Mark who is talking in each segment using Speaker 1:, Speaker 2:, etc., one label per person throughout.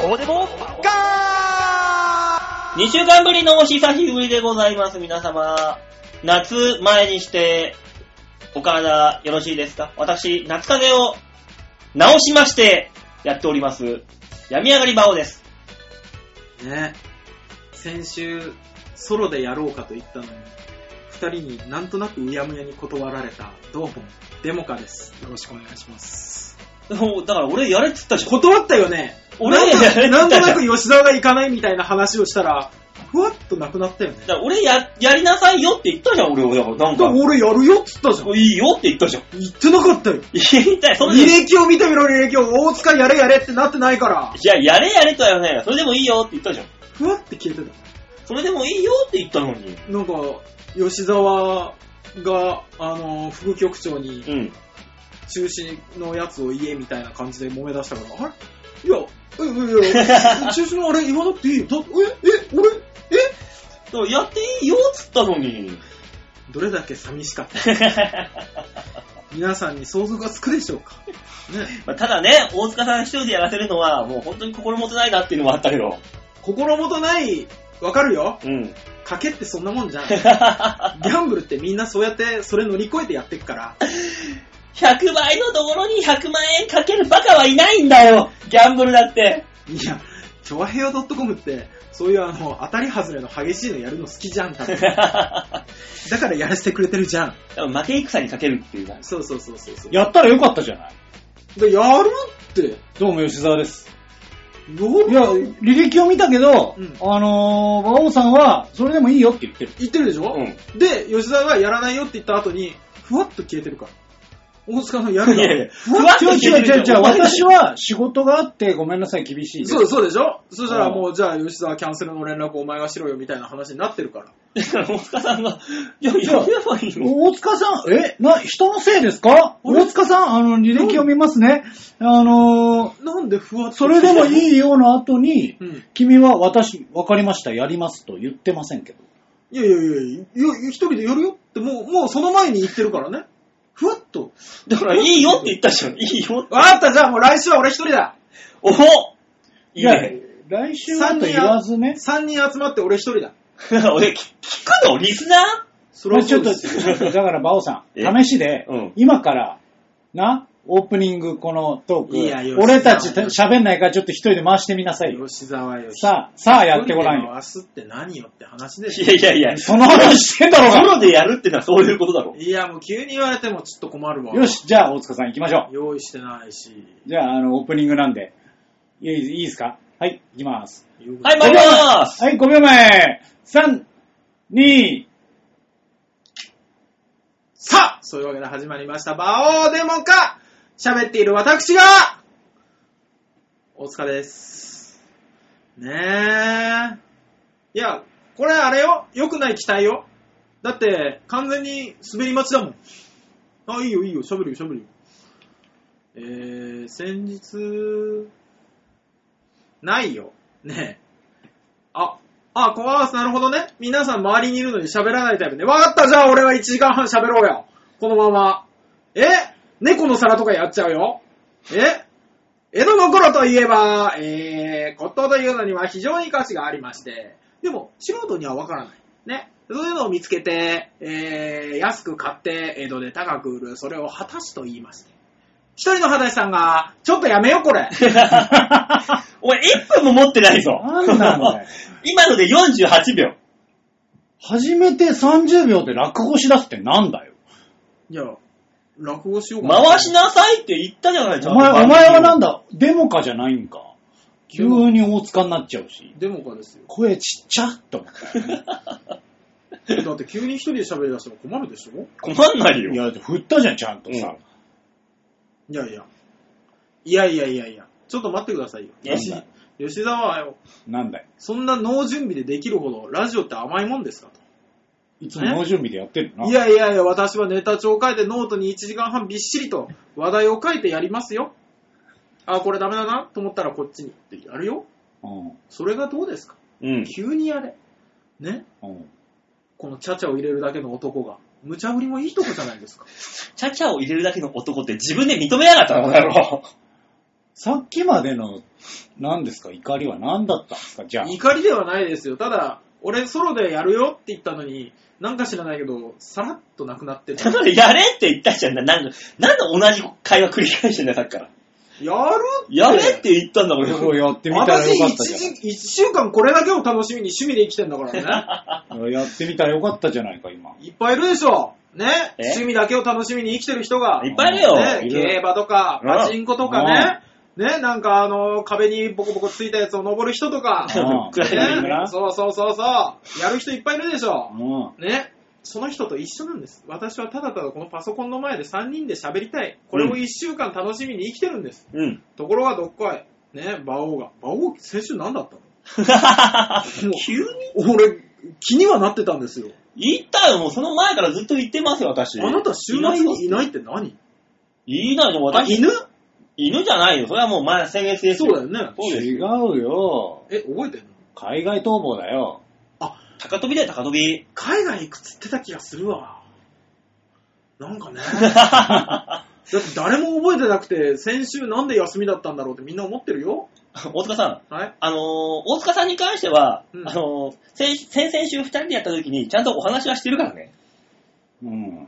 Speaker 1: こでも、ガー
Speaker 2: 2週間ぶりのお久しぶりでございます、皆様。夏前にして、お体よろしいですか私、夏風邪を直しまして、やっております。病み上がり魔王です。
Speaker 3: ね先週、ソロでやろうかと言ったのに、二人になんとなくうやむやに断られた、どうも、デモカです。よろしくお願いします。
Speaker 2: もうだから俺やれっつったじゃん。
Speaker 3: 断ったよね
Speaker 2: 俺
Speaker 3: なん
Speaker 2: やれ
Speaker 3: と
Speaker 2: っつったじゃん
Speaker 3: なんとなく吉沢が行かないみたいな話をしたら、ふわっとなくなったよね。
Speaker 2: だから俺や、やりなさいよって言ったじゃん、俺を。だからなん
Speaker 3: だ
Speaker 2: か、
Speaker 3: 俺やるよっつったじゃん。
Speaker 2: いいよって言ったじゃん。
Speaker 3: 言ってなかったよ。
Speaker 2: 言いたい、それ
Speaker 3: 履
Speaker 2: で。い
Speaker 3: 歴を見てみろ、履歴を。大塚やれやれってなってないから。
Speaker 2: や、やれやれとは言わないよ。それでもいいよって言ったじゃん。
Speaker 3: ふわって消えてた。
Speaker 2: それでもいいよって言ったのに。
Speaker 3: なんか、吉沢が、あの、副局長に、
Speaker 2: うん。
Speaker 3: 中止のやつを言えみたいな感じで揉め出したから、あれいや、え、いや、い や中止のあれ言わなくていいよ。だえ、え、俺、え
Speaker 2: だからやっていいよっつったのに。
Speaker 3: どれだけ寂しかった皆さんに想像がつくでしょうか。ね、
Speaker 2: まあ、ただね、大塚さん一人でやらせるのは、もう本当に心もとないなっていうのもあったけど。
Speaker 3: 心もとない、わかるよ。
Speaker 2: うん。
Speaker 3: 賭けってそんなもんじゃ ん。ギャンブルってみんなそうやって、それ乗り越えてやってくから。
Speaker 2: 100倍のところに100万円かけるバカはいないんだよギャンブルだって。
Speaker 3: いや、ちょわへよ .com って、そういうあの、当たり外れの激しいのやるの好きじゃん、多分だからやらせてくれてるじゃん。
Speaker 2: 多分負け戦にかけるっていう感じ。
Speaker 3: そうそうそうそうそう。
Speaker 4: やったらよかったじゃない。
Speaker 3: でやるって、
Speaker 4: どうも吉沢です。
Speaker 3: どう
Speaker 4: いや、履歴を見たけど、
Speaker 3: うん
Speaker 4: あのー、馬王さんは、それでもいいよって言ってる。
Speaker 3: 言ってるでしょ、
Speaker 2: う
Speaker 3: で、吉沢がやらないよって言った後に、ふわっと消えてるから。大塚のやる
Speaker 2: いやいや
Speaker 3: な。ふ
Speaker 2: ふ
Speaker 3: わ
Speaker 2: わ
Speaker 3: っ
Speaker 2: っと
Speaker 4: 違う
Speaker 2: 消
Speaker 4: 違
Speaker 2: え
Speaker 4: う
Speaker 2: てる
Speaker 4: 違う
Speaker 2: じ
Speaker 4: 違
Speaker 2: ゃん
Speaker 4: う、私は仕事があってごめんなさい、厳しい。
Speaker 3: そう、そうでしょそしたらも
Speaker 4: う
Speaker 3: う、じゃあ吉沢キャンセルの連絡をお前がしろよみたいな話になってるから。
Speaker 2: だから大塚さんが、いや、やればいいの。
Speaker 4: 大塚さん、えな、人のせいですか大塚さん、あの、履歴を見ますね。あのー、
Speaker 3: なんでふわっと
Speaker 4: それでもいいようの後に、
Speaker 3: うん。
Speaker 4: 君は私、わかりました、やりますと言ってませんけど。
Speaker 3: いやいやいやいや、一人でやるよってもう、もうその前に言ってるからね。ふわっと。
Speaker 2: だからいいよって言ったじゃん。いいよ。
Speaker 3: わかった、じゃあもう来週は俺一人だ。
Speaker 2: おほいいね。
Speaker 4: 来週はと言わずね。
Speaker 3: 三人集まって俺一人だ。
Speaker 2: 俺、聞くのリスナ
Speaker 3: それは
Speaker 4: ち
Speaker 3: そ
Speaker 4: ょっ
Speaker 3: う
Speaker 4: と、
Speaker 3: ですよ。
Speaker 4: ちょっとだから、馬王さ
Speaker 2: え
Speaker 4: ん、試しで、
Speaker 2: うん
Speaker 4: 今から、な、オープニング、このト
Speaker 3: いや
Speaker 4: ー
Speaker 3: よ
Speaker 4: ク、
Speaker 3: し
Speaker 4: 俺たち喋んないから、ちょっと一人で回してみなさいよ。
Speaker 3: 吉沢よ。
Speaker 4: さあ、さあやってごらんよ。
Speaker 3: 明日って何よって話でしょ
Speaker 2: ーいやいやいや、ソ
Speaker 4: その話してんだろう
Speaker 2: ロでやるってのはそういうことだろ。
Speaker 3: いや、もう急に言われてもちょっと困るわ。
Speaker 4: が。よ。し、じゃあ、大塚さん行きましょ
Speaker 3: 用意してないし。
Speaker 4: う。じゃあ、あの、オープニングなんで。いいいいですかはい、行きます。
Speaker 2: はい、
Speaker 4: 5
Speaker 2: 参
Speaker 4: 秒
Speaker 2: り
Speaker 4: 前
Speaker 2: まーす。
Speaker 4: はい、5秒前 !3、2、
Speaker 3: さあそういうわけで始まりました。バオーデモか喋っている私が大塚です。ねえ。いや、これあれよ良くない期待よ。だって、完全に滑り待ちだもん。あ、いいよいいよ、喋るよ喋るよ。えー、先日、ないよ。ねえ。あ、あ、コアースなるほどね。皆さん周りにいるのに喋らないタイプね。わかった、じゃあ俺は1時間半喋ろうよ。このまま。え猫の皿とかやっちゃうよ。え江戸の頃といえば、えー、骨董というのには非常に価値がありまして、でも素人にはわからない。ね。そういうのを見つけて、えー、安く買って、江戸で高く売る、それを果たしと言いまして。一人の果たしさんが、ちょっとやめよ、これ。
Speaker 2: お前、1分も持ってないぞ。
Speaker 4: なんなのね
Speaker 2: 今ので48秒。
Speaker 4: 始めて30秒で落語しだすってなんだよ。
Speaker 3: いや、落語しようかな。
Speaker 2: 回しなさいって言ったじゃない、ちゃん
Speaker 4: お
Speaker 2: と
Speaker 4: 前、お前はなんだデモかじゃないんか。急に大塚になっちゃうし。
Speaker 3: デモかですよ。
Speaker 4: 声ちっちゃっと思って。
Speaker 3: だって急に一人で喋り出したら困るでしょ
Speaker 2: 困んない
Speaker 4: い
Speaker 2: よ。
Speaker 4: や、振ったじゃん、ちゃんとさ。
Speaker 3: いやいや。いやいやいやいや。ちょっと待ってくださいよ。
Speaker 2: なんだ
Speaker 3: 吉吉沢はよ、
Speaker 4: なんだよ。
Speaker 3: そんな脳準備でできるほどラジオって甘いもんですか
Speaker 4: いつも脳準備でやってる
Speaker 3: と。。
Speaker 4: ない
Speaker 3: やいやいや、私はネタ帳を書いてノートに1時間半びっしりと話題を書いてやりますよ。あ、これダメだなと思ったらこっちにってやるよ。
Speaker 4: うん。
Speaker 3: それがどうですか
Speaker 2: うん。
Speaker 3: 急にやれ。ね
Speaker 4: うん。
Speaker 3: このチャチャを入れるだけの男が。無茶ぶりもいいとこじゃないですか。
Speaker 2: チャ チャを入れるだけの男って自分で認めやがったのだろ。
Speaker 4: さっきまでの何ですか怒りは何だったんですかじゃあ。
Speaker 3: 怒りではないですよ。ただ、俺ソロでやるよって言ったのに、なんか知らないけど、さらっとなくな ってた
Speaker 2: だ。からやれって言ったじゃん。なんか、なんで同じ会話繰り返してんだよ、さっきから。
Speaker 3: やるって
Speaker 2: やれって言ったんだから、
Speaker 4: それをやってみたら
Speaker 3: 私
Speaker 4: よかっ
Speaker 3: 一
Speaker 4: たじゃ
Speaker 3: 時、一週間これだけを楽しみに趣味で生きてんだからね。
Speaker 4: ない。やってみたらよかったじゃない か、今。
Speaker 3: いっぱいいるでしょ。ね。
Speaker 2: え
Speaker 3: 趣味だけを楽しみに生きてる人が。
Speaker 2: いっぱいいるよ。
Speaker 3: ね、
Speaker 4: いる
Speaker 3: 競馬とか、
Speaker 2: うん
Speaker 3: パチンコとかね。ね、なんかあの、壁にボコボコついたやつを登る人と か。
Speaker 4: うん
Speaker 2: 暗いのに
Speaker 3: ね
Speaker 4: な、
Speaker 3: そうそうそうそう。やる人いっぱいいるでしょ。
Speaker 4: うん。
Speaker 3: ね。その人と一緒なんです。私はただただこのパソコンの前で3人で喋りたい。これを1週間楽しみに生きてるんです。
Speaker 2: うん。
Speaker 3: ところがどっこい。ね、馬王が。馬王、先週何だったの
Speaker 2: 急に
Speaker 3: 俺、気にはなってたんですよ。
Speaker 2: 言ったよ、もうその前からずっと言ってますよ、私。
Speaker 3: あなた週末にいないって何
Speaker 2: 言いないの、
Speaker 3: あ、
Speaker 2: 私。
Speaker 3: 犬
Speaker 2: 犬じゃないよ。それはもう前、先月です
Speaker 3: そ
Speaker 2: よ。
Speaker 3: うだよね。
Speaker 2: そうです
Speaker 4: 違
Speaker 2: よ。
Speaker 4: うよ。
Speaker 3: え、覚えてんの
Speaker 4: 海外逃亡だよ。
Speaker 2: 高飛びだよ、高飛 び。
Speaker 3: 海外行くっつってた気がするわ。なん かね。だって誰も覚えてなくて、先週なんで休みだったんだろうってみんな思ってるよ。
Speaker 2: 大塚さん、
Speaker 3: はい。
Speaker 2: あのー大塚さんに関しては、
Speaker 3: うん
Speaker 2: あのー先先々週二人でやった時に、ちゃんとお話はしてるからね。
Speaker 4: うん。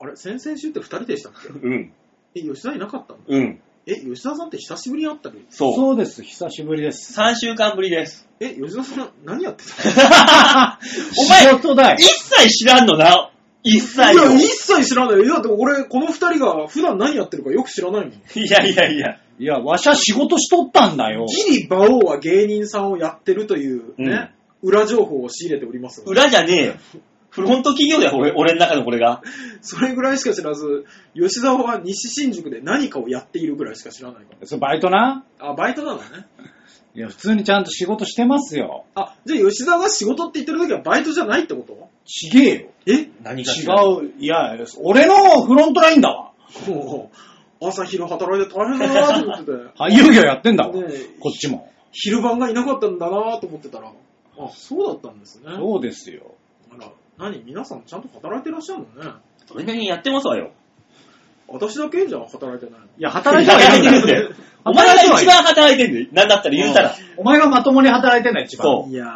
Speaker 3: あれ、先々週って2人でしたっ け
Speaker 2: うん。
Speaker 3: え、吉田いなかったの
Speaker 2: うん。
Speaker 3: え、吉田さんって久しぶりに会ったけど。
Speaker 2: そう。
Speaker 4: そうです、久しぶりです。
Speaker 2: 三週間ぶり です。
Speaker 3: え、吉田さん何やってた
Speaker 2: お前
Speaker 4: 仕事だよ
Speaker 2: 一。切知らんのな。一切
Speaker 3: いや、
Speaker 2: よ。
Speaker 3: 一切知らないよ。いや、でも俺、この2人が普段何やってるかよく知らないもん。
Speaker 2: いやいやいや。
Speaker 4: いや、わしゃ仕事しとったんだよ。
Speaker 3: ギリ馬王は芸人さんをやってるというね、裏情報を仕入れておりますので
Speaker 2: 裏じゃねえよ。フロント企業だよ、俺、俺の中のこれが。
Speaker 3: それぐらいしか知らず、吉沢は西新宿で何かをやっているぐらいしか知らないか
Speaker 4: それバイトな
Speaker 3: ら。あ、バイトなのね。
Speaker 4: いや、普通にちゃんと仕事してますよ。
Speaker 3: あ、じゃあ吉沢が仕事って言ってる時はバイトじゃないってこと
Speaker 4: ちげえよ。
Speaker 3: え
Speaker 2: 何
Speaker 4: 違
Speaker 2: う。
Speaker 4: う。いや、俺のフロントラインだわ。。
Speaker 3: もう、朝昼働いて大変だなと思ってて
Speaker 4: 俳優業やってんだわ。
Speaker 3: ねえ
Speaker 4: こっちも。
Speaker 3: 昼晩がいなかったんだなと思ってたら、あ、そうだったんですね。あ
Speaker 4: そうですよ。
Speaker 3: ら、何皆さんちゃんと働いてらっしゃるのね。
Speaker 2: それなりにやってますわよ。
Speaker 3: 私だけじゃ働いてないの。
Speaker 4: いや、
Speaker 2: 働
Speaker 4: 働
Speaker 2: いて
Speaker 4: いて
Speaker 2: は
Speaker 4: は
Speaker 2: る
Speaker 4: いいる
Speaker 2: ん
Speaker 4: ん
Speaker 2: だ
Speaker 4: だ
Speaker 2: よ
Speaker 4: よ。。
Speaker 2: お前が一番働いてんだよ。なんだったら言うたら。
Speaker 4: お前がまともに働いてんだよ、一番。
Speaker 2: そ
Speaker 3: いやー、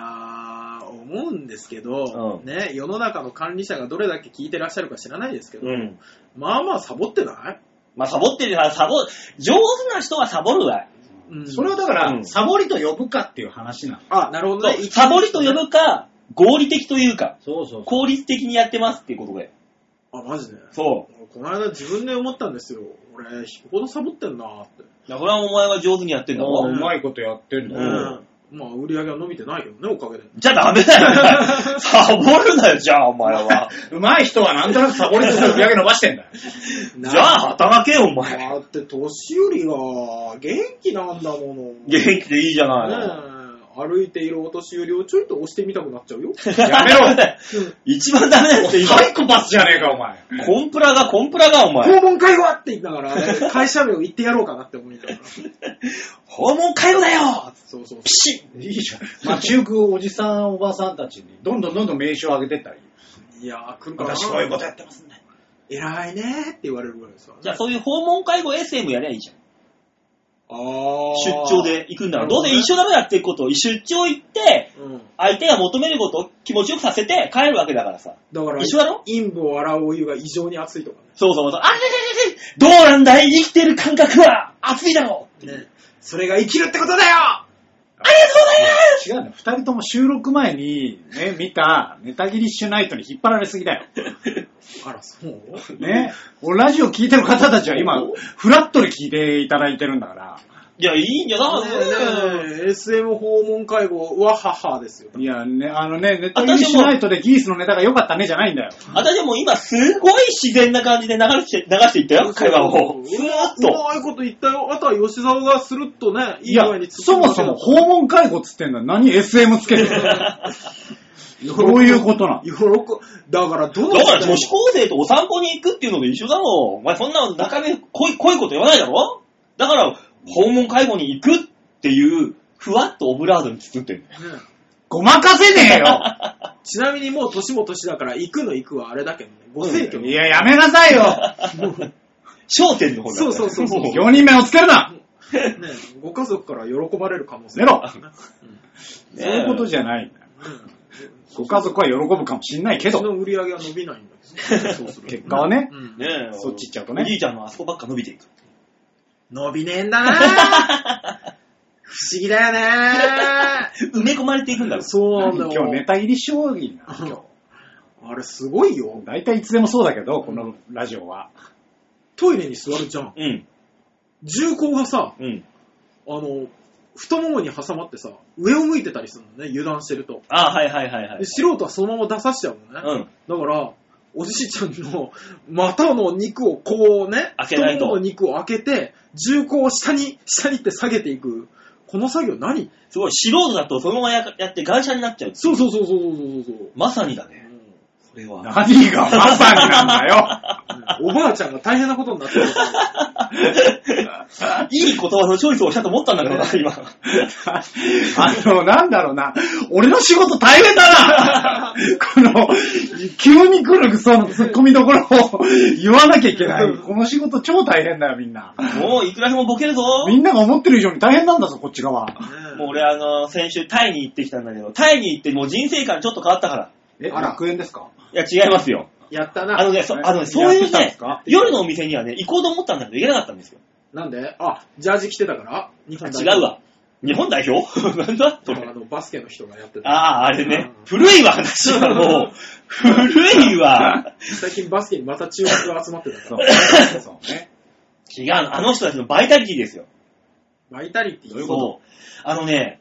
Speaker 3: 思うんですけど、
Speaker 2: うん
Speaker 3: ね、世の中の管理者がどれだけ聞いてらっしゃるか知らないですけど、
Speaker 2: うん。
Speaker 3: まあまあサボってない、
Speaker 2: まあ、サボってるさ、サボ、上手な人はサボるわ。
Speaker 3: うん
Speaker 4: それはだから、
Speaker 2: うん
Speaker 4: サボりと呼ぶかっていう話なの。
Speaker 3: あ、なるほどね。一
Speaker 2: サボりと呼ぶか、合理的というか、
Speaker 4: そうそう
Speaker 2: 効率的にやってますっていうことで。
Speaker 3: あ、マジで。
Speaker 2: そ
Speaker 3: 俺この間自分で思ったんですよ。俺、引くほどサボってんなーって。
Speaker 2: う。だからお前は上手にやってんだ
Speaker 4: う
Speaker 2: ろ。
Speaker 4: まいことやってん
Speaker 3: ね
Speaker 4: だ、
Speaker 2: う
Speaker 3: まあ、売り上げは伸びてないけどね、おか げで。
Speaker 2: じゃあダメだよお 前、サボるなよ、じゃあお前は。
Speaker 4: うまい人はなんとなくサボりとして売り上げ伸ばしてんだよ。
Speaker 2: じゃあ働けよ、お前。
Speaker 3: だって、年寄りが元気なんだもの。
Speaker 2: 元気でいいじゃ
Speaker 3: ね
Speaker 2: ない
Speaker 3: え歩いているお年寄りをちょいと押してみたくなっちゃうよ。
Speaker 2: の。
Speaker 4: やめろ
Speaker 2: ダメだよ一番ダメだよって今
Speaker 4: サイコパスじゃねえか、お前。
Speaker 2: コンプラが、コンプラが、お前。
Speaker 3: 訪問介護はって言いながら、ね会社名を言ってやろうかなって思いながら。
Speaker 2: 訪問介護だよ
Speaker 3: そうそうそう
Speaker 2: ピ。シッ
Speaker 4: いいじゃん。街行くおじさん、おばさんたちに、どんどんどんどん名刺を上げてったらいい。
Speaker 3: いやー、来るかな。
Speaker 4: 私こういうことやってますんで。
Speaker 3: 偉いねーって言われるぐらいですからね。
Speaker 2: じゃあそういう訪問介護 SM やりゃいいじゃん。
Speaker 3: あ
Speaker 2: 出
Speaker 3: ー
Speaker 2: 張。で行くんだから。どうせ
Speaker 3: なるほどね
Speaker 2: 一緒ダメだってこと、出張行って、
Speaker 3: うん。
Speaker 2: 相手が求めることを気持ちよくさせて帰るわけだからさ。
Speaker 3: だから、
Speaker 2: 一緒だろ
Speaker 3: 陰部を洗うお湯が異常に熱いとか
Speaker 2: そうそうそう。あれれれれどうなんだい生きてる感覚は熱いだ ろう
Speaker 3: ね。ね。それが生きるってことだよ
Speaker 2: ありがとうございます
Speaker 4: 違うね。二人とも収録前に、ね、見た、ネタギリッシュナイトに引っ張られすぎだよ。
Speaker 3: あら、そう
Speaker 4: ね。俺、ラジオ聞いてる方たちは今、フラットに聞いていただいてるんだから。
Speaker 2: いや、いいんじゃない
Speaker 3: ねね SM 訪問介護は母ですよ。
Speaker 4: いや、ね、あのね、ネタギリッシュナイトでギースのネタが良かったねじゃないんだよ。
Speaker 2: 私はもう今すごい自然な感じで流して、流していったよ、会話を。
Speaker 3: う
Speaker 2: っ
Speaker 3: ま
Speaker 2: と
Speaker 3: うまいこと言ったよ。あとは吉沢がスルッとね、い
Speaker 4: い
Speaker 3: い
Speaker 4: や
Speaker 3: 具合に、
Speaker 4: そもそも訪問介護っつってんだ何 SM つけて んだどういうことなの
Speaker 3: 喜だから、どの
Speaker 2: だから女子高生とお散歩に行くっていうのと一緒だろ。お前そんな中身濃い、濃いこと言わないだろだから、訪問介護に行くっていう、ふわっとオブラートに包んでる。
Speaker 3: ね
Speaker 4: ごまかせねえ よ
Speaker 3: ちなみにもう年も年だから、行くの行くはあれだけどね、ご選挙
Speaker 4: い や、やめなさいよ
Speaker 2: 焦点の方だ
Speaker 3: そうそうそうそう
Speaker 2: も
Speaker 4: !4 人目をつけるな
Speaker 3: ね、ご家族から喜ばれる可能性
Speaker 4: 寝ろ
Speaker 3: あるからね
Speaker 2: ね
Speaker 4: そういうことじゃないんだよ。
Speaker 3: うんうん
Speaker 4: ご家族は喜ぶかもしんないけ
Speaker 3: うち
Speaker 4: ど、
Speaker 3: の売り上げは伸びないんだけど、そうすると
Speaker 4: 結果はね、
Speaker 3: うん
Speaker 2: ねえ。
Speaker 4: そっち行っちゃうとね
Speaker 2: おじいちゃんのあそこばっか伸びていく。
Speaker 3: 伸びねえんだ な不思議だよね
Speaker 2: 埋め込まれていくんだろ。
Speaker 3: そうなんだ
Speaker 4: 今
Speaker 3: よ。
Speaker 4: 日ネタ入り将棋な。
Speaker 3: うんあれすごいよ。
Speaker 4: 大体いつでもそうだけど、このラジオは。
Speaker 3: トイレに座るじゃん。
Speaker 2: うん。
Speaker 3: 銃口がさ、
Speaker 2: うん。
Speaker 3: あの、太ももに挟まってさ、上を向いてたりするのね、油断してると。
Speaker 2: ああ、はいはいはいはい
Speaker 3: で。素人はそのまま出さしちゃうのね。
Speaker 2: うん。
Speaker 3: だから、おじいちゃんの股の肉をこうね、
Speaker 2: 開けないと
Speaker 3: 太ももの肉を開けて、銃口を下に、下にって下げていく。この作業何
Speaker 2: すごい、素人だとそのままややって外車になっちゃう。
Speaker 3: そうそうそうそうそうそうそう。
Speaker 2: まさにだね。
Speaker 3: うん
Speaker 2: これは。
Speaker 4: 何がまさになんだ
Speaker 3: おばあちゃんが大変なことになってる。
Speaker 2: いい言葉のチョイスをしたと思ったんだけどな、今。
Speaker 4: よ。あの、なんだろうな。俺の仕事大変だなこの、急に来るその突っ込みどころを言わなきゃいけない。この仕事超大変だよ、みんな。
Speaker 2: もういくらでもボケるぞ。
Speaker 4: みんなが思ってる以上に大変なんだぞ、こっち側。
Speaker 2: もう俺あの、先週タイに行ってきたんだけど、タイに行ってもう人生観ちょっと変わったから。
Speaker 4: え、
Speaker 3: あら
Speaker 4: 楽園ですか
Speaker 2: いや、違いますよ。
Speaker 3: やった
Speaker 2: あ
Speaker 3: な
Speaker 2: の。ね、そ
Speaker 4: え
Speaker 2: あのねそういう
Speaker 4: やってたんで
Speaker 2: ね
Speaker 4: すか、
Speaker 2: 夜のお店にはね、行こうと思ったんだけど、行けなかったんですよ。
Speaker 3: なんであ、ジャージ着てたから日本代表
Speaker 2: 違う。わ。日本代表 なんだそ
Speaker 3: だ
Speaker 2: れ
Speaker 3: からあ。の、バスケの人がやって
Speaker 2: あ
Speaker 3: た。
Speaker 2: あ、あれね
Speaker 3: う。ん
Speaker 2: 古いわ、話はもう。古いわ。
Speaker 3: 最近バスケにまた注目が集まってたか
Speaker 4: そう
Speaker 3: ら。
Speaker 4: ね。そうね。
Speaker 2: 違うの、あの人たちのバイタリティですよ。
Speaker 3: バイタリティ。
Speaker 4: どういうこと
Speaker 2: そう。あのね、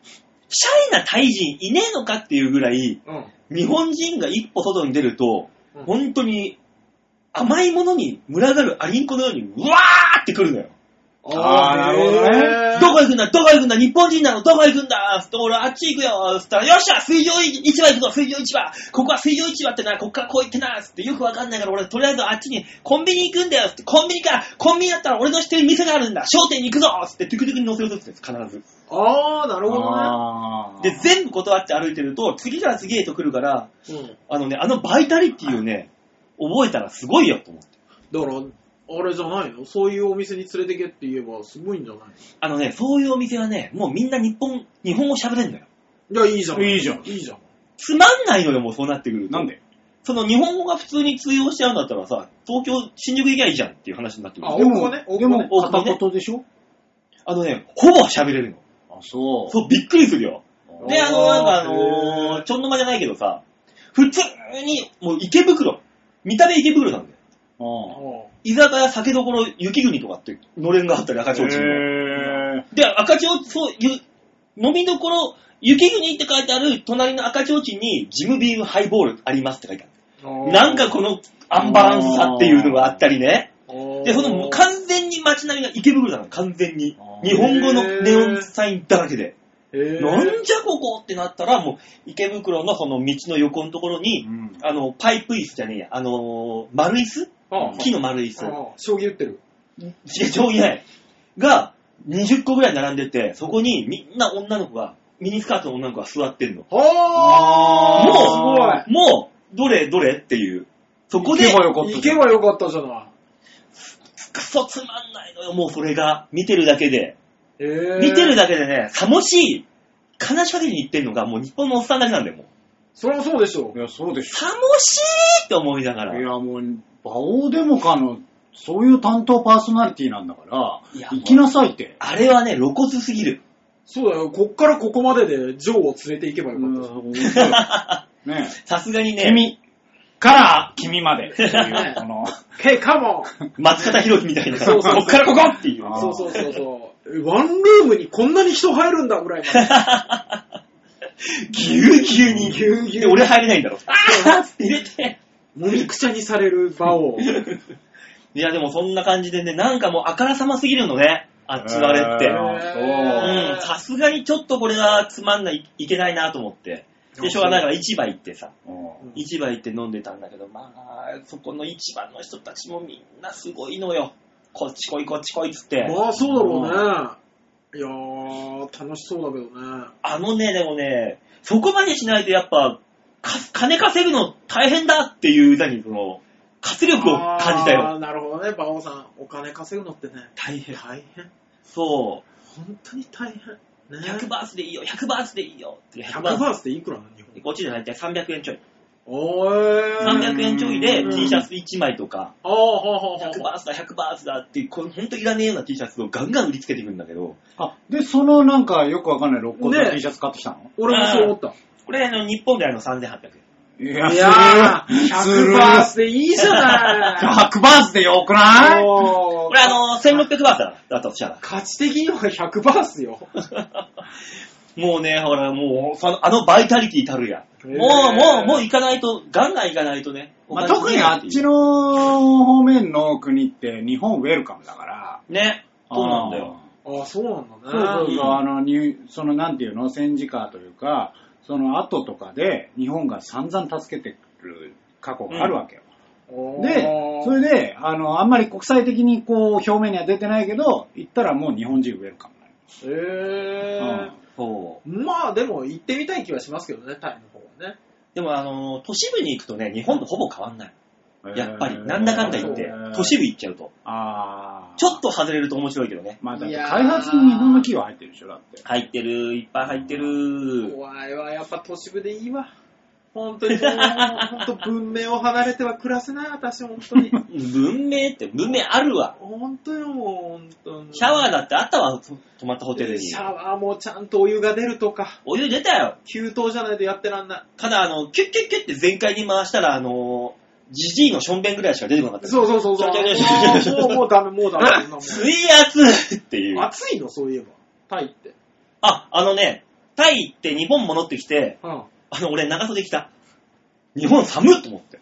Speaker 2: シャイなタイ人いねえのかっていうぐらい、
Speaker 3: うん。
Speaker 2: 日本人が一歩外に出ると、
Speaker 3: うん
Speaker 2: 本当に甘いものに群がるアリンコのように、うわーってくるのよ。
Speaker 4: あー
Speaker 3: へー
Speaker 2: どこ行くんだどこ行くんだ日本人なのどこ行くんだつって俺あっち行くよつったら、よっしゃ水上市場行くぞ水上市場ここは水上市場ってな、こっからこう行ってなつってよくわかんないから俺とりあえずあっちにコンビニ行くんだよつってコンビニから、コンビニだったら俺の知ってる店があるんだ商店に行くぞつってトゥクトゥクに乗せるぞって必ず。
Speaker 3: あー、なるほど
Speaker 4: あー
Speaker 2: で、全部断って歩いてると、次から次へと来るから、
Speaker 3: ね。
Speaker 2: あのね、あのバイタリティをね、覚えたらすごいよと思って。
Speaker 3: うん。だから、あれじゃないのそういうお店に連れてけって言えばすごいんじゃない
Speaker 2: あのね、そういうお店はね、もうみんな日本、日本語喋れんのよ。
Speaker 3: のいや、いいじゃん。
Speaker 4: いいじゃん
Speaker 3: いいじゃん。
Speaker 2: つまんないのよ、もうそうなってくると。
Speaker 4: なんで
Speaker 2: その日本語が普通に通用しちゃうんだったらさ、東京、新宿行きゃいいじゃんっていう話になってくる。
Speaker 3: あ
Speaker 2: あ
Speaker 4: で
Speaker 3: 大久保
Speaker 4: も、
Speaker 3: ね
Speaker 4: でも
Speaker 3: 大久
Speaker 2: 保ね
Speaker 4: 片言でしょ
Speaker 2: のね、ほぼ喋れるの。
Speaker 4: あ、そ
Speaker 2: そう、びっくりするよ。
Speaker 4: う。
Speaker 2: で、あの、なんかあのーちょんの間じゃないけどさ、普通に、もう池袋。見た目池袋なんだよ。
Speaker 3: あ
Speaker 4: あ
Speaker 3: ー
Speaker 2: 居酒屋、酒どころ、雪国とかって、のれんがあったり、赤
Speaker 4: あ
Speaker 2: ちょうちんの。
Speaker 4: へー
Speaker 2: で、赤ちょうそう、ゆ飲みどころ、雪国って書いてある隣の赤ちょうちんに、ジムビームハイボールありますって書いてある。なんかこのアンバランスさっていうのがあったりね。で、その完全に街並みが池袋なの、完全に
Speaker 4: あ。ー
Speaker 2: 日本語のネオンサインだらけで。な
Speaker 3: なん
Speaker 2: じゃここってなったら、もう池袋のその道の横のところに、
Speaker 4: うん
Speaker 2: あの、パイプ椅子じゃねえや、あのー丸椅子木の丸椅子。
Speaker 3: 将棋打ってる。
Speaker 2: 違う、上下ない。が、20個ぐらい並んでて、そこにみんな女の子が、ミニスカートの女の子が座ってんの。
Speaker 3: あ
Speaker 4: あ
Speaker 3: ー
Speaker 2: もう、どれどれっていう。そこで
Speaker 4: 行け、ばよかった
Speaker 3: すごい。行
Speaker 4: じゃ
Speaker 3: け
Speaker 4: ん。
Speaker 3: ばよかったじゃない。
Speaker 2: くそつまんないのよ、もうそれが。見てるだけで。
Speaker 3: えー
Speaker 2: 見てるだけでね、さもしい、悲しかけに行ってんのが、もう日本のおっさんだけなんだよ、もう。
Speaker 3: そりゃそうでしょ
Speaker 4: い。や、そうでし
Speaker 2: さもしいって思いなが
Speaker 4: ょ。
Speaker 2: ら。
Speaker 4: いや、もう、バオデモカの、そういう担当パーソナリティなんだか
Speaker 2: いや
Speaker 4: ら、行きなさいって。
Speaker 2: あれはね、露骨すぎる。
Speaker 3: そうだよ。こっからここまででジョーを連れて行けばよかったじゃん。
Speaker 4: 面白いね
Speaker 2: さすがにね、
Speaker 4: え君から君ま でっていう、この、
Speaker 3: ヘイ、カモン
Speaker 2: 松方弘樹みたいな、
Speaker 3: そうそうそう
Speaker 2: こっからここっていう。
Speaker 4: あー
Speaker 3: そうそうそうそう。ワンルームにこんなに人入るんだぐらいまで
Speaker 2: ぎゅうぎゅうに。
Speaker 3: ぎゅうぎゅう
Speaker 2: で、俺入れないんだ ろ。あーって入れて。
Speaker 3: もみくちゃにされる場を。
Speaker 2: いや、でもそんな感じでね、なんかもうあからさますぎるのね。あっちのあれって。
Speaker 4: へー
Speaker 3: ー
Speaker 2: うん、さすがにちょっとこれはつまんない、いけないなと思って。で、しょうがないから市場行ってさ、
Speaker 4: うん
Speaker 2: 市場行って飲んでたんだけど、まあ、そこの市場の人たちもみんなすごいのよ。こっち来い、こっち来いっつって。
Speaker 3: まあそうだろうね。いやー、楽しそうだけどね。
Speaker 2: あのね、でもね、そこまでしないとやっぱ、か金稼ぐの大変だっていう歌に、その、活力を感じた
Speaker 3: あ
Speaker 2: よ。
Speaker 3: ーなるほどね、馬王さん。お金稼ぐのってね。
Speaker 2: 大変。
Speaker 3: 大変。
Speaker 2: そう。
Speaker 3: 本当に大変。ね、
Speaker 2: 100バーツでいいよ、100バーツでいいよって。
Speaker 3: 100バーツっていくらなの日本
Speaker 2: こっちで大体300円ちょい。
Speaker 3: おー
Speaker 2: 300円ちょいで
Speaker 3: うん
Speaker 2: T シャツ1枚とか、
Speaker 3: ああ、ほうほうほう
Speaker 2: 100バーツだ、100バーツだって、これほんといらねえような T シャツをガンガン売りつけてくるんだけど、
Speaker 4: あ、で、そのなんかよくわかんない6個の
Speaker 3: ね
Speaker 4: T シャツ買ってきたの
Speaker 3: 俺もそう思った。
Speaker 2: これあの日本であの3800円。
Speaker 4: い
Speaker 3: いやー、
Speaker 4: す
Speaker 3: 100
Speaker 4: る
Speaker 3: バーツでいいじゃな。
Speaker 4: 100バーツでよくないい
Speaker 2: こ
Speaker 3: もう
Speaker 2: れあの1600バーツだだったと したら。
Speaker 3: 価値的には100バーツよ。
Speaker 2: もうね、ほら、もう、そのあのバイタリティたるや。
Speaker 3: え
Speaker 2: も
Speaker 3: ー
Speaker 2: う、もう、もう行かないと、ガンガン行かないとね。
Speaker 4: まあ、特にあっちの方面の国って日本ウェルカムだから。
Speaker 2: ね、そうなんだよ。
Speaker 3: ああ、そうなん
Speaker 4: そうそ
Speaker 3: だ
Speaker 4: う
Speaker 3: ね。
Speaker 4: そう、あの、入その、なんていうの、戦時下というか、その後とかで、日本が散々助けてくる過去があるわけよ。
Speaker 3: おー
Speaker 4: で、それで、あの、あんまり国際的にこう、表面には出てないけど、行ったらもう日本人ウェルカムになる。
Speaker 3: えー
Speaker 2: そう。
Speaker 3: まあでも行ってみたい気はしますけどね、タイの方はね。
Speaker 2: でも、あの、都市部に行くとね、日本とほぼ変わんない。
Speaker 4: うん
Speaker 2: やっぱり、なんだかんだ言って、都市部行っちゃうと。
Speaker 4: ああ。
Speaker 2: ちょっと外れると面白いけどね。
Speaker 4: まあ、だっ
Speaker 3: い
Speaker 4: て
Speaker 3: やー
Speaker 4: 開発に日本の企業入ってるでしょ、だって。
Speaker 2: 入ってる、いっぱい入ってる。
Speaker 3: 怖いわ、やっぱ都市部でいいわ。本当にもう、本当文明を離れては暮らせない、私、本 当に。
Speaker 2: 文明って、文明あるわ。
Speaker 3: 本当よ、もう、本当に。
Speaker 2: シャワーだってあったわ、泊まったホテルに。
Speaker 3: シャワーもちゃんとお湯が出るとか、
Speaker 2: お湯出たよ。
Speaker 3: 給湯じゃないとやってらんな
Speaker 2: ただ、あの、キュッキュッキュッって全開に回したら、あの、ジジイのションベンぐらいしか出てこなかった
Speaker 3: い。
Speaker 2: よ。
Speaker 3: そうそうそうそう。
Speaker 2: ちょちょちょちょ
Speaker 3: もう、もうもうダメ、もうダメ。そんなもん
Speaker 2: 水圧って いう。
Speaker 3: 暑いの、そういえば。タイって。
Speaker 2: あ、あのね、タイ行って日本戻ってきて、
Speaker 3: うん。
Speaker 2: あの、俺長袖着た。日本寒っと思って。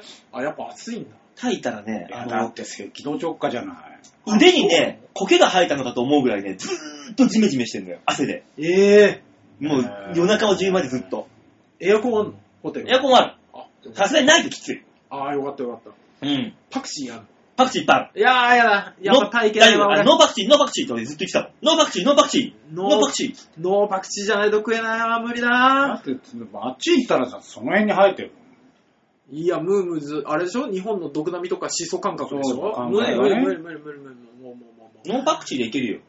Speaker 3: えー。あ、やっぱ暑いんだ。
Speaker 2: タイ行ったらね、あ
Speaker 4: だっ
Speaker 2: の、
Speaker 4: て赤道直下じゃない。
Speaker 2: 腕にね、苔が生えたのかと思うぐらいね、ずーっとジメジメしてんのよ、汗で。
Speaker 3: え
Speaker 2: も
Speaker 4: へ
Speaker 2: う
Speaker 4: ー
Speaker 2: 夜中の10までずっと。
Speaker 3: ー。エアコンあんのホテル。
Speaker 2: エアコンあ
Speaker 3: あよ
Speaker 2: る。
Speaker 3: かっ
Speaker 2: さすがにないときつい。
Speaker 3: たあー、よかったよかった。
Speaker 2: うん。
Speaker 3: パクチーやる。
Speaker 2: パクチーいっぱいある。
Speaker 3: いやー、やだ。やっぱ体
Speaker 2: 大
Speaker 3: 験
Speaker 2: 丈
Speaker 3: は
Speaker 2: 夫あ
Speaker 3: 俺
Speaker 2: ノーパクチー、ノーパクチーってずっと言ってたの。ノーパクチー、ノーパクチー、
Speaker 3: ノー
Speaker 2: ノーパクチー。
Speaker 3: ノーパクチーじゃないと食えないわ、無理
Speaker 4: だ
Speaker 3: だ
Speaker 4: って、あっち行ったらさ、その辺に生えてるもん。
Speaker 3: いや、ムームーズ、あれでしょ日本の毒並みとかシソ感覚でし
Speaker 4: そう
Speaker 3: ょ
Speaker 4: 感
Speaker 3: 無
Speaker 4: 覚
Speaker 3: 理無理
Speaker 4: ね
Speaker 3: 無理無理無理無理もうもうもうも
Speaker 2: ノーパクチーでいけるよ。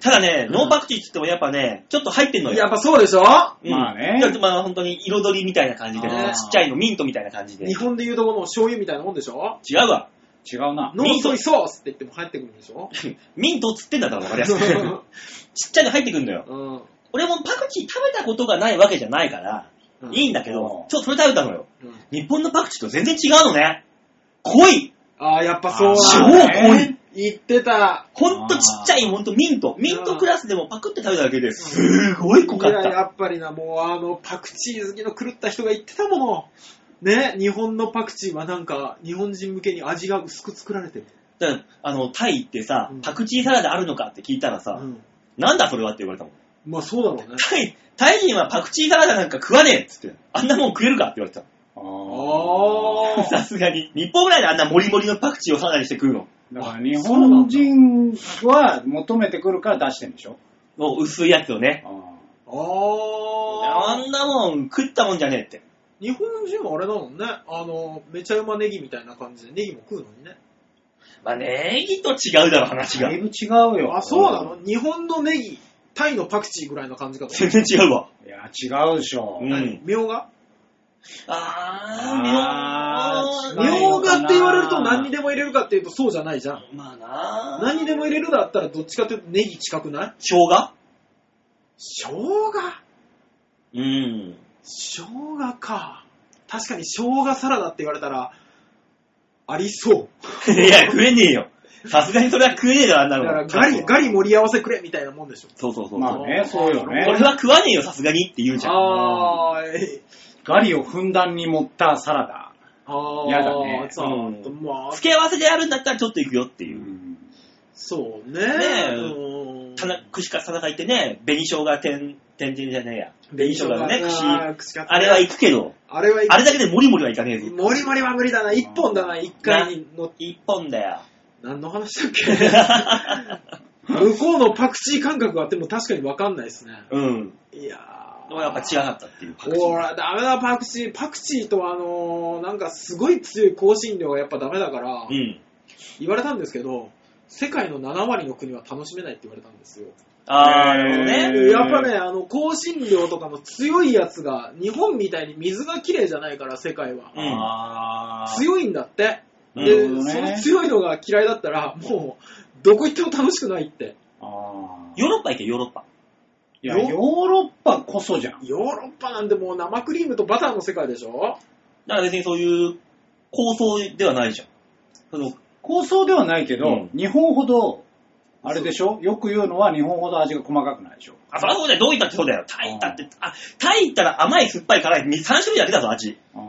Speaker 2: ただね、ノーパクチーって言ってもやっぱね、ちょっと入ってんの
Speaker 3: う。
Speaker 2: よ。
Speaker 3: やっぱそうでしょ
Speaker 2: うん
Speaker 4: まあね
Speaker 2: ちょっとまあ本当に彩りみたいな感じで、ち
Speaker 3: あー
Speaker 2: っちゃいのミントみたいな感じで。
Speaker 3: 日
Speaker 2: 違
Speaker 3: 本で言うとこの醤油みたいなもんでしょ
Speaker 2: うわ。
Speaker 4: 違うな。
Speaker 3: ノーソイソースって言っても入ってくるんでしょ
Speaker 2: ミントっつってんだったら分かり やすい。ち
Speaker 3: う
Speaker 2: っちゃいの入ってくんのよ。
Speaker 3: ん。
Speaker 2: 俺もパクチー食べたことがないわけじゃないから、
Speaker 3: うん
Speaker 2: いいんだけど
Speaker 4: う、ん
Speaker 2: ちょっとそれ食べたのよ。
Speaker 3: うん
Speaker 2: 日本のパクチーと全然違うのね。濃い
Speaker 3: あー、やっぱそう
Speaker 2: 超
Speaker 4: あ
Speaker 3: だ。
Speaker 4: ー
Speaker 2: 濃い
Speaker 3: 言ってた。
Speaker 2: ほんとちっちゃい、ほんとミント。ミントクラスでもパクって食べただけですごい濃
Speaker 3: い
Speaker 2: かっ
Speaker 3: や、
Speaker 2: た。
Speaker 3: やっぱりな、もうあの、パクチー好きの狂った人が言ってたもの。ね、日本のパクチーはなんか、日本人向けに味が薄く作られてる。
Speaker 2: だからあの、タイ行ってさ
Speaker 3: うん、
Speaker 2: パクチーサラダあるのかって聞いたらさ
Speaker 3: う、ん
Speaker 2: なんだそれはって言われたもん。
Speaker 3: まあそうだろうね。
Speaker 2: タイ、タイ人はパクチーサラダなんか食わねえっつって、あんなもん食えるかって言われてた。
Speaker 4: あ
Speaker 3: あ
Speaker 4: ー
Speaker 2: さすがに。日本ぐらいであんなモリモリのパクチーをサラダにして食うの。
Speaker 4: だから日本人は求めてくるから出してるんでしょ
Speaker 2: もう薄いやつをね。
Speaker 3: あ
Speaker 2: あ
Speaker 3: あー
Speaker 2: んなもん食ったもんじゃねえって。
Speaker 3: 日本人はあれだもんね。あの、めちゃうまネギみたいな感じでネギも食うのにね。
Speaker 2: まあ、ネギと違うだろ、話が
Speaker 4: だい。ぶ違うよ。
Speaker 3: あ、そうなの日本のネギ、タイのパクチーぐらいの感じかと
Speaker 2: 全然違うわ。
Speaker 4: いや、違うでしょ。
Speaker 2: う
Speaker 3: 思う。
Speaker 2: ん。
Speaker 3: みょうが
Speaker 2: あー、みょ
Speaker 3: み
Speaker 2: う
Speaker 4: あー
Speaker 3: ょ
Speaker 4: 苗
Speaker 3: う
Speaker 4: が
Speaker 3: がって言われると何にでも入れるかっていうとそうじゃないじゃん。
Speaker 2: まあな
Speaker 3: 何にでも入れるだったらどっちかというとネギ近くない
Speaker 2: 生姜
Speaker 3: 生姜
Speaker 2: うん。
Speaker 3: 生姜か。確かに生姜サラダって言われたら、ありそう。
Speaker 2: いや、食えねえよ。さすがにそれは食えねえだろ、あんな
Speaker 3: だ
Speaker 2: の。
Speaker 3: からガリ、ガリ盛り合わせくれみたいなもんでしょ。
Speaker 2: そうそうそうそう。
Speaker 4: まあね、そうよ
Speaker 2: 俺
Speaker 4: ね。
Speaker 2: は食わねえよ、さすがにって言うじゃん。
Speaker 3: あー、えい
Speaker 4: ガリをふんだんに盛ったサラダ。
Speaker 3: ああ、
Speaker 4: やだね
Speaker 3: そう
Speaker 2: うん
Speaker 3: まあ、
Speaker 2: 付け合わせでやるんだったらちょっと行くよっていう。
Speaker 3: そうね。
Speaker 2: え
Speaker 3: うん
Speaker 2: 田中、串カツ田中行ってね、紅生姜天、天神じゃねえや。紅
Speaker 3: 紅
Speaker 2: 生姜のね、串。
Speaker 3: あー串カツ
Speaker 2: あれは行くけど、
Speaker 3: あれは
Speaker 2: あれだけでモリモリはいかねえぞ。
Speaker 3: モリモリは無理だな。一本だな、一回にの。
Speaker 2: 一本だよ。
Speaker 3: 何の話だっけ向こうのパクチー感覚があっても確かに分かんないですね。
Speaker 2: うん。
Speaker 3: いやー。
Speaker 2: でもやっぱ違かったっていう。
Speaker 3: ほら、ダメだ、パクチー。パクチーとあのーなんかすごい強い香辛料がやっぱダメだから、
Speaker 2: うん。
Speaker 3: 言われたんですけど、世界の7割の国は楽しめないって言われたんですよ。
Speaker 2: あー、なるほど
Speaker 4: へ
Speaker 2: ね。
Speaker 4: ー
Speaker 3: やっぱね、あの、香辛料とかの強いやつが、日本みたいに水が綺麗じゃないから、世界は。
Speaker 2: うん
Speaker 4: あー
Speaker 3: 強いんだって。
Speaker 4: なる
Speaker 3: で、
Speaker 4: ほどね
Speaker 3: その強いのが嫌いだったら、もう、どこ行っても楽しくないって。
Speaker 4: あー
Speaker 2: ヨーロッパ行け、ヨーロッパ。
Speaker 4: いや、ヨーロッパこそじゃん。
Speaker 3: ヨーロッパなんてもう生クリームとバターの世界でしょ
Speaker 2: だから別にそういう構想ではないじゃん。その
Speaker 4: 構想ではないけど、
Speaker 2: うん
Speaker 4: 日本ほど、あれでしょよく言うのは日本ほど味が細かくないでしょ
Speaker 2: あ、そりゃそうだよ。どういったってそうだよ。タイ行ったって、あ、タイ行ったら甘い、酸っぱい、辛い、3種類だけだぞ、味。
Speaker 4: あー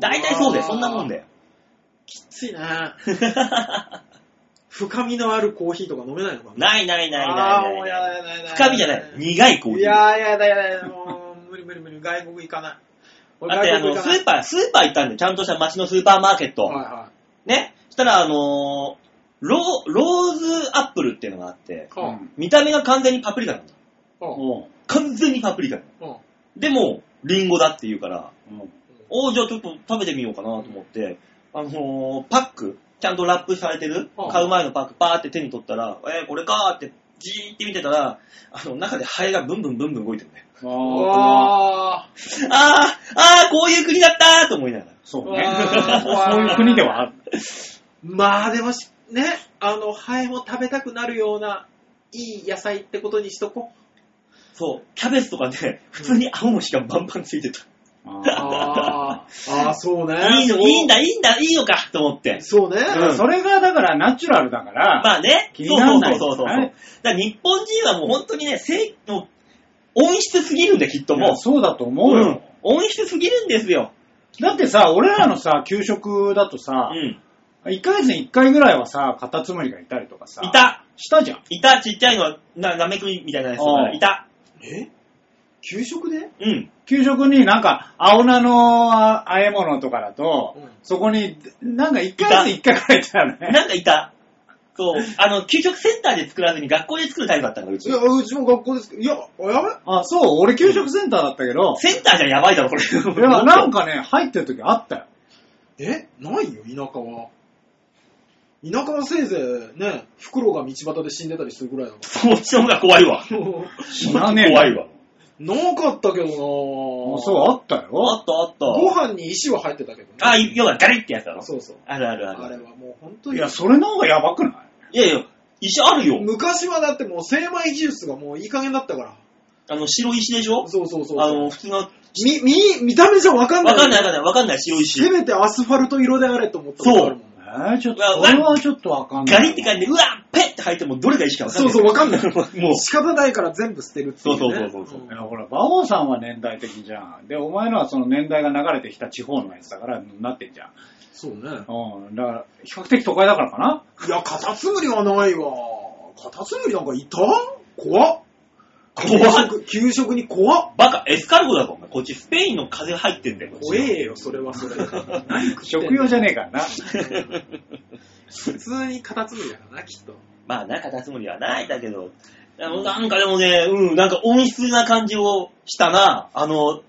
Speaker 2: 大体そうだよ。
Speaker 3: あー
Speaker 2: そんなもんだよ。
Speaker 3: きついね。深みのあるコーヒーとか飲めないのかな
Speaker 2: ないないない
Speaker 3: あ
Speaker 2: な
Speaker 3: ー
Speaker 2: い
Speaker 3: も
Speaker 2: な
Speaker 3: う
Speaker 2: い
Speaker 3: やだやだやだ。
Speaker 2: 深みじゃない。苦いコーヒー。
Speaker 3: いやーやだやだやだ、もう、無理無理無理、外国行かない。
Speaker 2: だってあの、スーパー、スーパー行ったんだよ。ちゃんとした街のスーパーマーケット。
Speaker 3: はいは
Speaker 2: ね。したら、あのーロー、ローズアップルっていうのがあって、
Speaker 3: い。は
Speaker 4: うん
Speaker 2: 見た目が完全にパプリカなんだ。
Speaker 3: あ、は
Speaker 4: おう
Speaker 2: 完全にパプリカ。
Speaker 3: あ、は
Speaker 2: でも、リンゴだって言うから、
Speaker 4: おう
Speaker 2: おーじゃあちょっと食べてみようかなと思って、あのーパック、ちゃんとラップされてる、
Speaker 3: うん
Speaker 2: 買う前のパック、パーって手に取ったら、えー、これかーって、じーって見てたら、あの、中でハエがブンブンブンブン動いてるね。
Speaker 3: あ。
Speaker 4: あー
Speaker 3: わー
Speaker 2: あー、あー、こういう国だったーと思いながら。
Speaker 4: そうね。
Speaker 3: うわー
Speaker 4: そういう国ではある。
Speaker 3: まあでもし、ね、あの、ハエも食べたくなるような、いい野菜ってことにしとこ
Speaker 2: そう、キャベツとかね、普通に青虫がバンバンついてた。
Speaker 3: う。ああ、そうね
Speaker 2: いいの、いいん。だ、いいんだ、いいのかと思って。
Speaker 3: そうね。
Speaker 2: うん
Speaker 4: それがだからナチュラルだから、
Speaker 2: まあね、
Speaker 4: 気
Speaker 2: そう
Speaker 4: にならない
Speaker 2: そうそうそうそう。
Speaker 4: はい
Speaker 2: だから日本人はもう本当にね、性の、温室すぎるんだよ、きっと
Speaker 4: いや
Speaker 2: もう。
Speaker 4: そうだと思うよ。
Speaker 2: うん。温室すぎるんですよ。
Speaker 4: だってさ、俺らのさ、給食だと
Speaker 2: う
Speaker 4: さ、
Speaker 2: ん。
Speaker 4: 1ヶ月に1回ぐらいはさ、カタツムリがいたりとかさ、
Speaker 2: いた。
Speaker 4: したじゃん。
Speaker 2: いた、ちっちゃいのは、な、なめくみみたいなやつと
Speaker 4: あ
Speaker 2: か、
Speaker 4: あ
Speaker 2: いた。
Speaker 3: え給食で
Speaker 2: うん。
Speaker 4: 給食になんか、青菜のあ和え物とかだと、
Speaker 3: うん
Speaker 4: そこに、なんか1回ずつ1回くらいいたよね。
Speaker 2: なんかいた。そう。あの、給食センターで作らずに学校で作るタイプだったんだ、う
Speaker 3: い
Speaker 2: ち
Speaker 3: や、。うちも学校ですけど、いや、やべ
Speaker 4: あ、そう、俺給食センターだったけど、
Speaker 2: センターじゃやばいだろ、これ。
Speaker 4: いや、なんかね、入ってる時あったよ。
Speaker 3: えないよ、田舎は。田舎はせいぜいね、フクロウが道端で死んでたりするぐらいだか
Speaker 2: そっちの方が怖いわ。
Speaker 3: ら。
Speaker 4: 知らねえ
Speaker 2: 怖いわ。
Speaker 3: なかったけどなぁ。
Speaker 4: あそう、あった
Speaker 2: あ
Speaker 4: よ。
Speaker 2: ったあ
Speaker 3: ご
Speaker 2: っ
Speaker 3: 飯に石は入ってたけどね。
Speaker 2: た。あ、い要はガリってやつだろ。
Speaker 3: そうそう。
Speaker 2: あるあるあ
Speaker 3: あれ
Speaker 2: る。
Speaker 3: はもう本当
Speaker 4: い
Speaker 3: に。
Speaker 4: や、それの方がやばくな
Speaker 2: い
Speaker 4: い
Speaker 2: やいや、石あるよ。
Speaker 3: 昔はだってもう精米技術がもういい加減だったから。
Speaker 2: あの、白石でしょ
Speaker 3: そうそうそう。
Speaker 2: あの、普通の、わ
Speaker 3: み、み、見た目じゃわかんない。
Speaker 2: かんないわかんない、わかんない白石。
Speaker 3: せめてアスファルト色であれと思ったことあるもん。
Speaker 4: えー、ちょっと、
Speaker 2: うわ
Speaker 4: それはちょっとわかんない。
Speaker 2: ガリって感じで、うわペッって入ってもどれが石かわかんな
Speaker 3: そう
Speaker 2: い。
Speaker 3: そう、わかんない。
Speaker 2: もう、
Speaker 3: 仕方ないから全部捨てるっていう、ね。
Speaker 2: そうそうそうそうそうん
Speaker 4: いや、ほら、馬王さんは年代的じゃん。で、お前のはその年代が流れてきた地方のやつだから、なってんじゃん。
Speaker 3: そうね。
Speaker 4: うん。だから、比較的都会だからかない
Speaker 3: や、カタツムリはないわ。カタツムリなんかいた怖っ。給
Speaker 2: 怖い。
Speaker 3: 食、給食に怖っ。
Speaker 2: バカ、エスカルゴだぞ、お前。こっちスペインの風が入ってんだよ、こっち
Speaker 3: 怖えよ、それはそ れ。何食ってんの
Speaker 4: 食用じゃねえからな。
Speaker 3: 普通にカタツムリだからな、きっと。
Speaker 2: まあ、な、カタツムリはないだけど、あのなんかでもね、うん、なんか温室な感じをしたな。あの、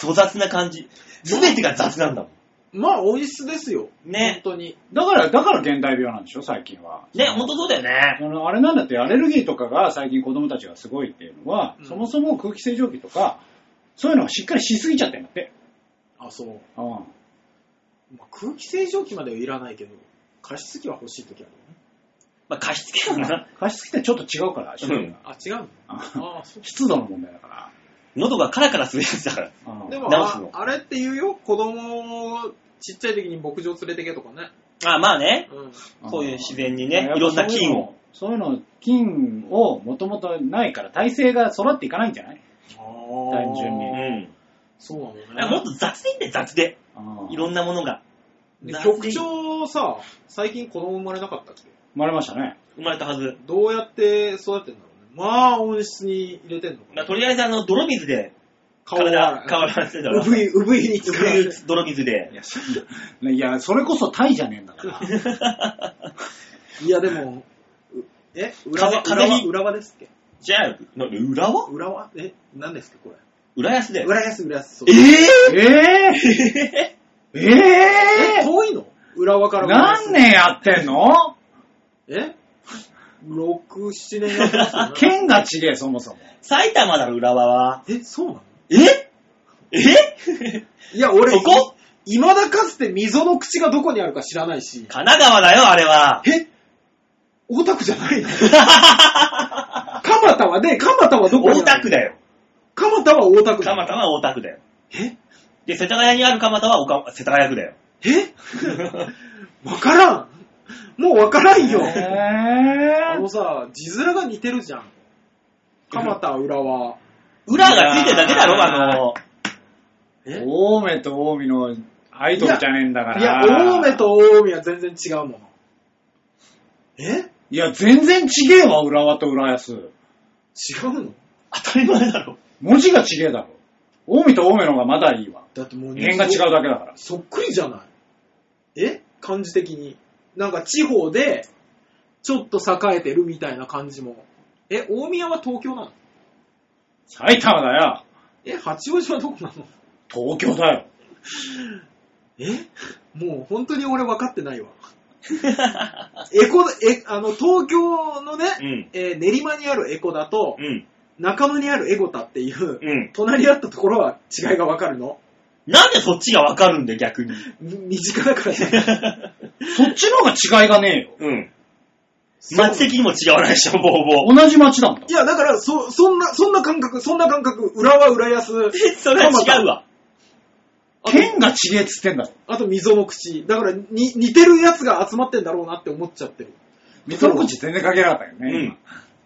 Speaker 2: 粗雑な感じ。すべてが雑なんだも
Speaker 3: まあ、温室ですよ。
Speaker 2: ん。ね。
Speaker 3: 本当に。
Speaker 4: だから、だから現代病なんでしょ、最近は。
Speaker 2: ね、ほんとそうだよ
Speaker 4: あ
Speaker 2: ね。
Speaker 4: のあれなんだって、アレルギーとかが最近子供たちがすごいっていうのは、
Speaker 3: うん
Speaker 4: そもそも空気清浄機とか、そういうのがしっかりしすぎちゃってんだって。
Speaker 3: あ、そう。
Speaker 4: うん。
Speaker 3: まあ、空気清浄機まではいらないけど、加湿器は欲しい時あるよね。
Speaker 2: まあ、加湿器だな。
Speaker 4: 加湿器ってちょっと違うから、種類が
Speaker 3: あ、違うの
Speaker 4: あ
Speaker 3: ああ、そう。
Speaker 4: 湿度の問題だか
Speaker 2: 喉がカラカラするやつだから。
Speaker 4: ら。うん
Speaker 3: でも
Speaker 2: 直す
Speaker 3: あ
Speaker 2: の、
Speaker 3: あれって言うよ。子供をちっちゃい時に牧場連れてけとかね。
Speaker 2: ああ、まあね。
Speaker 3: うん。
Speaker 2: そういう自然に
Speaker 4: やっ
Speaker 2: ね
Speaker 4: ぱ、
Speaker 2: いろんな菌を。
Speaker 4: そういうの。そういうの、菌をもともとないから、体制が育っていかないんじゃない単純
Speaker 2: う
Speaker 4: に
Speaker 2: ん。
Speaker 3: そうな
Speaker 2: あ
Speaker 3: の
Speaker 2: も
Speaker 3: ね
Speaker 2: っ。と雑でいいんだよ、雑で。いろんなものが。
Speaker 3: で
Speaker 2: 雑でいい
Speaker 3: 局長さ、最近子供生まれなかったっけ
Speaker 4: 生まれましたね。
Speaker 2: 生まれたはず。
Speaker 3: どうやって育てんだろうね。まあ、温室に入れてんのか
Speaker 2: まあ
Speaker 3: な。
Speaker 2: とりあえず、あの、泥水で、
Speaker 3: 顔
Speaker 2: 体、
Speaker 3: は
Speaker 2: 変わらせてたら。
Speaker 3: うぶい、うぶいに使
Speaker 2: そういう
Speaker 3: う。
Speaker 2: 泥水で。
Speaker 4: ね いや、それこそタイじゃねえんだ から。
Speaker 3: いや、でも、うえ裏は、
Speaker 2: 風風
Speaker 3: 裏は、
Speaker 2: に
Speaker 3: 裏はですっけ
Speaker 2: じゃあ、な裏は
Speaker 3: 裏はえ何ですかこれ。
Speaker 2: 浦安で。
Speaker 3: 裏安、裏安。そう
Speaker 2: え
Speaker 4: ええ
Speaker 2: え
Speaker 4: ええ
Speaker 3: え、遠いの浦和から。
Speaker 4: 何年やってんの
Speaker 3: え6、7年やってますよね。
Speaker 4: 県がちげえ、そもそも。
Speaker 2: 埼玉だろ、浦和は。
Speaker 3: え、そうなの
Speaker 2: ええ
Speaker 3: いや、俺、
Speaker 2: そこ
Speaker 3: い未だかつて溝の口がどこにあるか知らないし、
Speaker 2: 神奈川だよ、あれ は。
Speaker 3: え大田区じゃないの蒲田はね、蒲田はどこに
Speaker 2: 大田
Speaker 3: ある
Speaker 2: 区だよ。
Speaker 3: 蒲田は大田区だ
Speaker 2: 蒲田は大田区だよ。
Speaker 3: え
Speaker 2: で、世田谷にある蒲田は岡世田谷区だよ。
Speaker 3: えわからん。もうわからんよ。あ
Speaker 4: へ
Speaker 3: のさ、字面が似てるじゃん。蒲田、浦和。
Speaker 2: 裏がついてるだけだろ、あの、
Speaker 3: え
Speaker 4: 青梅と近江のアイドルじゃねえんだから。
Speaker 3: いや、青梅。と大海は全然違うもの。え
Speaker 4: いや、全然ちげえわ、浦和と浦安。
Speaker 3: 違うの
Speaker 2: 当たり前だろ。
Speaker 4: 文字がちげえだろ。近江と青梅の方がまだいいわ。
Speaker 3: だってもう
Speaker 4: 辺が違うだけだから。
Speaker 3: そっくりじゃないえ感じ的に。なんか地方で、ちょっと栄えてるみたいな感じも。え、大宮は東京なの
Speaker 4: 埼玉だよ。
Speaker 3: え、八王子はどこなの
Speaker 4: 東京だよ。
Speaker 3: えもう本当に俺分かってない わ。エコ、え、あの、東京のね、
Speaker 2: うん
Speaker 3: えー練馬にあるエコだと、
Speaker 2: うん。
Speaker 3: 中野にあるエゴタっていう、
Speaker 2: うん。
Speaker 3: 隣り合ったところは違いが分かるの。
Speaker 2: なんでそっちがわかるんだよ、 逆に。
Speaker 3: み身近だから じゃない
Speaker 4: そっちの方が違いがねえよ。
Speaker 2: うん。街的にも違わないでしょ、ぼうぼう。
Speaker 4: 同じ町だもん。
Speaker 3: いや、だから、そ、そんな、そんな感覚、そんな感覚、浦和、浦安。
Speaker 2: それは違うわ。
Speaker 3: あと
Speaker 4: 県がちげえっつってんだろ。
Speaker 3: あと溝の口。だから、に、似てるやつが集まってんだろうなって思っちゃってる。
Speaker 4: 溝の口全然関係なかったよ
Speaker 2: う
Speaker 4: ね。
Speaker 2: ん。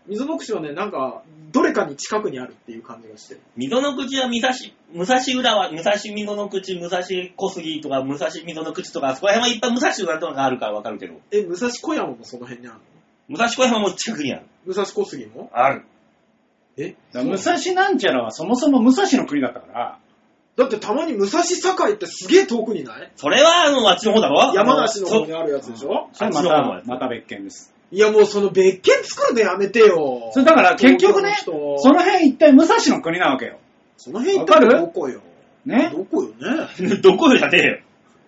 Speaker 3: 溝の口はね、なんか、どれかに近くにあるっていう感じがしてる。
Speaker 2: 溝の口は武蔵、武蔵浦和、武蔵溝の口、武蔵小杉とか、武蔵溝の口とか、あそこら辺はいっぱい武蔵浦和とかがあるからわかるけど、
Speaker 3: え、武蔵小山もその辺にあるの
Speaker 2: 武蔵小山も近くにある。
Speaker 3: 武蔵小杉も
Speaker 2: ある。
Speaker 3: え
Speaker 4: だから武蔵なんちゃらはそもそも武蔵の国だったから、
Speaker 3: だってたまに武蔵境ってすげえ遠くにない
Speaker 2: それは、あの、あっちの方だろ
Speaker 3: 山梨の方
Speaker 2: そ
Speaker 3: にあるやつでしょ
Speaker 4: それ
Speaker 2: あっちの方もや
Speaker 4: ま
Speaker 2: った
Speaker 4: た、また別件です。
Speaker 3: いやもうその別件作るのやめてよ。
Speaker 4: それだから結局ね、
Speaker 3: 東京
Speaker 4: そ
Speaker 3: の人
Speaker 4: の辺一体武蔵の国なわけよ。
Speaker 3: その辺行ったら
Speaker 4: わか
Speaker 3: ど
Speaker 4: る
Speaker 3: こよ。
Speaker 4: ね。
Speaker 3: どこよね。
Speaker 2: どこよじゃねえよ。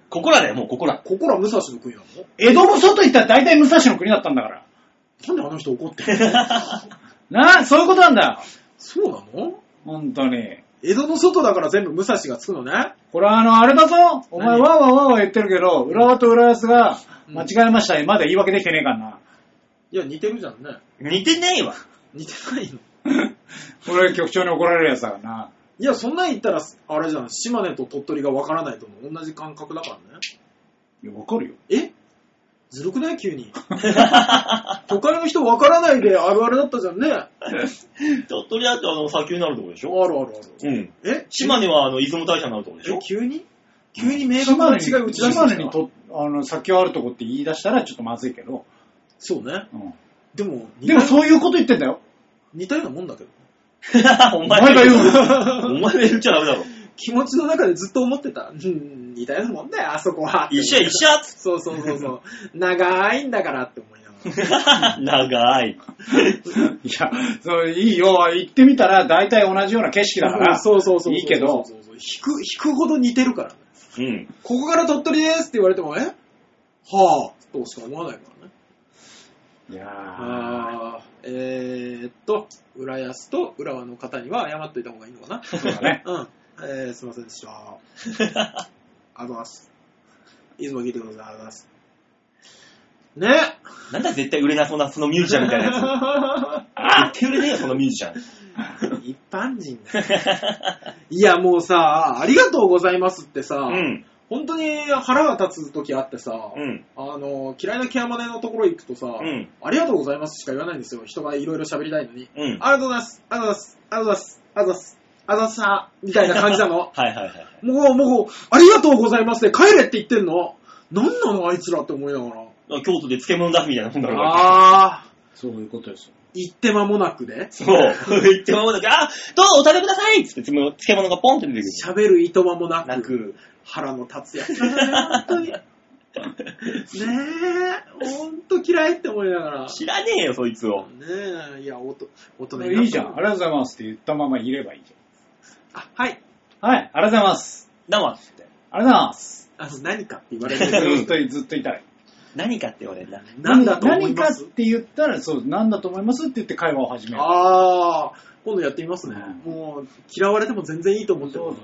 Speaker 2: ここらだよ、もうここら。
Speaker 3: ここら武蔵の国なの
Speaker 4: 江戸の外行ったら大体武蔵の国だったんだから。
Speaker 3: なんであの人怒ってんの
Speaker 4: なあ、そういうことなんだよ。
Speaker 3: そうなの
Speaker 4: 本当に。
Speaker 3: 江戸の外だから全部武蔵がつくのね。
Speaker 4: これはあの、あれだぞ。お前
Speaker 3: 何
Speaker 4: わーわーわーわー言ってるけど、浦和と浦安が
Speaker 3: うん
Speaker 4: 間違えましたね。まだ言い訳できてねえからな。
Speaker 3: いや、似てるじゃんね。
Speaker 2: 似てねえわ。
Speaker 3: 似てないの。
Speaker 4: これ局長に怒られるやつだからな。
Speaker 3: いや、そんなん言ったら、あれじゃん、島根と鳥取がわからないとも同じ感覚だからね。
Speaker 4: いや、わかるよ。
Speaker 3: えずるくない急に。都会の人わからないであるあるだったじゃんね。あ
Speaker 2: と、とりあえず、あの、砂丘になるとこでし
Speaker 3: る
Speaker 2: ょ
Speaker 3: あるある。
Speaker 2: うん。
Speaker 3: え
Speaker 2: 島根は、あの、出雲大社になるとこでし
Speaker 3: え
Speaker 2: ょ
Speaker 3: 急に急に明確
Speaker 4: 島
Speaker 3: な
Speaker 4: 根
Speaker 3: 違い打
Speaker 4: に、
Speaker 3: ち出し
Speaker 4: 島
Speaker 3: ま
Speaker 4: 根
Speaker 3: し
Speaker 4: に
Speaker 3: た
Speaker 4: と、あの、先をあるとこって言い出したらちょっとまずいけど。
Speaker 3: そうね。
Speaker 4: うん。
Speaker 3: でも、似
Speaker 4: でも
Speaker 3: た
Speaker 4: そういうこと言ってんだよ。
Speaker 3: 似たようなもんだけど。
Speaker 2: お
Speaker 4: お前が言う
Speaker 2: お前が言っちゃダメだろ。
Speaker 3: 気持ちの中でずっと思ってた。うん、似たようなもんだよ、あそこは。
Speaker 2: 一緒や一緒やつ
Speaker 3: そうそうそうそう。長いんだからって思いながら。
Speaker 2: 長い。
Speaker 4: いや、そういいよ。行ってみたら大体同じような景色だから。
Speaker 3: そうそうそうそう。
Speaker 4: いいけど
Speaker 3: そうそうそう引く、引くほど似てるからね。
Speaker 2: うん。
Speaker 3: ここから鳥取ですって言われても、えはぁ、としか思わないからね。
Speaker 4: いやー
Speaker 3: あーえー、っと、浦安と浦和の方には謝っといた方がいいのかな。
Speaker 4: そうだね。
Speaker 3: うん。えー、すいません でした。ありがとうございます。いつも聞いてください。ありがとうございます。ね
Speaker 2: なんだ絶対売れなそうな、そのミュージシャンみたいなやつ。絶対売れねえよ、そのミュージシャン。
Speaker 3: 一般人だいや、もうさ、ありがとうございますってさ、
Speaker 2: うん。
Speaker 3: 本当に腹が立つ時あってさ、
Speaker 2: うん。
Speaker 3: あの、嫌いなケアマネのところ行くとさ、
Speaker 2: うん
Speaker 3: ありがとうございますしか言わないんですよ。人がいろいろ喋りたいのに。
Speaker 2: うん。
Speaker 3: ありがとうございます。ありがとうございます。ありがとうございます。ありがとうございます。ありがとうございました。みたいな感じな の。
Speaker 2: はいはいはい。
Speaker 3: もう、もう、ありがとうございますで帰れって言ってんの。なんなのあいつらって思いながら。
Speaker 2: 京都で漬物出すみたいなもんだろ。
Speaker 3: あー、
Speaker 4: そういうことですよ。
Speaker 3: 行って間もなくで、
Speaker 2: そう。言ってもらうだあ、どうぞお食べくださいっつって漬物漬物がポンって出てくる。
Speaker 3: 喋るいとまもなく、
Speaker 2: なく。
Speaker 3: 腹の立つやつだね、本当に。ねえ、ほんと嫌いって思いながら。ね
Speaker 2: 知らねえよ、そいつを。
Speaker 3: え、いや、おと大人になった
Speaker 4: いいじゃん。ありがとうございますって言ったままいればいいじ
Speaker 3: あ、はい。
Speaker 4: ゃん。はい、ありがとうございます。
Speaker 2: だわっつって。
Speaker 4: ありがとうございます。
Speaker 3: あの、何かって言われ
Speaker 4: ず
Speaker 3: てる。
Speaker 4: っと、ずっといたい。
Speaker 2: 何かって言われるんだ。
Speaker 3: 何だと思い
Speaker 4: 何か
Speaker 3: ま
Speaker 4: っ
Speaker 3: す
Speaker 4: て言ったら、そう、何だと思いますって言って会話を始める。
Speaker 3: ああ、今度やってみますね。
Speaker 4: う
Speaker 3: もう、嫌われても全然いいと思ってます。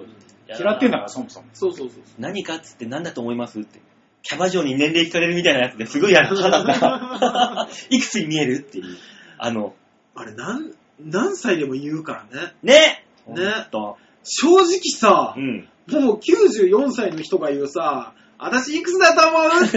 Speaker 4: 嫌ってんだから、そもそも。
Speaker 3: そうそうそう。
Speaker 2: 何かっつって何だと思いますって。キャバ嬢に年齢聞かれるみたいなやつですごいやるただった。いくつに見えるっていう。あの、
Speaker 3: あれ、何、何歳でも言うから
Speaker 2: ね
Speaker 3: ね。
Speaker 2: ほ
Speaker 3: ね
Speaker 2: んと。
Speaker 3: 正直さ
Speaker 2: う、ん。
Speaker 3: もう94歳の人が言うさ、私いくつだと思う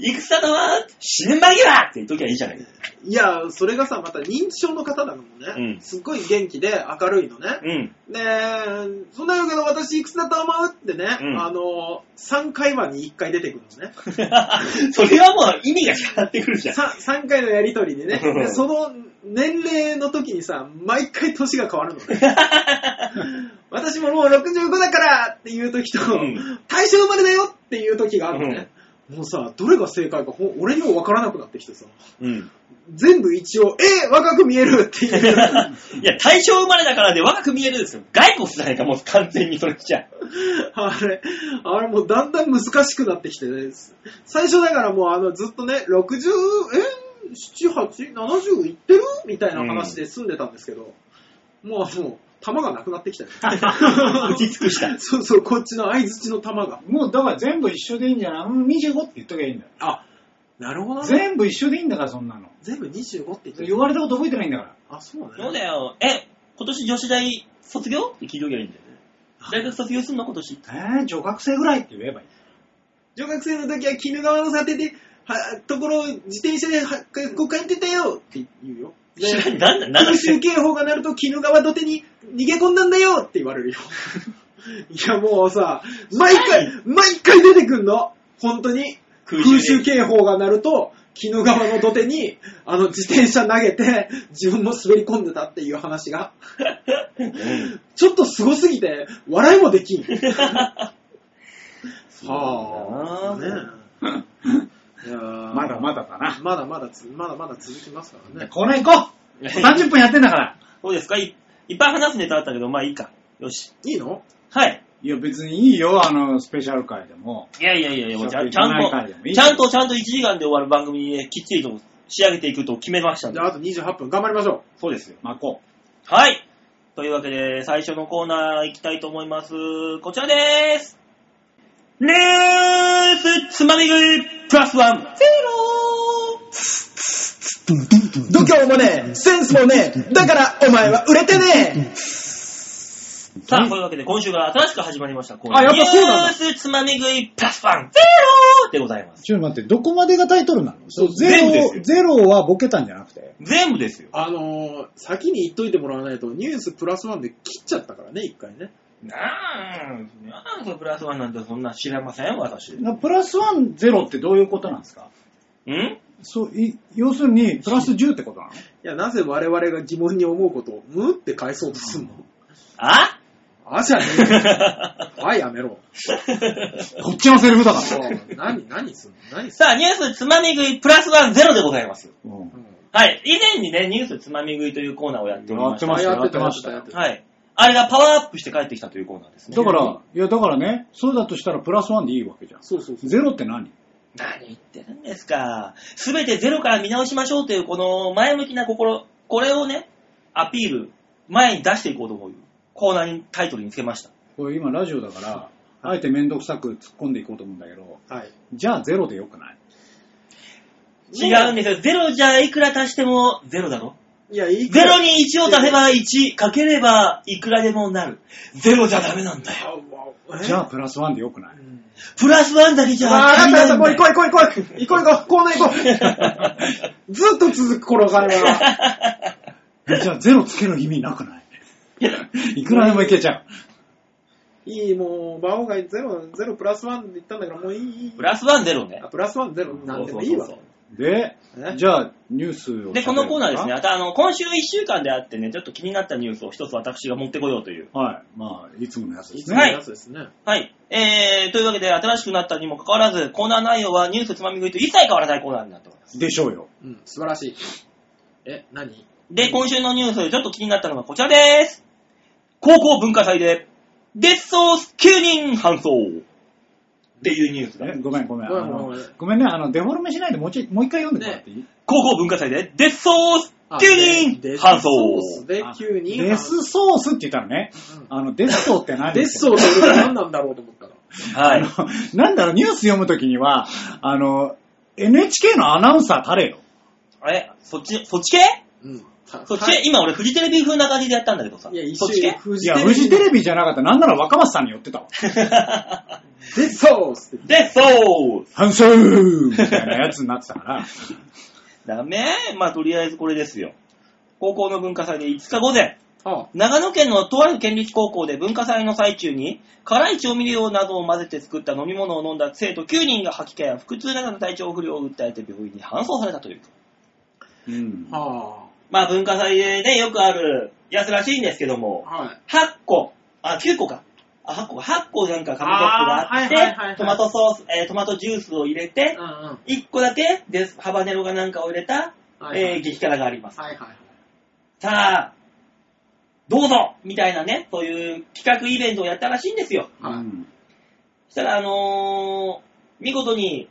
Speaker 2: いくつだとは死ぬ間際って言う時はいいじゃない。
Speaker 3: いや、それがさ、また認知症の方なのもね、
Speaker 2: うん
Speaker 3: すっごい元気で明るいのね。
Speaker 2: うん。
Speaker 3: ねえ、そんなわけど私いくつだと思うってね、
Speaker 2: うん
Speaker 3: あの、3回はに1回出てくるのね。
Speaker 2: それはもう意味が違ってくるじゃん。
Speaker 3: さ3回のやりとりでね、
Speaker 2: うん
Speaker 3: でその年齢の時にさ、毎回年が変わる の ね。私ももう65だからっていう時と、
Speaker 2: うん
Speaker 3: 大正生まれだよっていう時があるのね。もうさ、どれが正解かほん俺にもわからなくなってきてさ、
Speaker 2: うん。
Speaker 3: 全部一応、え若く見えるってい う。
Speaker 2: いや、大正生まれだからで若く見えるんですよ。骸骨じゃないか、もう完全にそれじ ゃ。
Speaker 3: あれ、あれもうだんだん難しくなってきてね。最初だからもうあのずっとね、60、え ?7、8、70いってるみたいな話で住んでたんですけど、もうもう、玉がなくなってきた よ。
Speaker 2: 打ち尽くした。
Speaker 3: そうそう、こっちの相づちの玉が。
Speaker 4: もう、だから全部一緒でいいんじゃないうん ?25 って言っときゃいいんだよ。
Speaker 3: あ、なるほどね。
Speaker 4: 全部一緒でいいんだから、そんなの。
Speaker 3: 全部25って言って
Speaker 4: 言
Speaker 3: る。
Speaker 4: われたこと覚えてないんだから。
Speaker 3: あ、そうね。
Speaker 2: そうだよ。え、今年女子大卒業って聞いときゃいいんだよね。大学卒業すんの今年。
Speaker 4: えー、女学生ぐらいって言えばいい。
Speaker 3: 女学生の時は鬼怒川の査定で、はところを自転車ではここ帰ってたよって言うよ。
Speaker 2: 知らんなんだ、なんだ
Speaker 3: 空襲警報が鳴ると鬼怒川土手に逃げ込んだんだよって言われ るよ。いやもうさ、毎回、毎回出てくんの。本当に。
Speaker 2: 空
Speaker 3: 空
Speaker 2: 襲
Speaker 3: 襲
Speaker 2: ね
Speaker 3: 警報が鳴ると、鬼怒川の土手に、あの、自転車投げて、自分も滑り込んでたっていう話 が。ちょっと凄すぎて、笑いもで きん。はあ、ねえ。いやー
Speaker 4: まだまだだな。
Speaker 3: まだまだつ、まだまだ続きますからね。
Speaker 4: コーナー行こう !30 分やってんだから。
Speaker 2: そうですかいいっぱい話すネタあったけど、まあいいか。よし。
Speaker 3: いいの
Speaker 2: はい。
Speaker 4: いや、別にいいよ、あの、スペシャル回でも。
Speaker 2: いやいやいやいや、もうちゃん
Speaker 4: ち
Speaker 2: ち
Speaker 4: ょ
Speaker 2: ゃ
Speaker 4: っといらない
Speaker 2: ん
Speaker 4: 回でもい
Speaker 2: と、
Speaker 4: い
Speaker 2: ちゃんとちゃんと1時間で終わる番組にきっちりと仕上げていくと決めましたん
Speaker 3: じ
Speaker 2: で
Speaker 3: ゃあ、あと28分頑張りましょ
Speaker 2: そうですよ。
Speaker 4: まあ、こ
Speaker 2: はい。というわけで、最初のコーナー行きたいと思います。こちらでーす。ニュースつまみ食いプラスワンゼ
Speaker 3: う。度胸もねえ、センスもねえ、だからお前は売れてね
Speaker 2: ロさあ、というわけで今週が新しく始まりましたコーナー。
Speaker 4: あやっぱそうなんだ
Speaker 2: ニュースつまみ食いプラスワンゼロでございま
Speaker 4: う。
Speaker 2: す。
Speaker 4: ちょっと待って、どこまでがタイトルなの
Speaker 3: そう
Speaker 4: ゼ
Speaker 2: 全部です
Speaker 4: ロ、
Speaker 2: よ
Speaker 4: ゼロはボケたんじゃなくて。
Speaker 2: 全部ですよ。
Speaker 3: あのー、先に言っといてもらわないと、ニュースプラスワンで切っちゃったからね、一回ね。
Speaker 2: なあ、なんかプラスワンなんてそんな知らません私。ん
Speaker 4: なプラスワンゼロってどういうことなんですかそう、い要するに、プラス10ってことなの
Speaker 3: いや、なぜ我々が疑問に思うことを、むって返そうとすんの
Speaker 2: あ
Speaker 3: あじゃねえよ。はい、やめろ。
Speaker 4: こっちのセリフだか
Speaker 3: そう
Speaker 4: ら。
Speaker 3: 何、何すんの何す
Speaker 2: さあ、ニュースつまみ食いプラスワンゼロでございます。
Speaker 4: うん
Speaker 3: んの
Speaker 2: はい。以前にね、ニュースつまみ食いというコーナーをやっておりました。
Speaker 4: やってました
Speaker 3: あやってました、やってた。
Speaker 2: はい。あれがパワーアップして帰ってきたというコーナーですね。
Speaker 4: だから、いや、だからね、そうだとしたらプラスワンでいいわけじゃん。
Speaker 3: そうそうそう。
Speaker 4: ゼロって何
Speaker 2: 何言ってるんですか。すべてゼロから見直しましょうという、この前向きな心、これをね、アピール、前に出していこうと思うコーナーに、タイトルにつけました。
Speaker 4: これ今ラジオだから、あえて面倒くさく突っ込んでいこうと思うんだけど、
Speaker 3: はい。
Speaker 4: じゃあゼロでよくない
Speaker 2: 違うんですよ。ゼロじゃいくら足してもゼロだろ。
Speaker 3: いや、いい
Speaker 2: ゼ
Speaker 3: か
Speaker 2: ロに1を足せば1、かければいくらでもなる。ゼロじゃダメなんだよ。
Speaker 3: あうわえ
Speaker 4: じゃあプラスワンでよくな
Speaker 3: う
Speaker 4: い
Speaker 3: ん
Speaker 2: プラスワンだけじゃ
Speaker 3: あ
Speaker 2: 足
Speaker 3: ー、
Speaker 2: り
Speaker 3: な
Speaker 2: なんい
Speaker 3: だ、
Speaker 2: ん
Speaker 3: もう
Speaker 2: だ
Speaker 3: 行
Speaker 2: よ
Speaker 3: こう行こう行こう行こう行こうコーナー行こうずっと続く、この金は。
Speaker 4: えじゃあゼロつける意味なくないいくらでもいけちゃう。
Speaker 3: いい、もう、馬王がゼロ、ゼロプラスワンって言ったんだから、もういいいい。
Speaker 2: プラスワンゼロね
Speaker 3: あ。プラスワンゼロ、なんでもいいわ。
Speaker 2: そうそうそうそう
Speaker 4: で
Speaker 3: え、
Speaker 4: じゃあニュースを。
Speaker 2: で、このコーナーですね、。またあの、今週1週間であってね、ちょっと気になったニュースを一つ私が持ってこようという。
Speaker 4: はい。まあ、いつものやつで
Speaker 3: い
Speaker 4: す
Speaker 3: つ
Speaker 4: ね。
Speaker 3: ものやつですね。
Speaker 2: はい。えー、というわけで、新しくなったにもかかわらず、コーナー内容はニュースつまみ食いと一切変わらないコーナーになっております。
Speaker 4: でしょうよ。
Speaker 3: うん、素晴らしい。え、何
Speaker 2: で、今週のニュースでちょっと気になったのがこちらです。高校文化祭で、デスソース9人搬送。っていうニュースが。
Speaker 4: えごめん、ごめん。あ
Speaker 3: ごめんご
Speaker 4: の
Speaker 3: めん
Speaker 4: ごめんね、あの、デフォルメしないでもうちょいもう一回読んでもらっていい、
Speaker 2: 高校文化祭で、デスソース
Speaker 3: あ
Speaker 2: 9
Speaker 3: デ
Speaker 2: 人
Speaker 3: デス
Speaker 2: 搬送
Speaker 3: ソースで
Speaker 4: あ
Speaker 3: 9人。
Speaker 4: デスソースって言ったらね、
Speaker 3: う
Speaker 4: あの、デスソーって何
Speaker 3: デスソーと俺は何なんだろうと思ったら。
Speaker 2: はい。
Speaker 4: なんだろう、ニュース読むときには、あの、NHK のアナウンサー誰よ。
Speaker 2: あれそっち、 そっち系
Speaker 3: うん。
Speaker 2: そっち系今俺フジテレビ風な感じでやったんだけどさ。
Speaker 3: いや、一
Speaker 2: そっち
Speaker 3: 緒に
Speaker 2: 系
Speaker 3: フ
Speaker 4: いや、フジテ
Speaker 3: ビ
Speaker 4: レビじゃなかった。なんなら若松さんに寄ってたわ。
Speaker 3: デスソースって。
Speaker 2: デスソース
Speaker 4: 反射 みたいなやつになってたから。
Speaker 2: ダメまあとりあえずこれですよ。高校の文化祭で5日午前、
Speaker 3: あ
Speaker 2: 長野県のとある県立高校で文化祭の最中に、辛い調味料などを混ぜて作った飲み物を飲んだ生徒9人が吐き気や腹痛などの体調不良を訴えて病院に搬送されたという。
Speaker 4: うん
Speaker 3: あ。は
Speaker 2: まあ文化祭でね、よくあるやつらしいんですけど
Speaker 3: あ。
Speaker 2: も、
Speaker 3: はい。
Speaker 2: 8個、あ、9個か。あ、8個か。8個なんか紙コップがあって、
Speaker 3: あーはいはいはいはい
Speaker 2: トマトソース、えートマトジュースを入れて
Speaker 3: う、んうん。
Speaker 2: 1個だけデスハバネロがなんかを入れた、
Speaker 3: はいは
Speaker 2: えー
Speaker 3: い。
Speaker 2: 激辛があります。
Speaker 3: はいはい。
Speaker 2: さあ、どうぞみたいなね、そういう企画イベントをやったらしいんですよ。
Speaker 4: う
Speaker 3: はい
Speaker 4: ん
Speaker 2: そしたら、あのー見事に、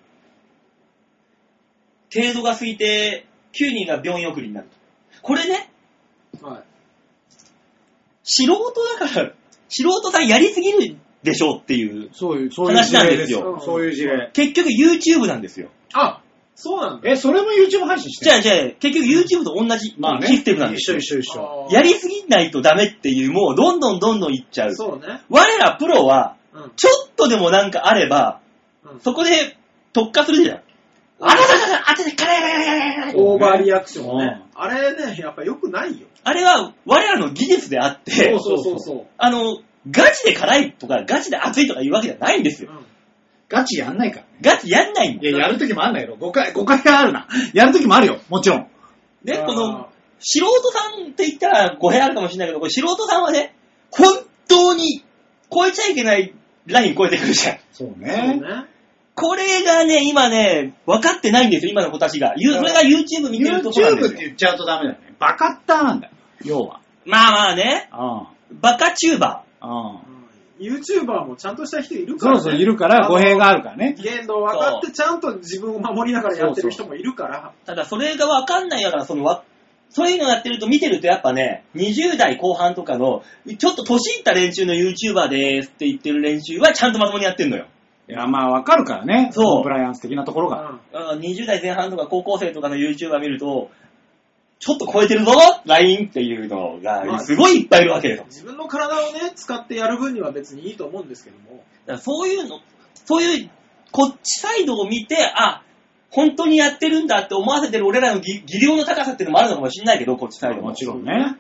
Speaker 2: 程度が過ぎて、9人が病院送りになると。これね、
Speaker 3: はい。
Speaker 2: 素人だから、素人さんやりすぎるでしょうっていう。
Speaker 4: そういう、そういう事例です
Speaker 3: 話なん
Speaker 4: よ。
Speaker 3: ですよ
Speaker 4: そういう事例。
Speaker 2: 結局 YouTube なんですよ。
Speaker 3: あ、そうなんだ。
Speaker 4: え、それも YouTube 配信して
Speaker 2: じ
Speaker 4: る
Speaker 2: ゃあじゃあ、結局 YouTube と同じシステムなんです
Speaker 4: 一緒
Speaker 2: よ。
Speaker 4: 一緒一緒。
Speaker 3: あー
Speaker 2: やりすぎないとダメっていう、もうどんどんどんどんいっちゃう。
Speaker 3: そうね。
Speaker 2: 我らプロは、
Speaker 3: うん。うん。
Speaker 2: ちょっとでもなんかあれば、そこで特化するじゃん。あらららら、あてて、カラカラカラカラカラ
Speaker 3: オーバーリアクション
Speaker 4: うん
Speaker 3: ね。あれね、やっぱ良くないよ。
Speaker 2: あれは我らの技術であって、
Speaker 3: そうそうそう。
Speaker 2: あの、ガチで辛いとか、ガチで熱いとかいうわけじゃないんです
Speaker 3: う
Speaker 2: よ。
Speaker 3: ん
Speaker 4: ガチやんないから。
Speaker 2: ガチやんないんだ
Speaker 4: いや、やるときもあんないよ。誤解、誤解があるな。やるときもあるよ。もちろん。
Speaker 2: ね、
Speaker 3: あー
Speaker 2: この、素人さんって言ったら語弊あるかもしれないけど、これ素人さんはね、本当に超えちゃいけないライン超えてくるじゃん。
Speaker 4: そう
Speaker 3: そう
Speaker 4: ね。
Speaker 3: ね。
Speaker 2: これがね、今ね、分かってないんですよ、今の子たちが。ゆそれが YouTube 見てるところなんで
Speaker 4: YouTube
Speaker 2: す
Speaker 4: って
Speaker 2: よ。
Speaker 4: 言っちゃうとダメだよね。バカッターなんだよ。要は。
Speaker 2: まあまあね、バカチューバ
Speaker 4: うん。うん。
Speaker 3: YouTuber もちゃんとした人いるか
Speaker 4: そ
Speaker 3: ら、
Speaker 4: う
Speaker 3: ね。
Speaker 4: そう、いるから語弊があるからね。
Speaker 3: 言動分かってちゃんと自分を守りながらやってる人もいるから。
Speaker 2: ー。ただ、それが分かんないだから、そのわ、そういうのやってると見てるとやっぱね、20代後半とかの、ちょっと年いった連中の YouTuber でーすって言ってる連中はちゃんとまともにやってんのよ。
Speaker 4: いや、まあわかるからね。
Speaker 2: そう
Speaker 4: コンプライアンス的なところが。
Speaker 3: うん
Speaker 2: あー20代前半とか高校生とかの YouTuber 見ると、ちょっと超えてるぞ !LINE っていうのが、すごいいっぱいいるわけよ。
Speaker 3: 自分の体をね、使ってやる分には別にいいと思うんですけども。
Speaker 2: だからそういうの、そういう、こっちサイドを見て、あ、本当にやってるんだって思わせてる俺らの技技量の高さっていうのもあるのかもしれないけど、こっちサイドも。
Speaker 4: もちろんね。
Speaker 3: ね。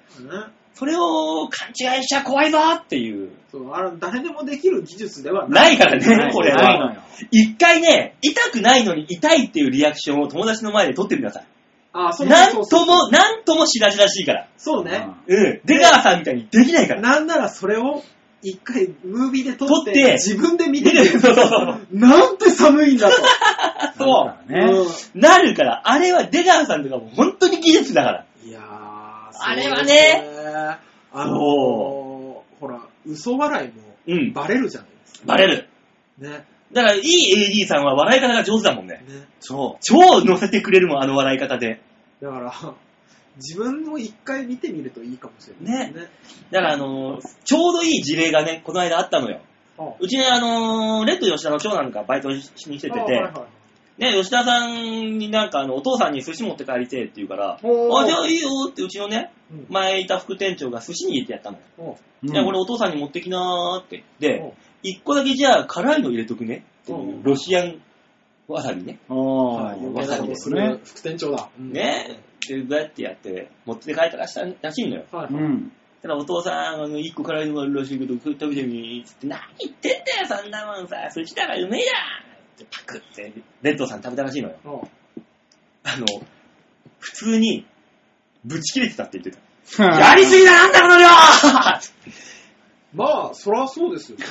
Speaker 2: それを勘違いしちゃ怖いぞっていう。
Speaker 3: そう、あれ、誰でもできる技術ではない。
Speaker 2: ないから
Speaker 4: な
Speaker 2: ね、
Speaker 4: い
Speaker 2: これ
Speaker 4: ないの
Speaker 2: は。
Speaker 4: よ。
Speaker 2: 一回ね、痛くないのに痛いっていうリアクションを友達の前で取ってみなさい。
Speaker 3: あ、そう
Speaker 2: な
Speaker 3: そ
Speaker 2: ん
Speaker 3: うそ
Speaker 2: と
Speaker 3: うそ
Speaker 2: も、
Speaker 3: う。
Speaker 2: なんともしらじらしいから。
Speaker 3: そうね。
Speaker 2: うん。出川さんみたいにできないから。
Speaker 3: なんならそれを一回ムービーで撮って、
Speaker 2: 撮って
Speaker 3: 自分で見
Speaker 2: 見
Speaker 3: て
Speaker 2: て
Speaker 3: る
Speaker 2: る。。そうそうそう。
Speaker 3: なんて寒いんだ
Speaker 2: あ
Speaker 3: と。
Speaker 4: うん
Speaker 2: そ
Speaker 4: だからね。
Speaker 2: う。なるから、あれは出川さんとかもう本当に技術だから。
Speaker 3: うんいやー、
Speaker 2: あれはね
Speaker 3: そうですね。あのー
Speaker 2: そ
Speaker 3: ほら、嘘笑いも
Speaker 2: うん。
Speaker 3: バレるじゃないですか。
Speaker 2: バレる。
Speaker 3: ね。
Speaker 2: だから、いい AD さんは笑い方が上手だもんね。
Speaker 3: ね。
Speaker 4: そ
Speaker 2: 超乗せてくれるもん、あの笑い方で。
Speaker 3: だから、自分を一回見てみるといいかもしれないですね。
Speaker 2: だから、あのーちょうどいい事例がね、この間あったのよ。
Speaker 3: あ
Speaker 2: うちね、あのーレッド吉田の長男がバイトしに来てて
Speaker 3: あはいはいはい
Speaker 2: ね、吉田さんになんか、あの、お父さんに寿司持って帰りてえって言うから、
Speaker 3: おー
Speaker 2: あ、じゃあいいよって、うちのね、
Speaker 3: うん
Speaker 2: 前いた副店長が寿司握ってやったのよ。
Speaker 3: おう
Speaker 4: う。
Speaker 2: じゃあこれお父さんに持ってきなーって言っ
Speaker 3: おう
Speaker 2: て、一個だけじゃあ辛いの入れとくねっていう
Speaker 3: おう
Speaker 2: ロシアンわさびね。
Speaker 4: お
Speaker 3: はい
Speaker 4: ー、
Speaker 3: 余計
Speaker 4: わ
Speaker 3: な
Speaker 4: さ
Speaker 3: こ
Speaker 4: び
Speaker 3: と
Speaker 4: ですす
Speaker 3: る
Speaker 4: ね。
Speaker 3: 副店長だ。うん
Speaker 2: ね。で、どうやってやって、持って帰ったらしいらしいのよ。
Speaker 3: はいうはい。
Speaker 4: ん。
Speaker 2: ただお父さん、あの、一個辛いのがあるらしいけど、食べてみつって、何言ってんだよ、そんなもんさ、寿司だからうめえだってパクって、レッドさん食べたらしいのよ。
Speaker 3: おう
Speaker 2: あの、普通に、ぶち切れてたって言ってた。やりすぎだ、なんだこの量
Speaker 3: まあ、そらそうですよね。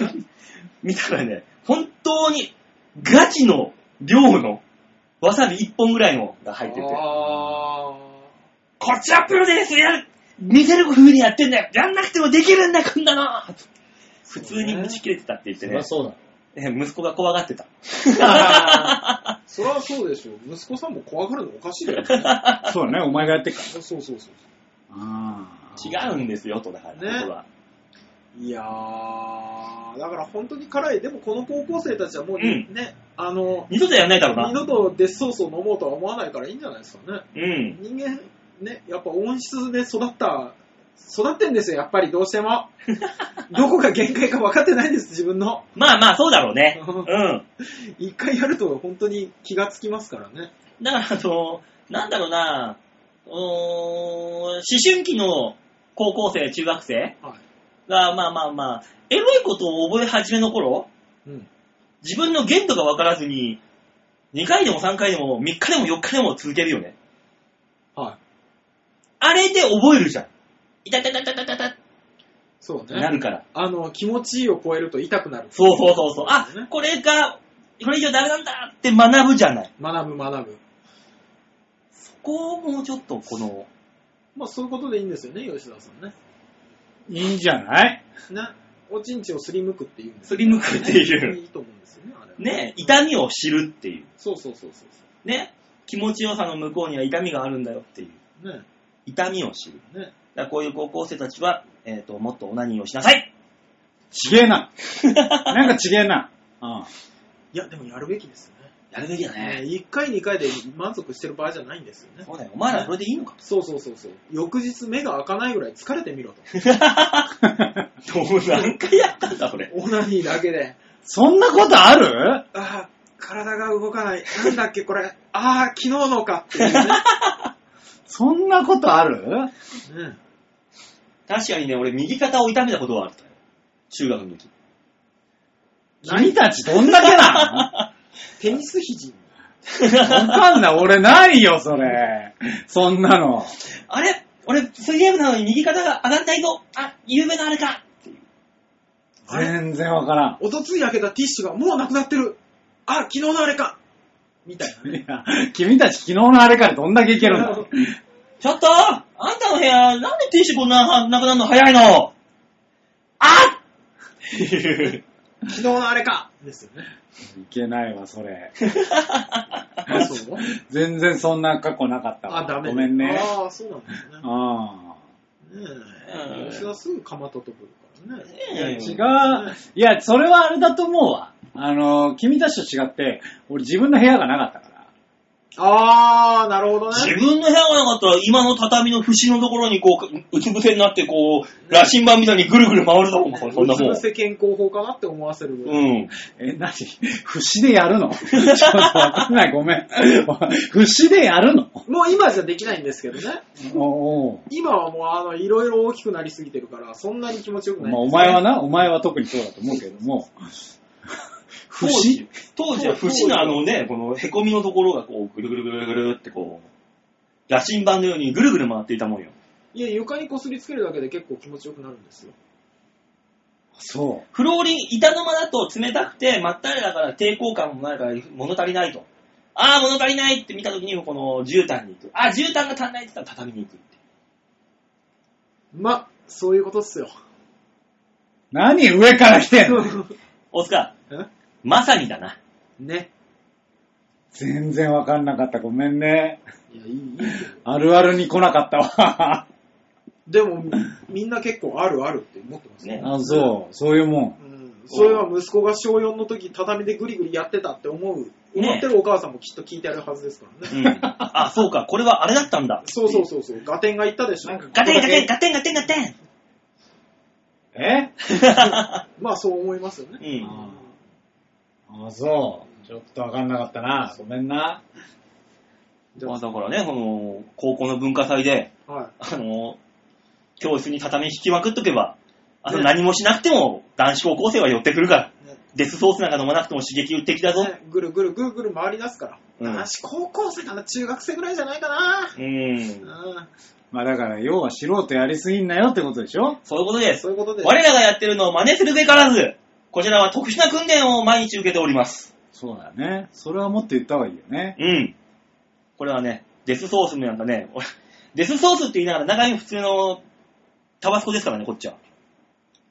Speaker 2: 見たらね、本当に、ガチの量の、わさび一本ぐらいのが 入ってて、
Speaker 3: あ
Speaker 2: こっちはプロですやる見せる風にやってんだよやんなくてもできるんだ、こんなの普通にぶち切れてたって言って
Speaker 4: そ
Speaker 2: ね
Speaker 4: りゃ。そうだ。
Speaker 2: え息子が怖がってた。
Speaker 3: そりゃそうでしょ。息子さんも怖がるのおかし いだよ、ね。
Speaker 4: そうだね、お前がやってっか
Speaker 3: そうそうそうそ
Speaker 4: ら。あー
Speaker 2: 違うんですよ、とだから、
Speaker 3: ね
Speaker 2: 僕は。
Speaker 3: う。いやー、だから本当に辛い。でもこの高校生たちはもう、
Speaker 2: うん
Speaker 3: ね、あの、
Speaker 2: 二度とやんないだろう
Speaker 3: 二
Speaker 2: な。
Speaker 3: 度とデスソースを飲もうとは思わないからいいんじゃないですかね。
Speaker 2: うん。
Speaker 3: 人間、ね、やっぱ温室で育った、育ってんですよ、やっぱりどうし ても。どこが限界か分かってないんです、自分の。
Speaker 2: まあまあ、そうだろうね。
Speaker 3: う
Speaker 2: うんん。
Speaker 3: 一回やると本当に気がつきますからね。
Speaker 2: だから、その、なんだろうな、おー思春期の高校生、中学生
Speaker 3: は
Speaker 2: が、まあまあまあ、エロいことを覚え始めの頃、
Speaker 3: い。うん。
Speaker 2: 自分の限度が分からずに、2回でも3回でも3日でも4日でも続けるよね。
Speaker 3: はい。
Speaker 2: あれで覚えるじゃん。いたたたたたたたって
Speaker 3: そう
Speaker 2: な
Speaker 3: ね。
Speaker 2: るから。
Speaker 3: あの、気持ちいいを超えると痛くなる。
Speaker 2: そうそうそうそう。あ、これが、これ以上ダメなんだって学ぶじゃない。
Speaker 3: 学ぶ学ぶ。
Speaker 2: そこをもうちょっと、この、
Speaker 3: まあそういうことでいいんですよね、吉田さんね。
Speaker 4: いいんじゃない
Speaker 3: ね。おちんちをすりむくっていうんです
Speaker 2: す
Speaker 3: よ
Speaker 2: りむくっていう、
Speaker 3: いいと思うんですよね、あれは。
Speaker 2: ね、痛みを知るっていう。
Speaker 3: そうそうそうそうそ
Speaker 2: ね、気持ちよさの向こうには痛みがあるんだよっていう、
Speaker 3: う。ね。
Speaker 2: 痛みを知る。
Speaker 3: ね。
Speaker 2: だからこういう高校生たちは、えっ、と、もっとオナニーをしなさい
Speaker 4: ちげ えな。なんかちげえな。うん。
Speaker 3: いや、でもやるべきですよね。
Speaker 2: やるべきだ
Speaker 3: ね
Speaker 2: ね。
Speaker 3: 一回二回で満足してる場合じゃないんですよね。
Speaker 2: そうだよ。お前らそれでい いのか
Speaker 3: そうそうそうそう。翌日目が開かないぐらい疲れてみろ と。
Speaker 2: どう何回やったんだ、それ。
Speaker 3: オナニーだけで。
Speaker 4: そんなことある
Speaker 3: ああ、体が動かない。なんだっけこれ。 ああ、昨日のかっていうね。
Speaker 4: そんなことある
Speaker 3: ね
Speaker 2: 確かにね、俺、右肩を痛めたことはあったよ。中学の 時。
Speaker 4: 君たちどんだけな
Speaker 3: テニス肘。
Speaker 4: のわかんない。俺ないよ、それ。そんなの。
Speaker 2: あれ俺、水泳部なのに右肩が上がんないぞあ、有名なあれかっていう。
Speaker 3: あれ
Speaker 4: 全然わからん。
Speaker 3: おとつい開けたティッシュがもうなくなってる。あ、昨日のあれか。みたいなね。
Speaker 4: いや、君たち昨日のあれからどんだけいけるんだ。
Speaker 2: ちょっとあんたの部屋、なんでティッシュこんな、なくなるの早いの あっていう。
Speaker 3: 昨日のあれか。ですよね。
Speaker 4: いけないわ、それ。
Speaker 3: あ、そう
Speaker 4: 全然そんな過去なかったわ。
Speaker 3: あ、ダメ。
Speaker 4: ごめんね。
Speaker 3: ああ、そうなんですね。
Speaker 4: うん。
Speaker 3: ね
Speaker 2: うん
Speaker 3: え。吉田すぐかまととぶからね。
Speaker 4: いや、違う
Speaker 2: 違。
Speaker 4: いや、それはあれだと思うわ。あの、君たちと違って、俺自分の部屋がなかったから。
Speaker 3: ああ、なるほどね。
Speaker 2: 自分の部屋がなかったら、今の畳の節のところにこう、うつ伏せになって、こう、羅針盤みたいにぐるぐる回るぞ、こそんなも
Speaker 3: うつ
Speaker 2: ん
Speaker 3: 伏。せ健康法かなって思わせるぐらい。
Speaker 2: うん。
Speaker 4: え、なに節でやるの ちょっとわかんない、ごめん。 節でやるの
Speaker 3: もう今じゃできないんですけどね。
Speaker 4: おう
Speaker 3: 今はもうあの、いろいろ大きくなりすぎてるから、そんなに気持ちよ
Speaker 4: お
Speaker 3: く
Speaker 4: う
Speaker 3: ない、
Speaker 4: まあ、お前はな、お前は特にそうだと思うけども。
Speaker 2: 当時
Speaker 4: 節
Speaker 2: 当時は節のあのね、この凹みのところがこう、ぐるぐるぐるぐるってこう、羅針盤のようにぐるぐる回っていたもんよ。
Speaker 3: いや、床にこすりつけるだけで結構気持ちよくなるんですよ。
Speaker 4: そ
Speaker 2: フローリン、板の間だと冷たくて、まったりだから抵抗感もないから物足りないと。ああ、物足りないって見た時に、この絨毯に行く。ああ、絨毯が足んないって言ったら畳に行くって。
Speaker 3: ま、そういうことっすよ。
Speaker 4: う。何上から来てんの
Speaker 2: 大塚、
Speaker 3: え
Speaker 2: まさにだな。
Speaker 3: ね。
Speaker 4: 全然わかんなかった、ごめんね。
Speaker 3: いや、いい、いいけど
Speaker 4: あるあるに来なかった わ。
Speaker 3: でも、みんな結構あるあるって思ってますね。
Speaker 2: ね。
Speaker 4: あ、そう、そういうもん。
Speaker 3: うん。それは息子が小4の時、畳でグリグリやってたって思う、思ってるお母さんもきっと聞いてあるはずですからね。
Speaker 2: うん。あ、そうか、これはあれだったんだ。
Speaker 3: そうそうそうそう、ガテンが言ったでしょ。
Speaker 2: ガテンガテンガテンガテンガテン
Speaker 4: え
Speaker 3: まあそう思いますよ ね。
Speaker 2: うん。
Speaker 4: ああ、そう。ちょっとわかんなかったな。ごめんな。
Speaker 3: じゃ
Speaker 2: まあだからね、この、高校の文化祭で、
Speaker 3: あ、はい。
Speaker 2: あの、教室に畳引きまくっとけば、あと
Speaker 3: ね
Speaker 2: 何もしなくても男子高校生は寄ってくるから、
Speaker 3: ね
Speaker 2: デスソースなんか飲まなくても刺激的だぞ。
Speaker 3: ね、ぐるぐるぐるぐる回り出すから。
Speaker 2: うん
Speaker 3: 男子高校生かな中学生ぐらいじゃないかな。
Speaker 2: うん。
Speaker 3: うん
Speaker 4: まあだから、要は素人やりすぎんなよってことでしょ
Speaker 2: そういうことです
Speaker 3: そう。いうことで。
Speaker 2: 我らがやってるのを真似するべからず、こちらは特殊な訓練を毎日受けております。
Speaker 4: そうだね。それはもっと言った方がいいよね。
Speaker 2: うん。これはね、デスソースなんかね、 俺デスソースって言いながら中身普通のタバスコですからね、こっちは。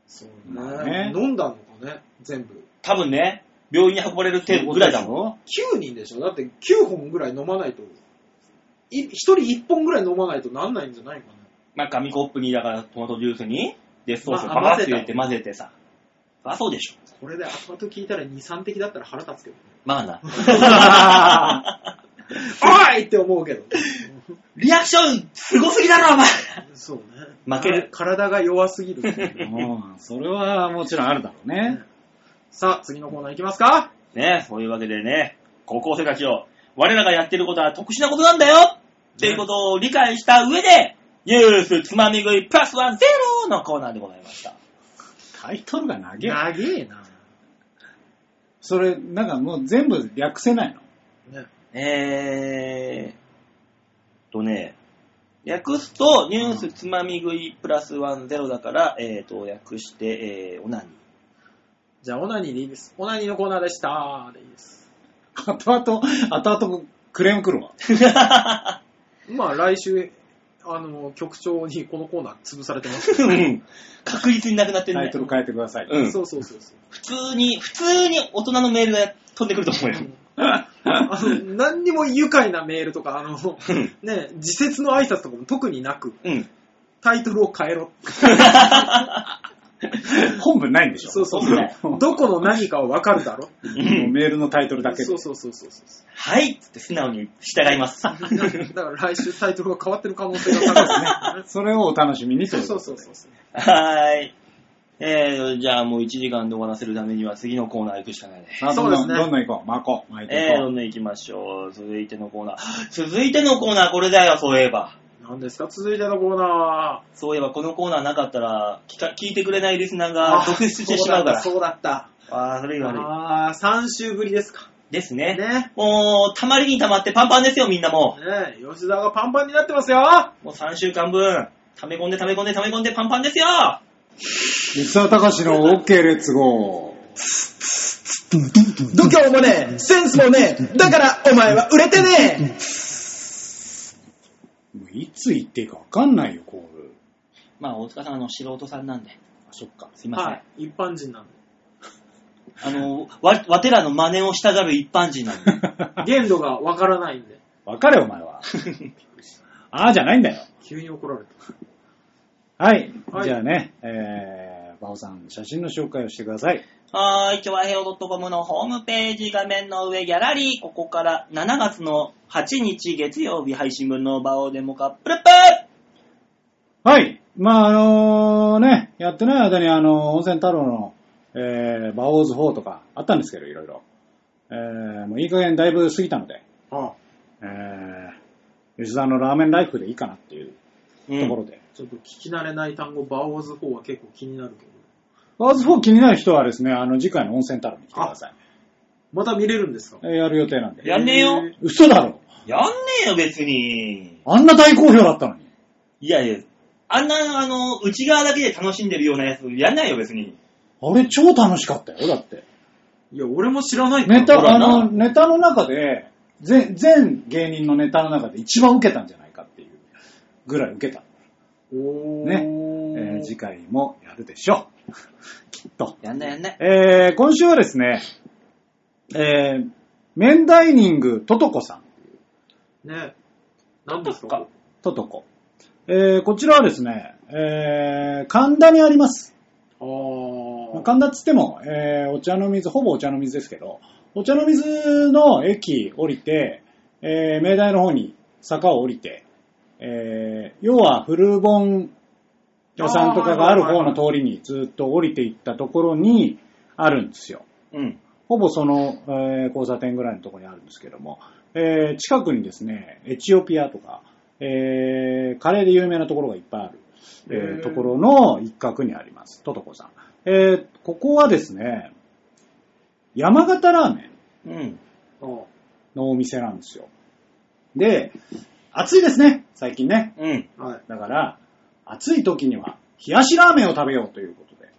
Speaker 3: そう
Speaker 4: まあね
Speaker 3: 飲んだのかね、全部。
Speaker 2: 多分ね、病院に運ばれる程度ぐらいだもん。
Speaker 4: ん。
Speaker 3: 9人でしょだって9本ぐらい飲まないと、い1人1本ぐらい飲まないとなんないんじゃないか
Speaker 2: まあ、紙コップに、だからトマトジュースに、デスソースを
Speaker 3: ま
Speaker 2: パ
Speaker 3: あ
Speaker 2: パッと入れて混ぜてさ。そりゃそうでしょ。
Speaker 3: な。これで後々聞いたら2、3滴だったら腹立つけどね。
Speaker 2: まあな。
Speaker 3: おいって思うけど。
Speaker 2: リアクション、すごすぎだろ、お前
Speaker 3: そうね。
Speaker 2: 負ける
Speaker 3: 体が弱すぎ る。
Speaker 4: うんそれはもちろんあるだろうね。
Speaker 3: さあ、次のコーナーいきますか
Speaker 2: ねそういうわけでね、高校生たちを、我らがやってることは特殊なことなんだよっていうことを理解した上で、ニュースつまみ食いプラスはゼロのコーナーでございました。
Speaker 4: タイトルが長え。
Speaker 3: 長えな。
Speaker 4: それ、なんかもう全部略せないの
Speaker 3: ね、
Speaker 2: えーとね、訳すと、ニュースつまみ食いプラスワンゼロだから、えーと、訳して、えー、オナニー。
Speaker 3: じゃあ、オナニーでいいです。オナニーのコーナーでした。でいいです。
Speaker 4: 後々、後々クレーム来るわ。
Speaker 3: まあ、来週、あの、局長にこのコーナー潰されてます。
Speaker 2: うん 確実になくなってる
Speaker 4: タイ
Speaker 2: ね
Speaker 4: ト。ル変えてください。
Speaker 2: うん。
Speaker 3: そうそうそうそう。
Speaker 2: 普通に、普通に大人のメールが飛んでくると思うよ。
Speaker 3: あの何にも愉快なメールとか、あの、ね、自説の挨拶とかも特になく、
Speaker 2: うん。
Speaker 3: タイトルを変えろ。
Speaker 4: 本文ないんでしょ
Speaker 3: そうそう そう。 どこの何かはわかるだろ。
Speaker 4: もうメールのタイトルだけで。
Speaker 3: そうそうそうそうそう。
Speaker 2: はいっつって素直に従います。
Speaker 3: だから来週タイトルが変わってる可能性が高いで
Speaker 4: それをお楽しみに
Speaker 3: す
Speaker 4: とい
Speaker 3: ね。
Speaker 4: うこ
Speaker 3: そ
Speaker 4: と
Speaker 3: う
Speaker 4: で
Speaker 3: そうそうそう。
Speaker 2: はーい。えー、じゃあもう1時間で終わらせるためには次のコーナー行くしかないね。
Speaker 4: さあ、どん
Speaker 3: そ
Speaker 4: ど、
Speaker 3: うんですね
Speaker 4: どんどん行こう。巻こう。巻いてい
Speaker 2: えー、
Speaker 4: こ
Speaker 2: ど
Speaker 4: う。
Speaker 2: んどん行きましょう。続いてのコーナー。続いてのコーナーこれだよ、そういえば。
Speaker 3: 何ですか続いてのコーナーは。
Speaker 2: そういえばこのコーナーなかったら聞か、聞いてくれないリスナーが続出してしまうから。
Speaker 3: そうだった。
Speaker 2: あー、悪い悪い。
Speaker 3: ああ、3週ぶりですか。
Speaker 2: ですね。
Speaker 3: ね。
Speaker 2: もう、たまりにたまってパンパンですよ、みんなも
Speaker 3: ね吉田がパンパンになってますよ。
Speaker 2: う。もう3週間分、溜め込んで溜め込んで溜め込んでパンパンですよ
Speaker 4: 吉沢隆の OK レッツゴー。
Speaker 1: 度胸もねえ、センスもねえ、だからお前は売れてね
Speaker 4: もういつ行っていいかわかんないよ、コール。
Speaker 2: まあ、大塚さん、あの、素人さんなんで。
Speaker 4: あ、そっか。
Speaker 2: すいません。
Speaker 3: はい。一般人なんで。
Speaker 2: あの、わ、わてらの真似をしたがる一般人なんで。
Speaker 3: 限度がわからないんで。
Speaker 4: わかれ、お前は。ああじゃないんだよ。
Speaker 3: 急に怒られた。
Speaker 4: はい。
Speaker 3: はい
Speaker 4: じゃあね、えー、バオさん、写真の紹介をしてください。
Speaker 2: はーい、今日はヘオドットコムのホームページ画面の上ギャラリー、ここから7月の8日月曜日配信分の場をデモカップルップ
Speaker 4: はい。まあ、あのね、やってない間に、あの温泉太郎の、えー、バオーズ4とかあったんですけど、いろいろ。えー、もういい加減だいぶ過ぎたので、
Speaker 3: ああ
Speaker 4: えー、吉沢のラーメンライフでいいかなっていう
Speaker 2: う
Speaker 4: ところ
Speaker 2: ん、
Speaker 4: で。
Speaker 3: ちょっと聞き慣れない単語、バオーズ4は結構気になるけど。
Speaker 4: バオーズ4気になる人はですね、あの、次回の温泉太郎に来てください。
Speaker 3: また見れるんですか
Speaker 4: えーやる予定なんで。
Speaker 2: やんねえよ。
Speaker 4: 嘘だろ
Speaker 2: やんねえよ、別に。
Speaker 4: あんな大好評だったのに。
Speaker 2: いやいや、あんな、あの、内側だけで楽しんでるようなやつ、やんないよ、別に。
Speaker 4: あれ超楽しかったよ、だって。
Speaker 3: いや、俺も知らないから
Speaker 4: ネ タ
Speaker 2: ほ、ら
Speaker 4: あ
Speaker 2: な
Speaker 4: の、ネタの中で、全、全芸人のネタの中で一番受けたんじゃないかっていうぐらい受けた。
Speaker 3: おー。
Speaker 4: ねえー次回もやるでしょう。 きっと。
Speaker 2: やんないやんない。
Speaker 4: えー、今週はですね、えー、メンダイニングトトコさん。
Speaker 3: ね。何ですか
Speaker 2: なんか
Speaker 4: トトコ。えー、こちらはですね、えー、神田にあります。
Speaker 3: あ
Speaker 4: まあ
Speaker 3: ー。
Speaker 4: 神田っつっても、えーお茶の水、ほぼお茶の水ですけど、お茶の水の駅降りて、えー明大の方に坂を降りて、えー要は古本屋さんとかがある方の通りにずっと降りていったところにあるんですよ。
Speaker 2: うん。
Speaker 4: ほぼその、えー交差点ぐらいのところにあるんですけども、えー近くにですね、エチオピアとか、えーカレーで有名なところがいっぱいある、えー
Speaker 3: へー
Speaker 4: ところの一角にあります。トトコさん。えーここはですね、山形ラーメン
Speaker 2: うん。
Speaker 3: あ
Speaker 4: のお店なんですよ。で、暑いですね、最近ね。
Speaker 2: うん。
Speaker 3: ーはい。
Speaker 4: だから、暑い時には冷やしラーメンを食べようということで、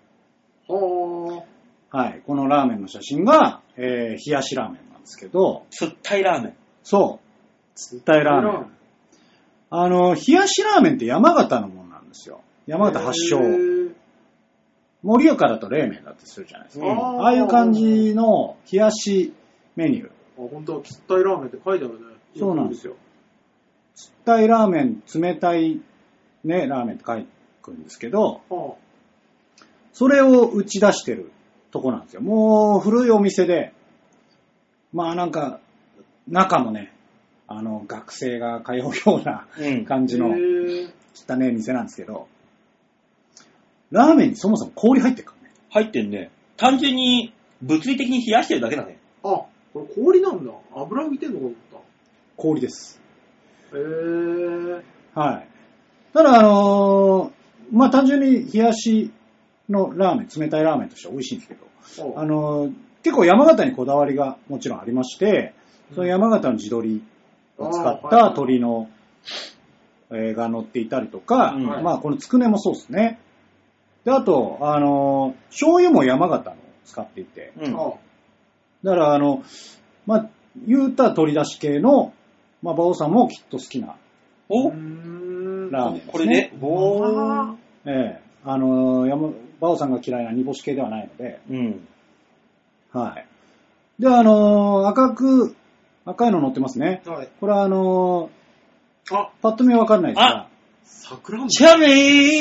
Speaker 3: は
Speaker 4: はい、このラーメンの写真が、えー冷やしラーメンなんですけど、
Speaker 2: 酸っぱいラーメン。
Speaker 4: そう。伝え
Speaker 3: ー。
Speaker 4: ラーメン。あの、冷やしラーメンって山形のものなんですよ。山形発祥。
Speaker 3: へー
Speaker 4: 盛岡だと冷麺だってするじゃないですか。
Speaker 2: うん
Speaker 3: ー
Speaker 4: ああいう感。じの冷やしメニュー。
Speaker 3: あ、本当きったいラーメンって書いてあるね。
Speaker 4: そうなんですよ。つったいラーメン、冷たいね、ラーメンって書くんですけど、
Speaker 3: は
Speaker 4: それを打ち出してるとこなんですよ。もう古いお店で、まあなんか、中もね、あの、学生が通うような
Speaker 2: うん。
Speaker 4: 感
Speaker 3: あ。
Speaker 4: じの
Speaker 3: へー
Speaker 4: 汚ね店なんですけど、ラーメンにそもそも氷入ってるからね。
Speaker 2: 入ってんね。単純に物理的に冷やしてるだけだね。
Speaker 3: あ、これ氷なんだ。油浮いてんのかと思った。
Speaker 4: 氷です。
Speaker 3: へー
Speaker 4: はい。ただ、あのーまあ単純に冷やしのラーメン、冷たいラーメンとしては美味しいんですけど、
Speaker 3: あ
Speaker 4: あの、結構山形にこだわりがもちろんありまして、その山形の地鶏を使っ
Speaker 3: あーはい
Speaker 4: た鶏の、えーが乗っていたりとか、
Speaker 2: うん
Speaker 4: まあこのつくねもそうですね。で、あと、あの、醤油も山形のを使っていて、
Speaker 2: うん。
Speaker 3: あ
Speaker 4: だからあの、まあ、言うたら鶏出し系の、まあ、馬王さんもきっと好きな、
Speaker 2: お
Speaker 3: うーん
Speaker 4: ラーメンですね
Speaker 2: これね。おー
Speaker 3: あ
Speaker 4: ええあの、山馬王さんが嫌いな煮干し系ではないので、
Speaker 2: うん。
Speaker 4: はい。で、あの、赤く、赤いの乗ってますね。
Speaker 3: ーはい。
Speaker 4: これはあの
Speaker 3: あ、
Speaker 4: ー、パッと見はわかんないですが、
Speaker 3: 桜餅
Speaker 2: チャメ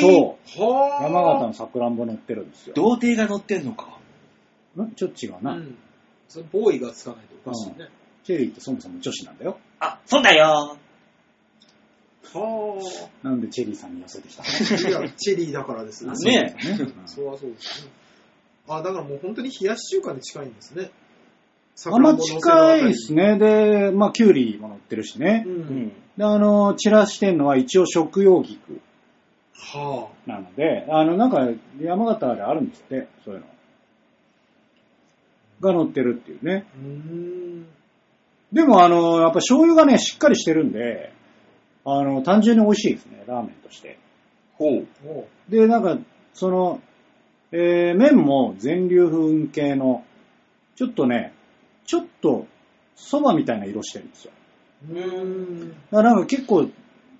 Speaker 2: ー
Speaker 4: そう、
Speaker 3: は
Speaker 4: 山形のさくらんぼ乗ってるんですよ。
Speaker 2: 童貞が乗ってんのか。
Speaker 4: んちょっと違うな、
Speaker 3: うん。そのボーイがつかないとおかしいね。
Speaker 4: チェリーってそもそも女子なんだよ。
Speaker 2: あ、そうだよ
Speaker 3: は
Speaker 4: なんでチェリーさんに寄せてきたの
Speaker 3: あ。いや、チェリーだからですね。
Speaker 2: ねえ
Speaker 4: そうですね
Speaker 3: それはそうですね。あ、だからもう本当に冷やし中華に近いんですね。
Speaker 4: あんま近いです
Speaker 3: ね。
Speaker 4: ね。で、まあ、キュウリも乗ってるしね
Speaker 3: う。。
Speaker 2: うんん。
Speaker 4: で、あのー、散らしてんのは一応食用菊
Speaker 3: は
Speaker 4: なので、あの、なんか、山形であるんですって、そういうの。が乗ってるっていうね
Speaker 3: あ。。うーん。
Speaker 4: でも、あのー、やっぱ醤油がね、しっかりしてるんで、あの、単純に美味しいですね、ラーメンとして。
Speaker 2: ほう。
Speaker 3: も
Speaker 4: で、なんか、その、えー麺も全粒粉系の、ちょっとね、ちょっと、蕎麦みたいな色してるんですよ。
Speaker 3: う。うーん。
Speaker 4: だからなんか結構、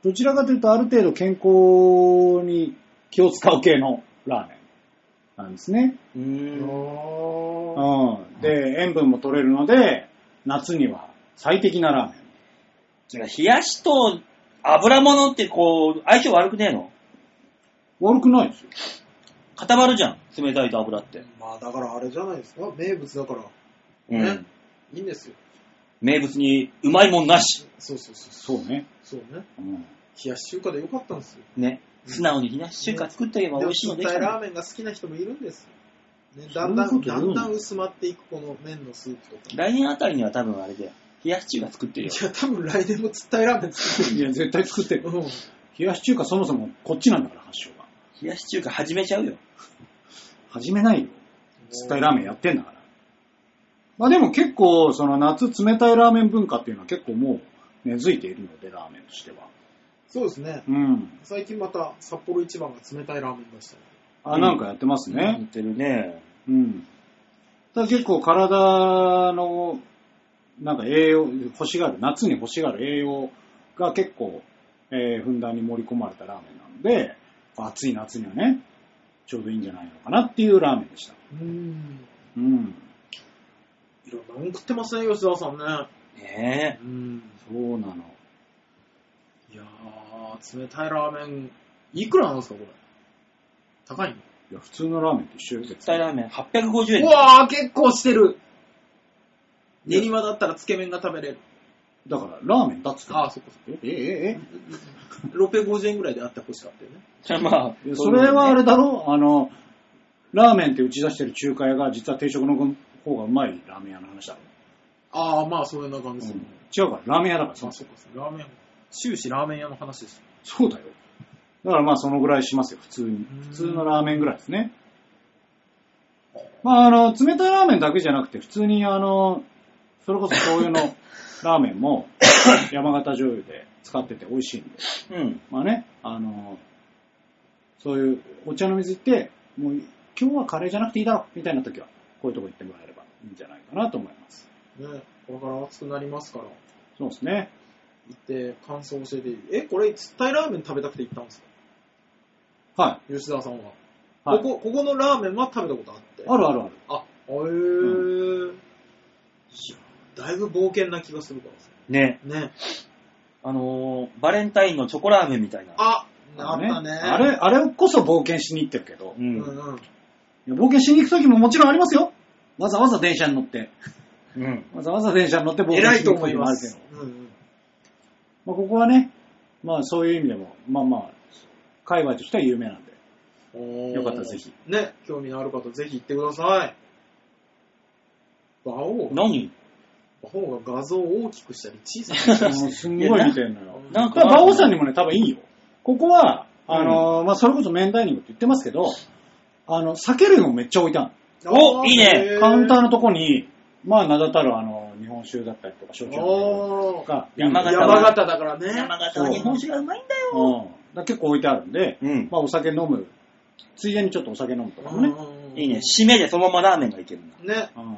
Speaker 4: どちらかというとある程度健康に気を使う系のラーメンなんですね。
Speaker 2: う
Speaker 3: あ
Speaker 2: ーん。
Speaker 4: う
Speaker 3: ー
Speaker 4: ん。で、塩分も取れるので、夏には最適なラーメン。
Speaker 2: じゃあ冷やしと油物ってこう、相性悪くねえの
Speaker 4: 悪くないですよ。
Speaker 2: 固まるじゃん。冷たいと油って。
Speaker 3: まあだからあれじゃないですか。名物だから。
Speaker 2: う
Speaker 3: ね
Speaker 2: ん。
Speaker 3: いいんですよ。
Speaker 2: 名物にうまいもんなし。
Speaker 3: そうそうそうそ。
Speaker 4: そううね。
Speaker 3: そうね。
Speaker 4: うん。
Speaker 3: 冷やし中華でよかったんですよ。
Speaker 2: ね。素直に冷やし中華作っとけば美味しいの
Speaker 3: で
Speaker 2: で
Speaker 3: も
Speaker 2: き
Speaker 3: 冷
Speaker 2: た
Speaker 3: たい
Speaker 2: ね
Speaker 3: ラーメンが好きな人もいるんですよ。ね、だんだ
Speaker 4: そ
Speaker 3: ん、
Speaker 4: ういうこと
Speaker 3: だ
Speaker 4: 言うんの
Speaker 3: だん薄まっていくこの麺のスープとか。
Speaker 2: 来年あたりには多分あれだよ。冷やし中華作ってるよ。
Speaker 3: いや、多分来年もつったいラーメン作 って
Speaker 4: いや、絶対作って
Speaker 3: る
Speaker 4: る。
Speaker 3: よ。うん。
Speaker 4: 冷やし中華そもそもこっちなんだから、発祥が。
Speaker 2: 冷やし中華始めちゃうよ。
Speaker 4: 始めないよ。つったいラーメンやってんだから。まあでも結構、その夏冷たいラーメン文化っていうのは結構もう根付いているので、ラーメンとしては。
Speaker 3: そうですね。
Speaker 4: うん。
Speaker 3: 最近また札幌一番が冷たいラーメン出したり。
Speaker 4: あ、なんかやってます
Speaker 2: やっ
Speaker 4: ね。
Speaker 2: てるね。
Speaker 4: うん。ただ結構体の、なんか栄養、欲しがる、夏に欲しがる栄養が結構、えーふんだんに盛り込まれたラーメンなので、暑い夏にはね、ちょうどいいんじゃないのかなっていうラーメンでした。
Speaker 3: うん。
Speaker 4: うん。
Speaker 3: いろんなもん食ってますね、吉沢さんね。
Speaker 2: ね
Speaker 3: うん。
Speaker 4: そうなの。
Speaker 3: いやー、冷たいラーメン、いくらなんですか、これ。高いの
Speaker 4: いや、普通のラーメンと一緒よ
Speaker 2: え。絶対ラーメン850円。
Speaker 3: うわー、結構してる。練馬だったらつけ麺が食べれる。
Speaker 4: だから、ラーメンだっつってんだよ
Speaker 3: あー、そっかそっか。
Speaker 4: えええ
Speaker 3: 650円ぐらいであってほしかったよね。
Speaker 2: じゃあまあ
Speaker 4: え、それはあれ
Speaker 2: だ。
Speaker 4: だろあの、ラーメンって打ち出してる中華屋が実は定食の方がうまいラーメン屋の話だろ。
Speaker 3: ああ、まあ、そんな感じですよね。
Speaker 4: 違うから、ラーメン屋だから
Speaker 3: ま
Speaker 4: そ
Speaker 3: あ、
Speaker 4: う
Speaker 3: そっかそっか。ラーメン、終始ラーメン屋の話ですよ。
Speaker 4: そうだよ。だからまあそのぐらいしますよ、普通に
Speaker 3: ん。
Speaker 4: 普通のラーメンぐらいですね。まああの、冷たいラーメンだけじゃなくて、普通にあの、それこそ醤 油のラーメンも山形醤油で使ってて美味しいんで。
Speaker 2: うん。
Speaker 4: まあね、あの、そういうお茶の水行って、もう今日はカレーじゃなくていいだろ、みたいな時は、こういうとこ行ってもらえればいいんじゃないかなと思います。
Speaker 3: ね、これから暑くなりますから、行
Speaker 4: そうですね。
Speaker 3: って感想教えていいえ、これ、つったいラーメン食べたくて行ったんですか
Speaker 4: は
Speaker 3: 吉沢さんは。
Speaker 4: い。はい
Speaker 3: ここ、ここのラーメンは食べたことあって。
Speaker 4: あるあるある。
Speaker 3: あ、へー。いやだいぶ冒険な気がするか
Speaker 2: ね。
Speaker 3: らさ。ね。
Speaker 2: あのー、バレンタインのチョコラーメンみたいな。
Speaker 3: あ、あったね。
Speaker 4: あれ、あれこそ冒険しに行ってるけど
Speaker 2: う。
Speaker 3: うん
Speaker 2: ん。
Speaker 3: うん。
Speaker 4: いや冒険しに行く時ももちろんありますよ。わざわざ電車に乗って。
Speaker 2: うん。
Speaker 4: わざわざ電車に乗って冒険
Speaker 3: 偉
Speaker 4: し
Speaker 3: い
Speaker 4: に
Speaker 3: と
Speaker 4: 行く
Speaker 3: 思い
Speaker 4: 時もあ
Speaker 3: ま
Speaker 4: るけど
Speaker 3: す。。うん
Speaker 4: まあ、ここはね、まあそういう意味でも、まあまあ、界隈としては有名なんで。
Speaker 3: うん
Speaker 4: よかったらぜひ。
Speaker 3: ね、興味のある方、ぜひ行ってください。馬王
Speaker 2: 何
Speaker 3: 馬王が画像を大きくしたり小さく したり
Speaker 4: もう
Speaker 3: し
Speaker 4: すんごい見てるの よ。
Speaker 2: なん
Speaker 4: だから、馬王さん
Speaker 2: に。
Speaker 4: にもね、多分いいよ。ここは、あのーまあ、それこそメンダイニングって言ってますけど、あの、避けるのめっちゃ置いてある
Speaker 3: て
Speaker 2: おいいね
Speaker 4: の。カウンター
Speaker 3: の。
Speaker 4: のとこに、まあ、名だたる、あの、日本酒だったりとか、焼酎だったりと
Speaker 3: おー
Speaker 4: か、
Speaker 2: 山形
Speaker 3: 山形だからね。
Speaker 2: 山形は日本酒がうまいんだよ。
Speaker 4: うん。だから結構置いてあるんで、
Speaker 2: うん。
Speaker 4: まあ、お酒飲む。ついでにちょっとお酒飲むとかもね。
Speaker 3: うん
Speaker 2: いいね。。締めでそのままラーメンがいけるんだ。
Speaker 3: ね。
Speaker 4: うん。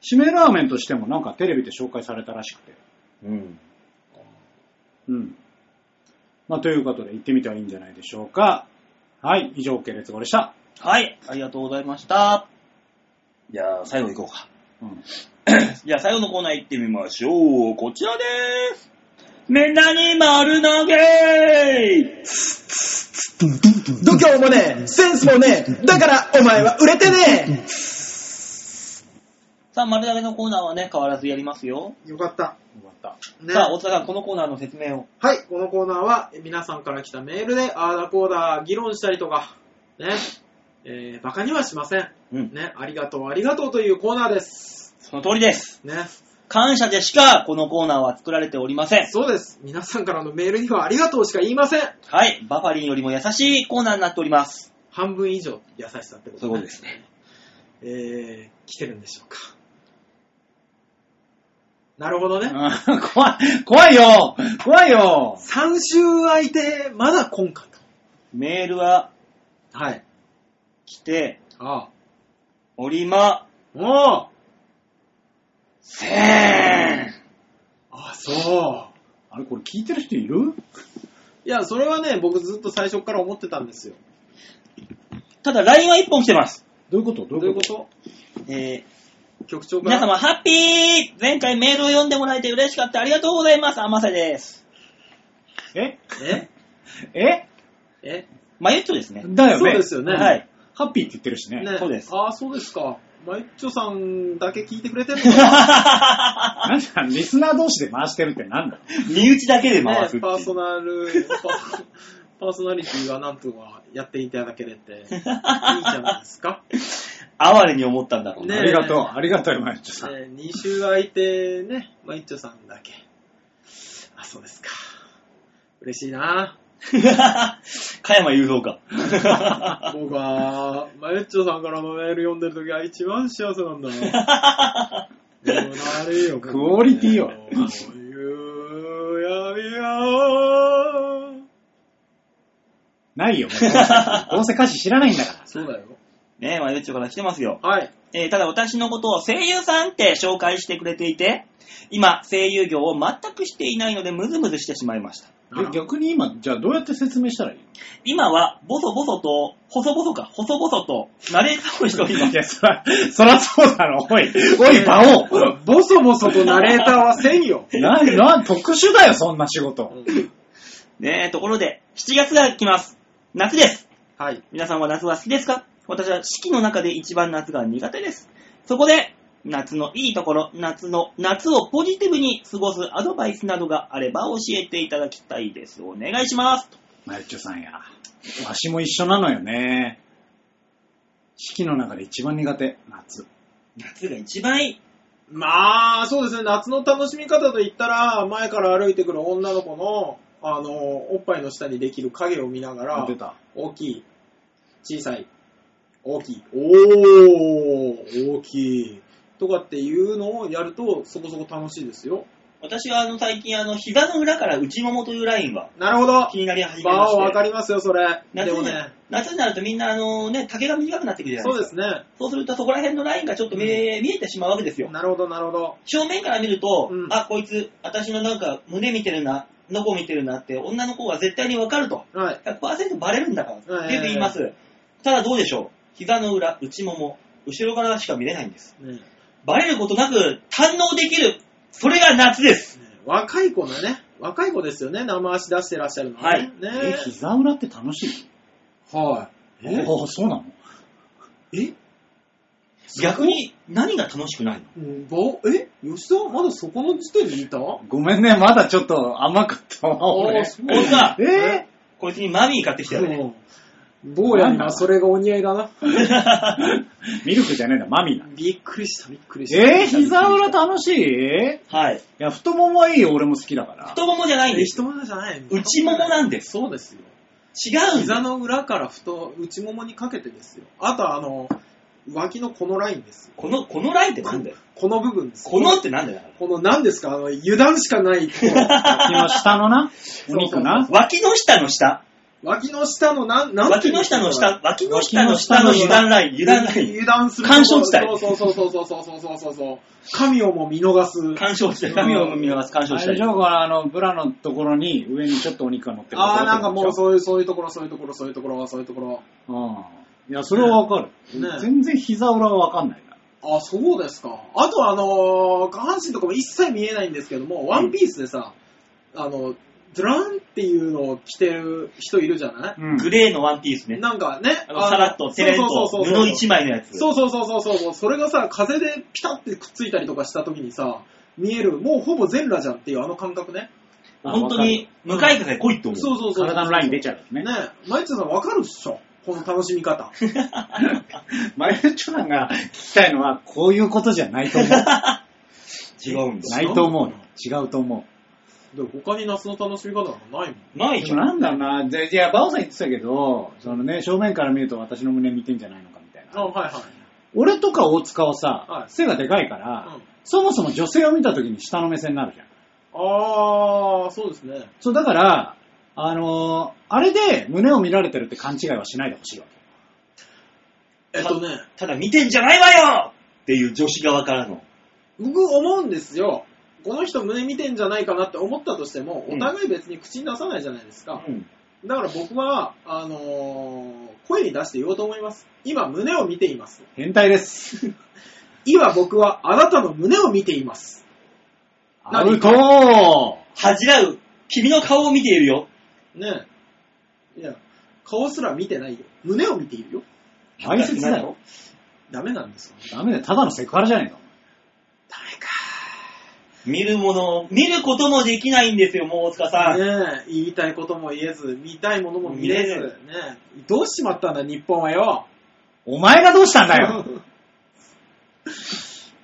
Speaker 4: 締めラーメンとしてもなんかテレビで紹介されたらしくて。
Speaker 2: うん。
Speaker 4: うん。まあ、ということで行ってみてはいいんじゃないでしょうか。はい、以上、系列語でした。
Speaker 2: はい。ありがとうございました。じゃあ、最後行こうか。
Speaker 4: うん。
Speaker 2: じゃあ、最後のコーナー行ってみましょう。こちらでーす。みんなに丸投げ
Speaker 1: 度胸もねえ、センスもねえ、だからお前は売れてねえ。
Speaker 2: さあ、丸投げのコーナーはね、変わらずやりますよ。
Speaker 3: よかった。
Speaker 4: よかった。
Speaker 3: ね。
Speaker 2: さあ、大塚さん、このコーナーの説明を。
Speaker 3: はい、このコーナーはえ皆さんから来たメールで、あーだこーだ議論したりとか、ね、えー、バカにはしません。
Speaker 2: うん。
Speaker 3: ね、ありがとう、ありがとうというコーナーです。
Speaker 2: その通りです。
Speaker 3: ね、
Speaker 2: 感謝でしか、このコーナーは作られておりません。
Speaker 3: そうです。皆さんからのメールにはありがとうしか言いません。
Speaker 2: はい。バファリンよりも優しいコーナーになっております。
Speaker 3: 半分以上優しさってこと
Speaker 2: そういうことですね。
Speaker 3: えー、来てるんでしょうか。なるほどね。
Speaker 4: 怖い、怖いよ怖いよ
Speaker 3: 3週空いて、まだ今回と。
Speaker 2: メールは
Speaker 3: はい。
Speaker 2: 来て
Speaker 3: ああ。
Speaker 2: おりま
Speaker 3: おー
Speaker 2: せーん。
Speaker 3: あ、そう。
Speaker 4: あれ、これ聞いてる人いる
Speaker 3: いや、それはね、僕ずっと最初から思ってたんですよ。
Speaker 2: ただ、LINE は1本来てます。
Speaker 4: どういうこと
Speaker 3: ど
Speaker 4: どう
Speaker 3: うい
Speaker 4: いううこ
Speaker 3: ことと
Speaker 2: えー、
Speaker 3: 局長から。
Speaker 2: 皆様、ハッピー前回メールを読んでもらえて嬉しかった。ありがとうございます。甘瀬です。
Speaker 4: え
Speaker 3: え
Speaker 4: え
Speaker 3: え
Speaker 2: マユッチョですね。
Speaker 4: だよね。
Speaker 3: そうですよね。
Speaker 2: はい。
Speaker 4: ハッピーって言ってるしね。
Speaker 3: ね
Speaker 2: そうです
Speaker 3: ああ、そうですか。マイッチョさんだけ聞いてくれてるのか
Speaker 2: 身
Speaker 4: なんだ、リスナー同士で回してるってなんだ
Speaker 2: 内だけで
Speaker 3: な
Speaker 2: 回
Speaker 3: ね
Speaker 2: すっていう
Speaker 3: パーソナル、 パパーソナリティがなんとかやっていただけれて、いいじゃないですか。哀
Speaker 2: 哀れに思ったんだろう
Speaker 3: うな
Speaker 2: ね。
Speaker 4: ありがとう、ありがとう、今井さん。
Speaker 3: ね、2週空いて、ね、マイッチョさんだけ。あ、そうですか。嬉しいな。
Speaker 2: 加山雄三か。
Speaker 3: 僕は、マイッチョさんからのメール読んでるときが一番幸せなんだな。 でもなれよ
Speaker 4: クオリティよ
Speaker 3: こういう闇は
Speaker 4: ないよ、もうどうせ歌詞知らないんだか
Speaker 3: そうだよ。
Speaker 2: ねえ、まゆっちょから来てますよ。
Speaker 3: はい。
Speaker 2: えーただ私のことを声優さんって紹介してくれていて、今、声優業を全くしていないのでムズムズしてしまいました。
Speaker 4: ら。で逆に今、じゃあどうやって説明したらいい
Speaker 2: 今は、ボソボソと、細々か、細々と、ナレーターをしておりま
Speaker 4: い
Speaker 2: す。
Speaker 4: や、そら、そらそうだろ、おい。おい、馬王。
Speaker 3: ボソボソとナレーターはせんよ。
Speaker 4: な、な、特殊だよ、そんな仕事。
Speaker 2: ねえ、ところで、7月が来ます。夏です。
Speaker 3: はい。
Speaker 2: 皆さんは夏は好きですか私は四季の中で一番夏が苦手です。そこで、夏のいいところ、夏の、夏をポジティブに過ごすアドバイスなどがあれば教えていただきたいです。お願いします。
Speaker 4: マユッチョさんや。わしも一緒なのよね。四季の中で一番苦手、夏。
Speaker 2: 夏が一番いい。
Speaker 3: まあ、そうですね。夏の楽しみ方といったら、前から歩いてくる女の子の、あの、おっぱいの下にできる影を見ながら
Speaker 4: 出、た。
Speaker 3: 大きい、小さい、大きい、おー、大きい、とかっていうのをやると、そこそこ楽しいですよ。
Speaker 2: 私はあの最近あの膝の裏から内ももというラインは
Speaker 3: なるほど。
Speaker 2: 気になり始めま
Speaker 3: まあ、
Speaker 2: し
Speaker 3: わか
Speaker 2: て
Speaker 3: りますよ、それ。
Speaker 2: 夏
Speaker 3: で
Speaker 2: に
Speaker 3: もね、
Speaker 2: 夏になるとみんなあのね竹が短くなってくるじゃない
Speaker 3: そう
Speaker 2: ですか
Speaker 3: ですね。
Speaker 2: そうするとそこら辺のラインがちょっと見え,、見えてしまうわけですよ
Speaker 3: なるほど、なるほど。
Speaker 2: 正面から見ると、
Speaker 3: うん
Speaker 2: あこいつ私のなんか胸見てるなのこ見てるなって女の子は絶対にわかると
Speaker 3: はい。
Speaker 2: 100%バレるんだからって言います、
Speaker 1: ただどうでしょう膝の裏、内もも、後ろからしか見れないんです。
Speaker 3: ね
Speaker 1: バレることなく堪能できる。それが夏です。
Speaker 3: ね若い子のね、若い子ですよね、生足出してらっしゃるのはね。
Speaker 4: え、
Speaker 3: ね
Speaker 4: 膝裏って楽しい
Speaker 3: は
Speaker 4: えああ、そうなの
Speaker 3: い。え
Speaker 1: 逆に何が楽しくないの
Speaker 3: うんぼえ吉田まだそこの時点でいた
Speaker 4: ごめんね、まだちょっと甘かったわ、俺。
Speaker 3: あ
Speaker 4: え
Speaker 3: そう
Speaker 1: 俺さ、
Speaker 4: え
Speaker 1: こいつにマミー買ってきたよね。
Speaker 3: うん坊やにはそれがお似合いだな。
Speaker 4: ミルクじゃねえんだ、マミーな。
Speaker 3: びっくりした、びっくりした。
Speaker 4: えー、膝裏楽しいい
Speaker 1: はい。
Speaker 4: や、太ももはいいよ、俺も好きだから。
Speaker 1: 太ももじゃないん
Speaker 3: え
Speaker 1: です
Speaker 3: 人。物じゃない
Speaker 1: 内ももなんです。
Speaker 3: そうですよ。
Speaker 1: 違うん
Speaker 3: 膝
Speaker 1: だ。
Speaker 3: の裏から太、内ももにかけてですよ。あとあの、脇のこのラインですよ。
Speaker 1: この、このラインってなんだよ。
Speaker 3: この部分ですよ。
Speaker 1: このってなんだよ。
Speaker 3: この何ですかあの、油断しか ない。
Speaker 4: 脇の下の な、お肉な。
Speaker 1: 脇の下の下。
Speaker 3: 脇の下のなん、なんて
Speaker 1: 脇
Speaker 3: いうの
Speaker 1: の下の下。脇の下の下の
Speaker 4: 脇の
Speaker 1: 油
Speaker 4: 下
Speaker 1: 断ライン。油断ライン。
Speaker 3: 油断する。
Speaker 1: 干渉地帯
Speaker 3: そうそうそうそうそうそうそうそうそう。神をも見逃す。
Speaker 1: 干渉して、髪を見ます、干
Speaker 4: あ
Speaker 1: 渉し
Speaker 4: れ
Speaker 1: た
Speaker 4: で
Speaker 1: り
Speaker 4: し。ょこのあの、ブラのところに、上にちょっとお肉が乗ってる
Speaker 3: ああ、なんかもう
Speaker 4: う。
Speaker 3: そういう、そういうところ、そういうところ、そういうところ、そういうところ。
Speaker 4: うん。いや、それはわかる。
Speaker 3: ね
Speaker 4: 全然膝裏はわかんないな。
Speaker 3: あ、そうですか。あとあのー下半身とかも一切見えないんですけども、ワンピースでさ、あの、ドランっていうのを着てる人いるじゃない、
Speaker 4: うん
Speaker 1: グレーのワンピースね。
Speaker 3: なんかね、
Speaker 1: あのさらっと、テレンと、
Speaker 3: そうそうそう
Speaker 1: 布
Speaker 3: そう
Speaker 1: 一枚のやつ。
Speaker 3: そうそうそうそうそうそう、それがさ、風でピタってくっついたりとかした時にさ、見える、もうほぼ全裸じゃんっていうあの感覚ね。
Speaker 1: 本当に、向かい風来いって思う。
Speaker 3: そうそうそう。
Speaker 4: 体のライン出ち
Speaker 3: ゃ
Speaker 4: ゃうからね。
Speaker 3: ねえ、マイツさんわかるっしょこの楽しみ方。
Speaker 4: マイルチョランが聞きたいのは、こういうことじゃな いと思う。
Speaker 1: 違うんだ。
Speaker 4: ないと思うよ。違うと思
Speaker 3: で他に夏の楽しみ方なんかないもん。
Speaker 1: な
Speaker 4: う。
Speaker 1: い
Speaker 4: で
Speaker 1: じ
Speaker 4: も
Speaker 1: ゃん。
Speaker 4: なんだろうな。でいや、バオさん言ってたけど、そのね、正面から見ると私の胸見てんじゃないのかみたい
Speaker 3: あ、
Speaker 4: な。
Speaker 3: はいはい。
Speaker 4: 俺とか大塚は
Speaker 3: は
Speaker 4: さ、
Speaker 3: い
Speaker 4: 背がでかいから、
Speaker 3: うん
Speaker 4: そもそも女性を見た時に下の目線になるじゃん。
Speaker 3: あー、そうですね。
Speaker 4: そう、だから、あのーあれで胸を見られてるって勘違いはしないでほしいわけ。
Speaker 3: えっとね、
Speaker 1: ただ見てんじゃないわよっていう女子側からの。
Speaker 3: 僕思うんですよ。この人胸見てんじゃないかなって思ったとしても、
Speaker 1: うん
Speaker 3: お互い別に口に出さないじゃないですか。だから僕は、あのー声に出して言おうと思います。今胸を見ています。
Speaker 4: 変態です。
Speaker 3: 今僕はあなたの胸を見ています。
Speaker 4: ア
Speaker 3: 何
Speaker 4: ウトー
Speaker 1: 恥じらう。君の顔を見ているよ。
Speaker 3: ねえ。いや、顔すら見てないよ。胸を見ているよ。
Speaker 4: わいせつだよ。
Speaker 3: ダメなんですよね。
Speaker 4: ダメだよ。ただのセクハラじゃないか。
Speaker 1: 見るものを、見ることもできないんですよ、もう大塚さん。
Speaker 3: ねえ、言いたいことも言えず、見たいものも見れず、
Speaker 1: 見れ
Speaker 3: ねえ、どうしちまったんだ、日本はよ。
Speaker 4: お前がどうしたんだ よ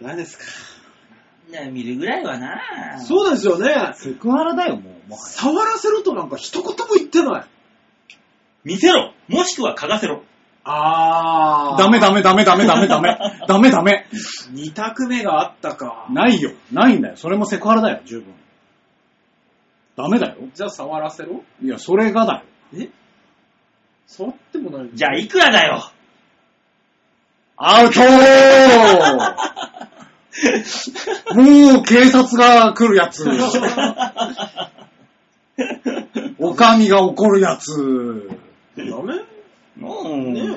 Speaker 3: 誰ですか。
Speaker 1: ね見るぐらいはな
Speaker 3: そうですよね。
Speaker 4: セクハラだよ、もう。もは
Speaker 3: 触らせろとなんか一言も言ってない。
Speaker 1: 見せろもしくは嗅がせろ
Speaker 3: あ
Speaker 4: やダメダメダメダメダメダ メ。ダメダメ。
Speaker 3: 二択目があったか。
Speaker 4: ないよ。ないんだよ。それもセクハラだよ、十分。ダメだよ。
Speaker 3: じゃあ触らせろ
Speaker 4: いや、それがだよ。
Speaker 3: え触ってもない
Speaker 1: じゃあ、いくらだよ
Speaker 4: アウトーもう警察が来るやつ。おかみが怒るやつ。
Speaker 3: ダメ
Speaker 1: うん
Speaker 3: ねえ。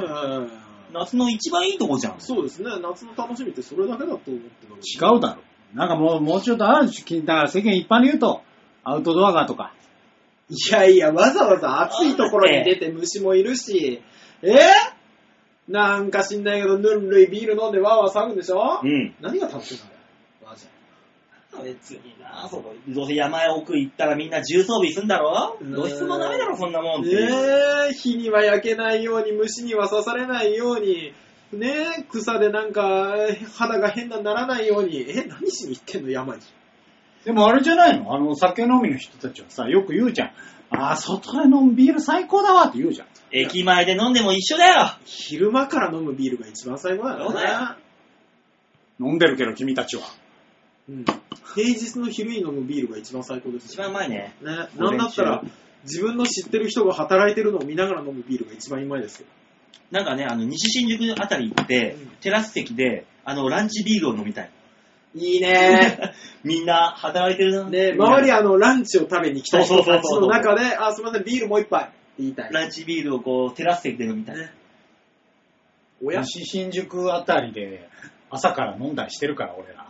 Speaker 1: 夏の一番いいとこじゃん。
Speaker 3: そうですね。夏の楽しみってそれだけだと思ってたのに
Speaker 4: 違うだろ。なんかもう、もうちょっとあるし、だから世間一般で言うと、アウトドアがとか、
Speaker 3: いやいや、わざわざ暑いところに出て虫もいるし、えーなんか知んないけど、ぬるぬるいビール飲んでわーわー騒ぐんでしょ、
Speaker 1: うん。
Speaker 3: 何が楽しいんだよ、マジで。
Speaker 1: 別になそこ、どうせ山へ奥行ったらみんな重装備すんだろ
Speaker 3: うん
Speaker 1: 露出もダメだろ、そんなもんっていう。
Speaker 3: ねえ、火には焼けないように、虫には刺されないように、ねえ、草でなんか肌が変なならないように、え、何しに行ってんの、山に。
Speaker 4: でもあれじゃないのあの、酒飲みの人たちはさ、よく言うじゃん。ああ、外で飲むビール最高だわって言うじゃん。
Speaker 1: 駅前で飲んでも一緒だよ
Speaker 3: 昼間から飲むビールが一番最高だよ
Speaker 1: そう
Speaker 3: ね
Speaker 1: だよ。
Speaker 4: 飲んでるけど君たちは。
Speaker 3: うん、平日の昼に飲むビールが一番最高です
Speaker 1: 一
Speaker 3: よ
Speaker 1: 番うまいね。
Speaker 3: ね、なんだったら、自分の知ってる人が働いてるのを見ながら飲むビールが一番うまいですよ。
Speaker 1: なんかね、あの、西新宿あたり行って
Speaker 3: うん、
Speaker 1: テラス席で、あの、ランチビールを飲みたい。
Speaker 3: いいね
Speaker 1: みんな、働いてるな。
Speaker 3: ね周りあの、ランチを食べに来た人たちの中で、あ、すみません、ビールもう一杯って言いたい。
Speaker 1: ランチビールをこう、テラス席で飲みたい。
Speaker 3: ね親
Speaker 4: 西新宿あたりで朝から飲んだりしてるから、俺ら。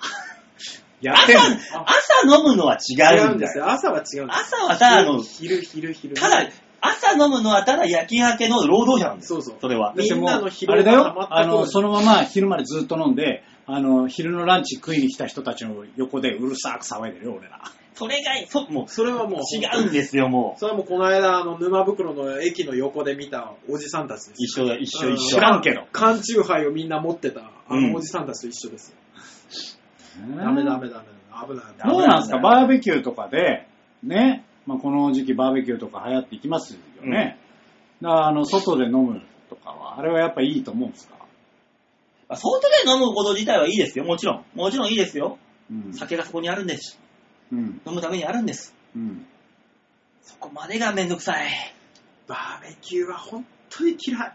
Speaker 4: やってん
Speaker 1: 朝、朝飲むのは違
Speaker 3: 違う
Speaker 1: うんん
Speaker 3: で
Speaker 1: だ
Speaker 3: す
Speaker 1: よ。
Speaker 3: よ。朝は違うんです。
Speaker 1: 朝はさ、あの、
Speaker 3: 昼、昼、昼。
Speaker 1: ただ、朝飲むのはただ夜勤明けの労働者なんです
Speaker 3: そうそう。
Speaker 1: それは。
Speaker 3: みんなの疲
Speaker 4: あ
Speaker 3: 労
Speaker 4: れだ
Speaker 3: が溜まっ
Speaker 4: よ、あ
Speaker 3: た頃
Speaker 4: の、
Speaker 3: に
Speaker 4: そのまま昼までずっと飲んで、あの、昼のランチ食いに来た人たちの横でうるさく騒いでるよ、俺ら。
Speaker 1: それが、そもう、
Speaker 3: それはもう、
Speaker 1: 違うんですよ、もう。
Speaker 3: それはもうこの間、あの、沼袋の駅の横で見たおじさんたちです。
Speaker 1: 一緒だ、一緒、
Speaker 3: うん
Speaker 1: 一
Speaker 4: 知
Speaker 1: 緒。
Speaker 4: らんけど。
Speaker 3: 缶チューハイをみんな持ってた、あ
Speaker 1: うん
Speaker 3: のおじさんたちと一緒ですよ。ダメダメダメ。危ない危ない。
Speaker 4: どうなんです
Speaker 1: ダ
Speaker 4: か
Speaker 1: メ
Speaker 4: バーベキューとかで、ね、まあ、この時期バーベキューとか流行っていきますよね。だから、あの、外で飲むとかは、あれはやっぱいいと思うんですか
Speaker 1: まあ外で飲むこと自体はいいですよ、もちろん。もちろんいいですよ。
Speaker 4: うん。
Speaker 1: 酒がそこにあるんです。
Speaker 4: うん。
Speaker 1: 飲むためにあるんです。
Speaker 4: うん。
Speaker 1: そこまでがめんどくさい。
Speaker 3: バーベキューは本当に嫌い。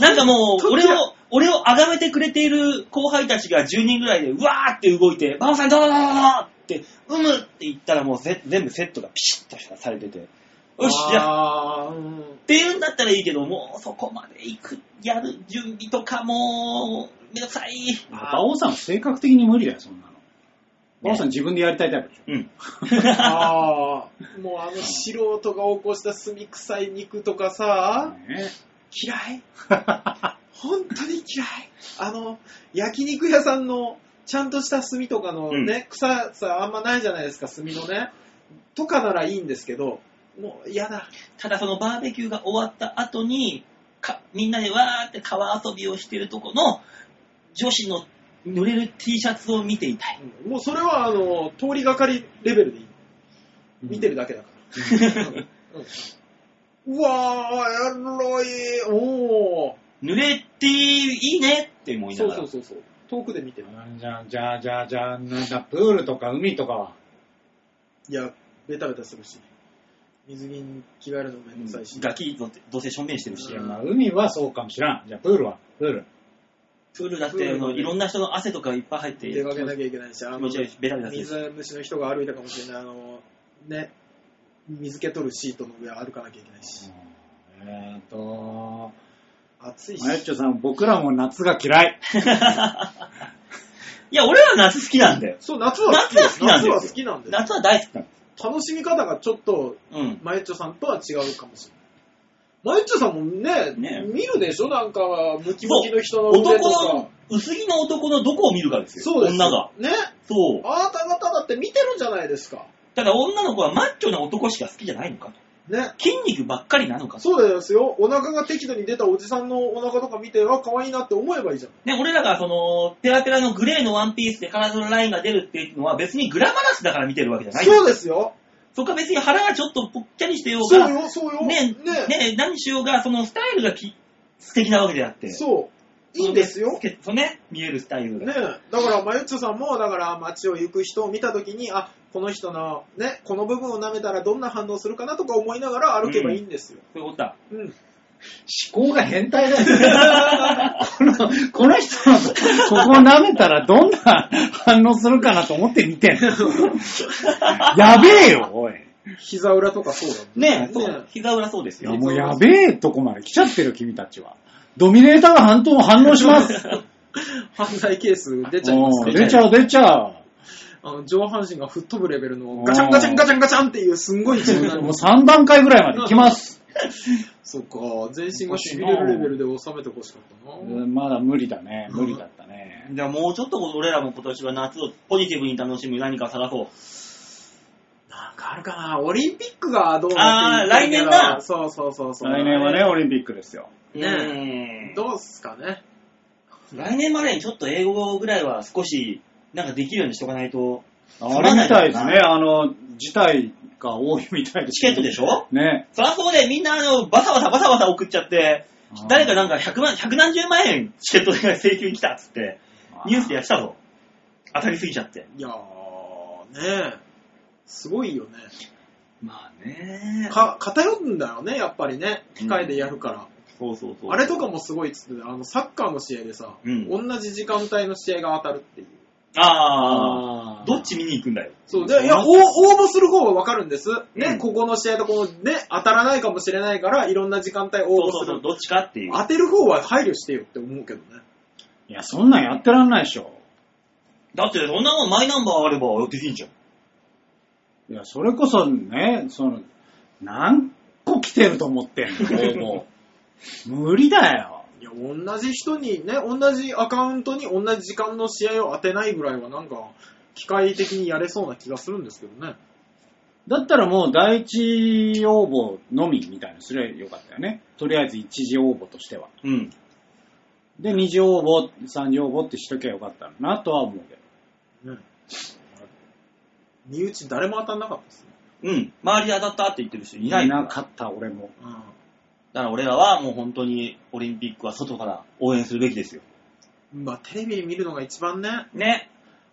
Speaker 1: なんかもう、
Speaker 3: 本当
Speaker 1: 俺
Speaker 3: 嫌い
Speaker 1: を、俺を崇めてくれている後輩たちが10人ぐらいで、うわーって動いて、バオさんどうぞどうぞどうぞって、うむって言ったらもうぜ全部セットがピシッとされてて、よし、じゃあ、っ
Speaker 3: あーうん
Speaker 1: ていうんだったらいいけど、もうそこまで行く、やる準備とかもう、めんどくさい。
Speaker 4: 馬王さんは性格的に無理だよ、そんなの。馬王さん自分でやりたいタイプでしょ。
Speaker 1: うん。
Speaker 3: あーもうあの素人が起こした炭臭い肉とかさ、
Speaker 4: ね
Speaker 3: 嫌 い。本当に嫌い。あの、焼肉屋さんのちゃんとした炭とかのね、臭さあんまないじゃないですか、炭のね。とかならいいんですけど、もう嫌だ。
Speaker 1: ただそのバーベキューが終わった後に、かみんなでわーって川遊びをしてるとこの、女子の濡れる T シャツを見ていたい。
Speaker 3: うんもうそれはあの、通りがかりレベルでいい。見てるだけだから。うんうんうわー、エロい。お
Speaker 1: 濡れ T いいねって思
Speaker 3: ー。
Speaker 1: いな
Speaker 3: そう
Speaker 1: がら。
Speaker 3: そうそうそう。遠くで見てる。
Speaker 4: じゃあ、じゃあ、じゃあ、じゃあ、なんだ、プールとか海とかは。
Speaker 3: いや、ベタベタするし、水着に着替えるのもめんどくさいし、
Speaker 1: ガキどどうせ正面してるし
Speaker 4: い、や、まあ、海はそうかもしらん。じゃあ、プールは、プール。
Speaker 1: プールだっ
Speaker 3: プー
Speaker 1: てあ
Speaker 3: ルも
Speaker 1: の
Speaker 3: ね
Speaker 1: いろんな人の汗とかいっぱい入って、
Speaker 3: 出かけなきゃいけないし、あ
Speaker 1: 気
Speaker 3: の
Speaker 1: 持ち悪いし、ベタベタするし。
Speaker 3: 水虫の人が歩いたかもしれない、あの、ね、水気取るシートの上歩かなきゃいけないし、
Speaker 4: えーっと、
Speaker 3: 暑いし
Speaker 4: マ、ヤッチョさん、僕らも夏が嫌い。
Speaker 1: いや、俺は夏好きなんだよ。
Speaker 3: そう、夏は好きです。
Speaker 1: 夏
Speaker 3: 夏
Speaker 1: は
Speaker 3: は
Speaker 1: 好
Speaker 3: 好
Speaker 1: き
Speaker 3: きなんです。
Speaker 1: 夏は大好きなの。
Speaker 3: 楽しみ方がちょっと、
Speaker 1: うん。
Speaker 3: マユッチョさんとは違うかもしれない。マユッチョさんもね、
Speaker 1: ね
Speaker 3: 見るでしょなんか、ムキムキの人の腕と
Speaker 1: 男
Speaker 3: か
Speaker 1: の。、薄着の男のどこを見るかですよ。
Speaker 3: そうです。
Speaker 1: 女が。。
Speaker 3: ね。
Speaker 1: そう。
Speaker 3: あなた方だって見てるじゃないですか。
Speaker 1: ただ女の子はマッチョな男しか好きじゃないのかと。
Speaker 3: ね。
Speaker 1: 筋肉ばっかりなのかと。
Speaker 3: そうですよ。お腹が適度に出たおじさんのお腹とか見て、あ、可愛いなって思えばいいじゃん。
Speaker 1: ね、俺らがその、ペラペラのグレーのワンピースで体のラインが出るっていうのは別にグラマラスだから見てるわけじゃない。
Speaker 3: そうですよ。
Speaker 1: そこは別に腹がちょっとぽっちゃりしてよう
Speaker 3: そう
Speaker 1: が、
Speaker 3: よ、そうよ。
Speaker 1: ね、ね、何しようが、そのスタイルがき素敵なわけであって。
Speaker 3: そう。いいんですよ。ね
Speaker 1: そうね、見えるスタイル
Speaker 3: だ
Speaker 1: が。
Speaker 3: から、まゆっちょさんも、だから、街を行く人を見たときに、あ、この人の、ね、この部分を舐めたらどんな反応するかなとか思いながら歩けばいいんですよ。
Speaker 1: そういうことだ。
Speaker 3: うん。
Speaker 4: 思考が変態だよ。この、この人の、ここを舐めたらどんな反応するかなと思って見てんの。やべえよ、おい。
Speaker 3: 膝裏とかそうだもん
Speaker 1: ね
Speaker 3: ね
Speaker 1: そう、膝裏そうです
Speaker 4: い
Speaker 1: よ
Speaker 4: や、。もうやべえとこまで来ちゃってる、君たちは。ドミネーターが反応反応します。
Speaker 3: 犯罪ケース出ちゃいます
Speaker 4: おー
Speaker 3: ね。
Speaker 4: 出ちゃう、出ちゃう。
Speaker 3: あの上半身が吹っ飛ぶレベルの、ガチャンガチャンガチャンガチャンっていう、すんごい自分な
Speaker 4: もう
Speaker 3: の。
Speaker 4: 3段階ぐらいまで行きます。
Speaker 3: そっか、全身が痺れるレベルで収めてほしかった な。
Speaker 4: うん まだ無理だね。無理だったね。
Speaker 1: じゃあもうちょっと俺らも今年は夏をポジティブに楽しむ何かを探そう。
Speaker 3: なんかあるかなオリンピックがどう
Speaker 1: あ
Speaker 3: な
Speaker 1: ー
Speaker 3: っていく
Speaker 1: 来
Speaker 3: か
Speaker 1: 年だ
Speaker 3: そうそうそうそう。
Speaker 4: 来年はね、オリンピックですよ。
Speaker 1: ね
Speaker 3: どうっすかね。
Speaker 1: 来年までにちょっと英語ぐらいは少し、なんかできるようにしとかないと、
Speaker 4: あれみたいですね。あの、事態が多いみたいです、
Speaker 1: チケットでしょ
Speaker 4: ね。
Speaker 1: そりゃそうで、みんなあの、バサバサバサバサ送っちゃって、誰かなんか100万、100何十万円チケットで請求に来たっつって、ニュースでやってたぞ。当たりすぎちゃって。
Speaker 3: いやー、ねすごいよね。
Speaker 1: まあね
Speaker 3: か、偏るんだよね、やっぱりね。機械でやるから。
Speaker 1: そうそうそう。
Speaker 3: あれとかもすごいっつってたあの、サッカーの試合でさ、
Speaker 1: うん
Speaker 3: 同じ時間帯の試合が当たるっていう。
Speaker 1: ああ。
Speaker 4: あ
Speaker 5: どっち見に行くんだよ。
Speaker 3: そうで、いや、応応募する方はわかるんです。ね、
Speaker 5: うん
Speaker 3: ここの試合とこのね、当たらないかもしれないから、いろんな時間帯
Speaker 1: そ
Speaker 3: 応募
Speaker 1: うそう
Speaker 3: す
Speaker 1: そう、
Speaker 3: る。
Speaker 1: どっちかっていう。
Speaker 3: 当てる方は配慮してよって思うけどね。
Speaker 4: いや、そんなんやってらんないでしょ。
Speaker 1: だってそんなもんマイナンバーあればできんじゃん。
Speaker 4: いや、それこそね、その、何個来てると思ってんの
Speaker 5: も
Speaker 4: 無理だよ。
Speaker 3: いや、同じ人にね、同じアカウントに同じ時間の試合を当てないぐらいはなんか、機械的にやれそうな気がするんですけどね。
Speaker 4: だったらもう第一応募のみみたいにすればよかったよね。とりあえず一次応募としては。
Speaker 5: う、うん。
Speaker 4: で、二次応募、三次応募ってしときゃよかったのなとは思うけど。
Speaker 3: ね身内誰も当たんなかったですね。
Speaker 1: うん。周りで当たったって言ってる人いないから。
Speaker 4: なかった俺も。
Speaker 3: うん
Speaker 1: だから俺らはもう本当にオリンピックは外から応援するべきですよ。
Speaker 3: まあ、テレビで見るのが一番ね、
Speaker 1: ね。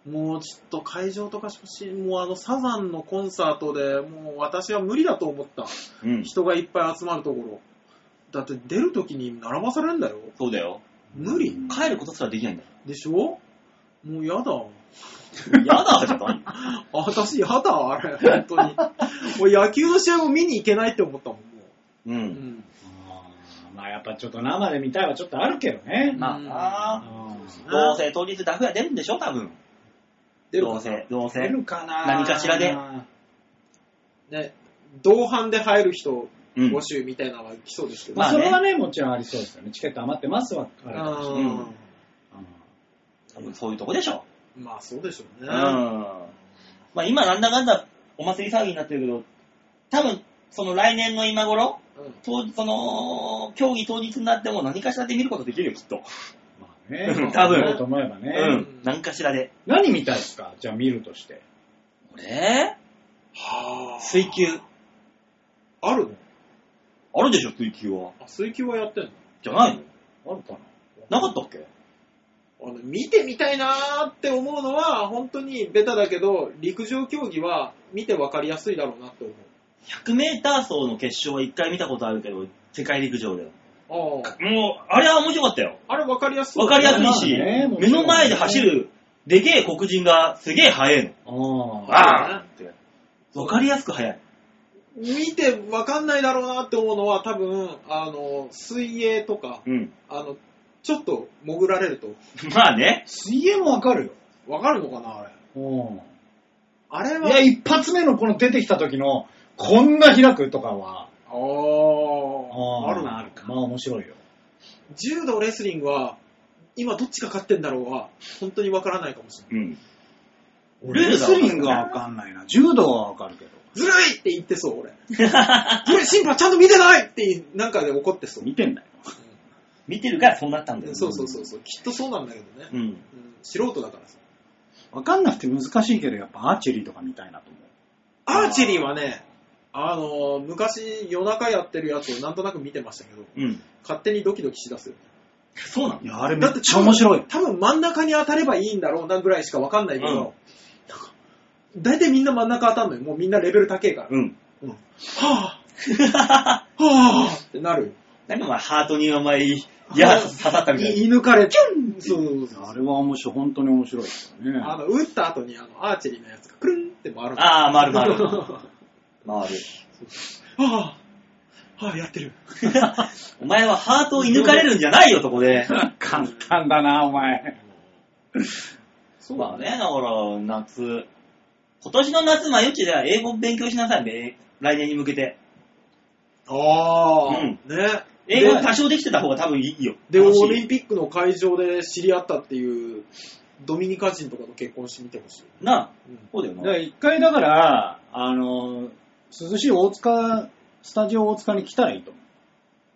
Speaker 3: もうちょっと会場とかしかし、もうあのサザンのコンサートでもう私は無理だと思った。
Speaker 5: うん。
Speaker 3: 人がいっぱい集まるところ。だって出るときに並ばされるんだよ。
Speaker 1: そうだよ。
Speaker 3: 無理
Speaker 1: 帰ることすらできないんだよ。
Speaker 3: でしょもうや
Speaker 1: や
Speaker 3: だ。
Speaker 1: だじゃ ないよ。
Speaker 3: あ私やだ、あれ、本当に。俺野球の試合も見に行けないって思ったもん、も
Speaker 1: う。
Speaker 3: う。うんん。
Speaker 4: あーまあやっぱちょっと生で見たいはちょっとあるけどね。
Speaker 1: まあ
Speaker 4: う
Speaker 1: なあ
Speaker 4: ん
Speaker 1: どうせ当日ダフ屋出るんでしょ多分。
Speaker 3: 出る
Speaker 1: どうせ、どう
Speaker 4: 出
Speaker 1: せ。
Speaker 4: るかな
Speaker 1: 何かしらで
Speaker 3: ね、同伴で入る人
Speaker 5: うん
Speaker 3: 募集みたいなのが来そうですけど。
Speaker 4: まあ、
Speaker 1: まあね
Speaker 4: それはね、もちろんありそうですよね。チケット余ってますわ。あれだし
Speaker 3: う
Speaker 1: うん
Speaker 3: ん
Speaker 1: 多分そういうとこでしょ。
Speaker 3: まあそうでしょう
Speaker 1: う
Speaker 3: ね。
Speaker 1: ん。まあ今なんだかんだお祭り騒ぎになってるけど、多分その来年の今頃、
Speaker 3: うん
Speaker 1: 当その、競技当日になっても何かしらで見ることできるよ、きっと。
Speaker 4: まあ ね
Speaker 1: 多分
Speaker 4: そうと思えばね。
Speaker 1: うん。何かしらで。
Speaker 4: 何見たいですかじゃあ見るとして。
Speaker 1: 俺
Speaker 3: はあ。
Speaker 1: 水球。
Speaker 3: あるの
Speaker 1: あるでしょ、水球は。
Speaker 3: あ、水球はやってんの
Speaker 1: じゃないの
Speaker 4: あるかな
Speaker 1: なかったっけ
Speaker 3: あの見てみたいなーって思うのは、本当にベタだけど、陸上競技は見て分かりやすいだろうなって
Speaker 1: 100メーター走の決勝は1回見たことあるけど、世界陸上では。
Speaker 3: 思う。あ
Speaker 1: もう、あれは面白かったよ。
Speaker 3: あ。あれ分かりやすい。
Speaker 1: わかりやすいし、
Speaker 4: まあねもち
Speaker 1: 目
Speaker 4: ろん
Speaker 1: の前で走る、でげえ黒人がすげえ速い
Speaker 4: あ
Speaker 1: の。
Speaker 4: あ。
Speaker 1: ああって。わかりやすく速い。
Speaker 3: 見て分かんないだろうなって思うのは、多分、あの、水泳とか、
Speaker 5: うん。
Speaker 3: あの、ちょっと潜られると。
Speaker 1: まあね。
Speaker 4: 水泳もわかるよ。
Speaker 3: 分かるのかな、あれ。
Speaker 4: うん。
Speaker 3: あれ
Speaker 4: いや、
Speaker 3: は、
Speaker 4: 一発目のこの出てきた時の、こんな開くとかは、
Speaker 3: あーあ
Speaker 4: あ
Speaker 3: る
Speaker 4: まあ、あるか。まあ面白いよ。
Speaker 3: 柔道、レスリングは、今どっちが勝ってんだろうは、本当に分からないかもしれない。
Speaker 5: うん。
Speaker 1: ルールがわかんない
Speaker 4: わかんないな。柔道はわかるけど。
Speaker 3: ずるいって言ってそう、 俺。ずるい、審判ちゃんと見てないって、なんかで怒ってそう。
Speaker 4: 見てんだよ。
Speaker 1: 見てるからそうなったんだよ。
Speaker 3: そうそうそうそう、きっとそうなんだけどね
Speaker 1: う。ん。
Speaker 3: うん素人だからさ。
Speaker 4: わかんなくて難しいけど、やっぱアーチェリーとか見たいなと思う。
Speaker 3: アーチェリーはね、あのー昔夜中やってるやつをなんとなく見てましたけど、
Speaker 1: うん。
Speaker 3: 勝手にドキドキしだすよ。
Speaker 1: そうなの
Speaker 4: いや、あれめ
Speaker 3: だ
Speaker 4: っちゃ面白いよ。
Speaker 3: 多分真ん中に当たればいいんだろうなぐらいしかわかんないけど、
Speaker 1: うん
Speaker 3: なんか大体みんな真ん中当たんのよ。もうみんなレベル高いから。
Speaker 5: うん。
Speaker 3: はぁ、はぁってなるよ。
Speaker 1: 何お前ハートにお前、いや、刺さったみたい
Speaker 3: い射抜かれて、そうそうそう
Speaker 4: あれは面白い、本当に面白いですよね。
Speaker 3: あの、打った後にあの、アーチェリーのやつがくるんって回るの。
Speaker 1: な。ああ、丸
Speaker 3: あ
Speaker 1: 丸。
Speaker 3: あ
Speaker 1: 丸。
Speaker 3: あ、はあ、やってる。
Speaker 1: お前はハートを射抜かれるんじゃないよ、そこで。
Speaker 4: 簡単だな、お前。
Speaker 3: そ
Speaker 1: まあね、だから、夏。今年の夏、まあ、よちでは英語勉強しなさいね。来年に向けて。
Speaker 3: ああ、
Speaker 1: うん
Speaker 3: ね。
Speaker 1: 英語
Speaker 3: で
Speaker 1: 多少できてた方が多分いいよ。
Speaker 3: で、
Speaker 1: 楽しい
Speaker 3: オリンピックの会場で知り合ったっていう、ドミニカ人とかと結婚してみてほしい。
Speaker 1: なあ、
Speaker 3: うん
Speaker 1: そうだよ
Speaker 4: だから
Speaker 1: な。
Speaker 4: 一回だから、あの、涼しい大塚、スタジオ大塚に来たらいいと思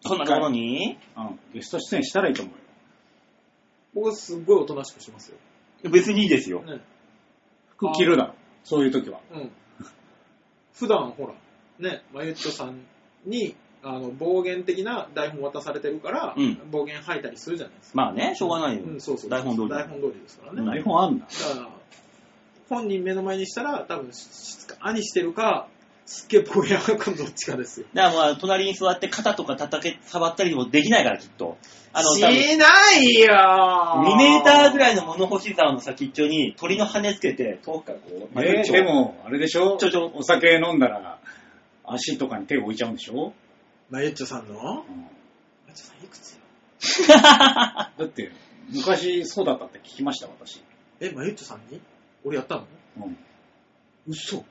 Speaker 1: そんなところに
Speaker 4: う。うん、ゲスト出演したらいいと思うよ。
Speaker 3: 僕すっごいおとなしくしますよ。
Speaker 1: 別にいいですよ。
Speaker 3: ね、
Speaker 4: 服着るだろ。そういう時は。
Speaker 3: うん。普段ほら、ね、マユッチョさんに、あの、暴言的な台本渡されてるから、
Speaker 1: うん
Speaker 3: 暴言吐いたりするじゃないですか。
Speaker 1: まあね、しょうがないよ。
Speaker 3: うん、そうそう。
Speaker 1: 台本通り
Speaker 3: 台本通りですからね。
Speaker 1: うん
Speaker 4: 台本あんだ。
Speaker 3: だから、本人目の前にしたら、多分、ししつか、兄してるか、すっげえぼやがくんどっちかですよ。
Speaker 1: だからもう、隣に座って肩とか叩け、触ったりもできないから、きっと。あの、
Speaker 3: し
Speaker 1: 多分
Speaker 3: ないよ
Speaker 1: 2メーターぐ
Speaker 3: い。
Speaker 1: らいの物干し竿の先っちょに鳥の羽つけて、遠くからこう、
Speaker 4: えーでも、あれでしょ
Speaker 1: ちょちょ
Speaker 4: お酒飲んだら、足とかに手を置いちゃうんでしょ、
Speaker 3: まゆっちょさんの
Speaker 4: うん
Speaker 3: まゆっちょさんいくつよ
Speaker 4: だって、昔そうだったって聞きました、私。
Speaker 3: え、まゆっちょさんに俺やったの
Speaker 4: うん。
Speaker 3: 嘘。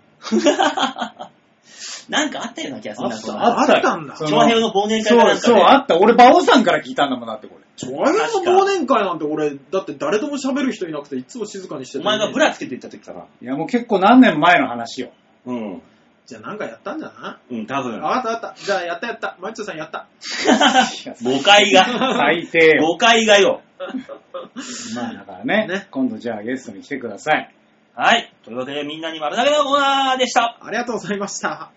Speaker 1: なんかあったような気がするな、そんな
Speaker 3: あったあったんだ
Speaker 4: その
Speaker 1: 長平の忘年会か
Speaker 4: そ
Speaker 1: な
Speaker 4: う、
Speaker 1: んかで
Speaker 4: そう、あった。俺、馬王さんから聞いたんだもんだって、これ。
Speaker 3: ちょ、あれの忘年会なんて俺、だって誰とも喋る人いなくていつも静かにして
Speaker 1: お
Speaker 3: たの
Speaker 1: 前
Speaker 3: に
Speaker 1: がブラつけていった時かな。
Speaker 4: いや、もう結構何年前の話よ。
Speaker 1: うん。
Speaker 3: じゃあなんかやったんじゃな
Speaker 1: うん、多
Speaker 3: い
Speaker 1: 分。
Speaker 3: ああったあった。じゃあやったやった。まゆっちょさんやった。
Speaker 1: 誤解が。
Speaker 4: 最低。
Speaker 1: 誤解がよ。
Speaker 4: まあ、だからね
Speaker 3: ね
Speaker 4: 今度じゃあゲストに来てください。
Speaker 1: はい。というわけで、みんなに丸投げのコーナーでした。
Speaker 3: ありがとうございました。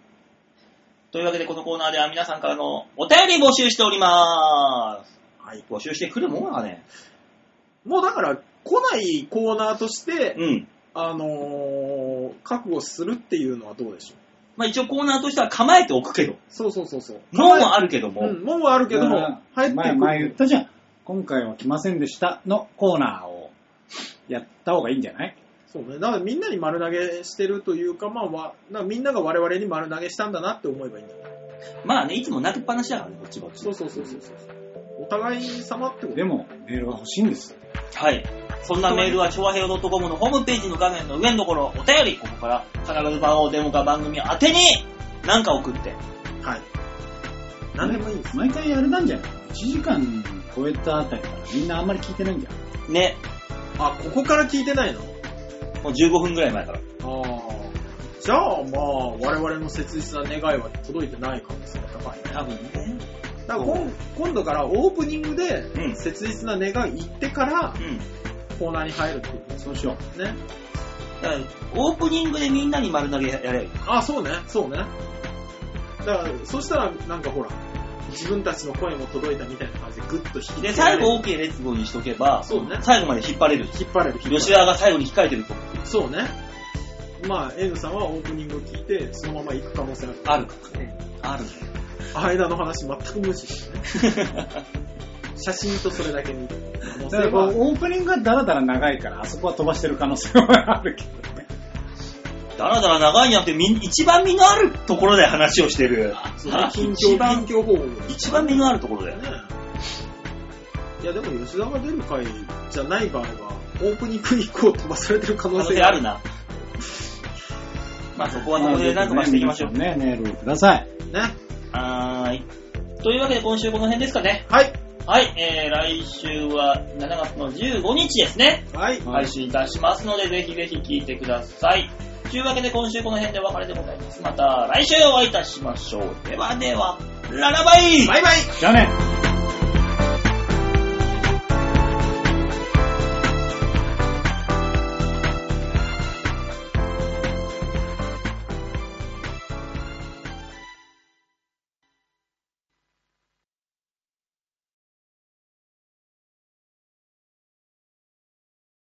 Speaker 1: というわけで、このコーナーでは皆さんからのお便り募集しております。
Speaker 3: はい。
Speaker 1: 募集してくるもんだね。
Speaker 3: もうだから、来ないコーナーとして、
Speaker 1: うん。
Speaker 3: あのー、覚悟するっていうのはどうでしょう
Speaker 1: まあ一応コーナーとしては構えておくけど。
Speaker 3: そうそうそうそう。
Speaker 1: もうあるけども。
Speaker 3: うん、門はあるけど、
Speaker 4: だか
Speaker 3: 入
Speaker 4: ら
Speaker 3: ってく
Speaker 4: 前、
Speaker 3: る。
Speaker 4: 前言ったじゃん。今回は来ませんでしたのコーナーをやった方がいいんじゃない
Speaker 3: そうね。だからみんなに丸投げしてるというか、まあわ、なんかみんなが我々に丸投げしたんだなって思えばいいんだよ。
Speaker 1: まあね、いつも泣きっぱなしだからね、こっちこっち
Speaker 3: そう。そうそうそうそう。お互い様ってこと
Speaker 4: でも、メールが欲しいんです。
Speaker 1: はい。そんなメールは、調和平洋 .com のホームページの画面の上のところ、お便り、ここから、必ず番号、デモか番組宛てに、なんか送って。
Speaker 3: はい。何でもいいです。
Speaker 4: 毎回あれなんじゃない ?1 時間超えたあたりからみんなあんまり聞いてないんじゃん。
Speaker 1: ね。
Speaker 3: あ、ここから聞いてないの
Speaker 1: もう15分ぐらい前から。
Speaker 3: ああ。じゃあまあ、我々の切実な願いは届いてない可能性が高いね。
Speaker 1: 多分ね。
Speaker 3: だから今今度からオープニングで
Speaker 1: う、ん
Speaker 3: 切実な願い言ってから、
Speaker 1: うん。
Speaker 3: コーナーに入るってことで
Speaker 4: そうしよ
Speaker 3: すね。
Speaker 1: だから、オープニングでみんなに丸投げやれる。
Speaker 3: あ、そうね、そうね。だから、そしたら、なんかほら、自分たちの声も届いたみたいな感じで、ぐっと引き
Speaker 1: で、
Speaker 3: つけ
Speaker 1: 最
Speaker 3: られる
Speaker 1: 後 OK レッツゴーにしとけば、
Speaker 3: そうね
Speaker 1: 最後まで引っ張れる。
Speaker 3: 引っ張れる。
Speaker 1: 吉田が最後に控えてると
Speaker 3: そうね。まあ、エヌさんはオープニングを聞いて、そのまま行く可能性が
Speaker 1: あるか
Speaker 3: ある。
Speaker 1: ら。ある
Speaker 3: 間の話全く無視してね。写真とそれだけ見る可能
Speaker 4: う。
Speaker 3: 性
Speaker 4: だからこ
Speaker 3: は
Speaker 4: うオープニングがダラダラ長いから、あそこは飛ばしてる可能性はあるけどね。
Speaker 1: だらだら長いんじゃなくて、みん一番身のあるところで話をしてる。
Speaker 3: そうね緊
Speaker 1: 一
Speaker 3: 張、
Speaker 1: 番
Speaker 3: 緊張方法です
Speaker 1: 一番身のあるところだよ
Speaker 3: ね
Speaker 1: ね。。
Speaker 3: いや、でも吉田が出る回じゃない場合は、オープニング以降飛ばされてる可
Speaker 1: 可
Speaker 3: 能
Speaker 1: 能
Speaker 3: 性
Speaker 1: 性
Speaker 3: が
Speaker 1: あるな。まあそこはそこで何とかしていきましょう。
Speaker 4: ね、メールをください。
Speaker 3: ね。
Speaker 1: はーい。というわけで今週この辺ですかね。
Speaker 3: はい。
Speaker 1: はい、えー、来週は7月の15日ですね。
Speaker 3: はい。
Speaker 4: はい
Speaker 1: 配信いたしますので、ぜひぜひ聞いてください。というわけで今週この辺でお別れでございます。また来週お会いいたしましょう。ではでは、ララバイ
Speaker 3: バイバイ
Speaker 4: じゃあね。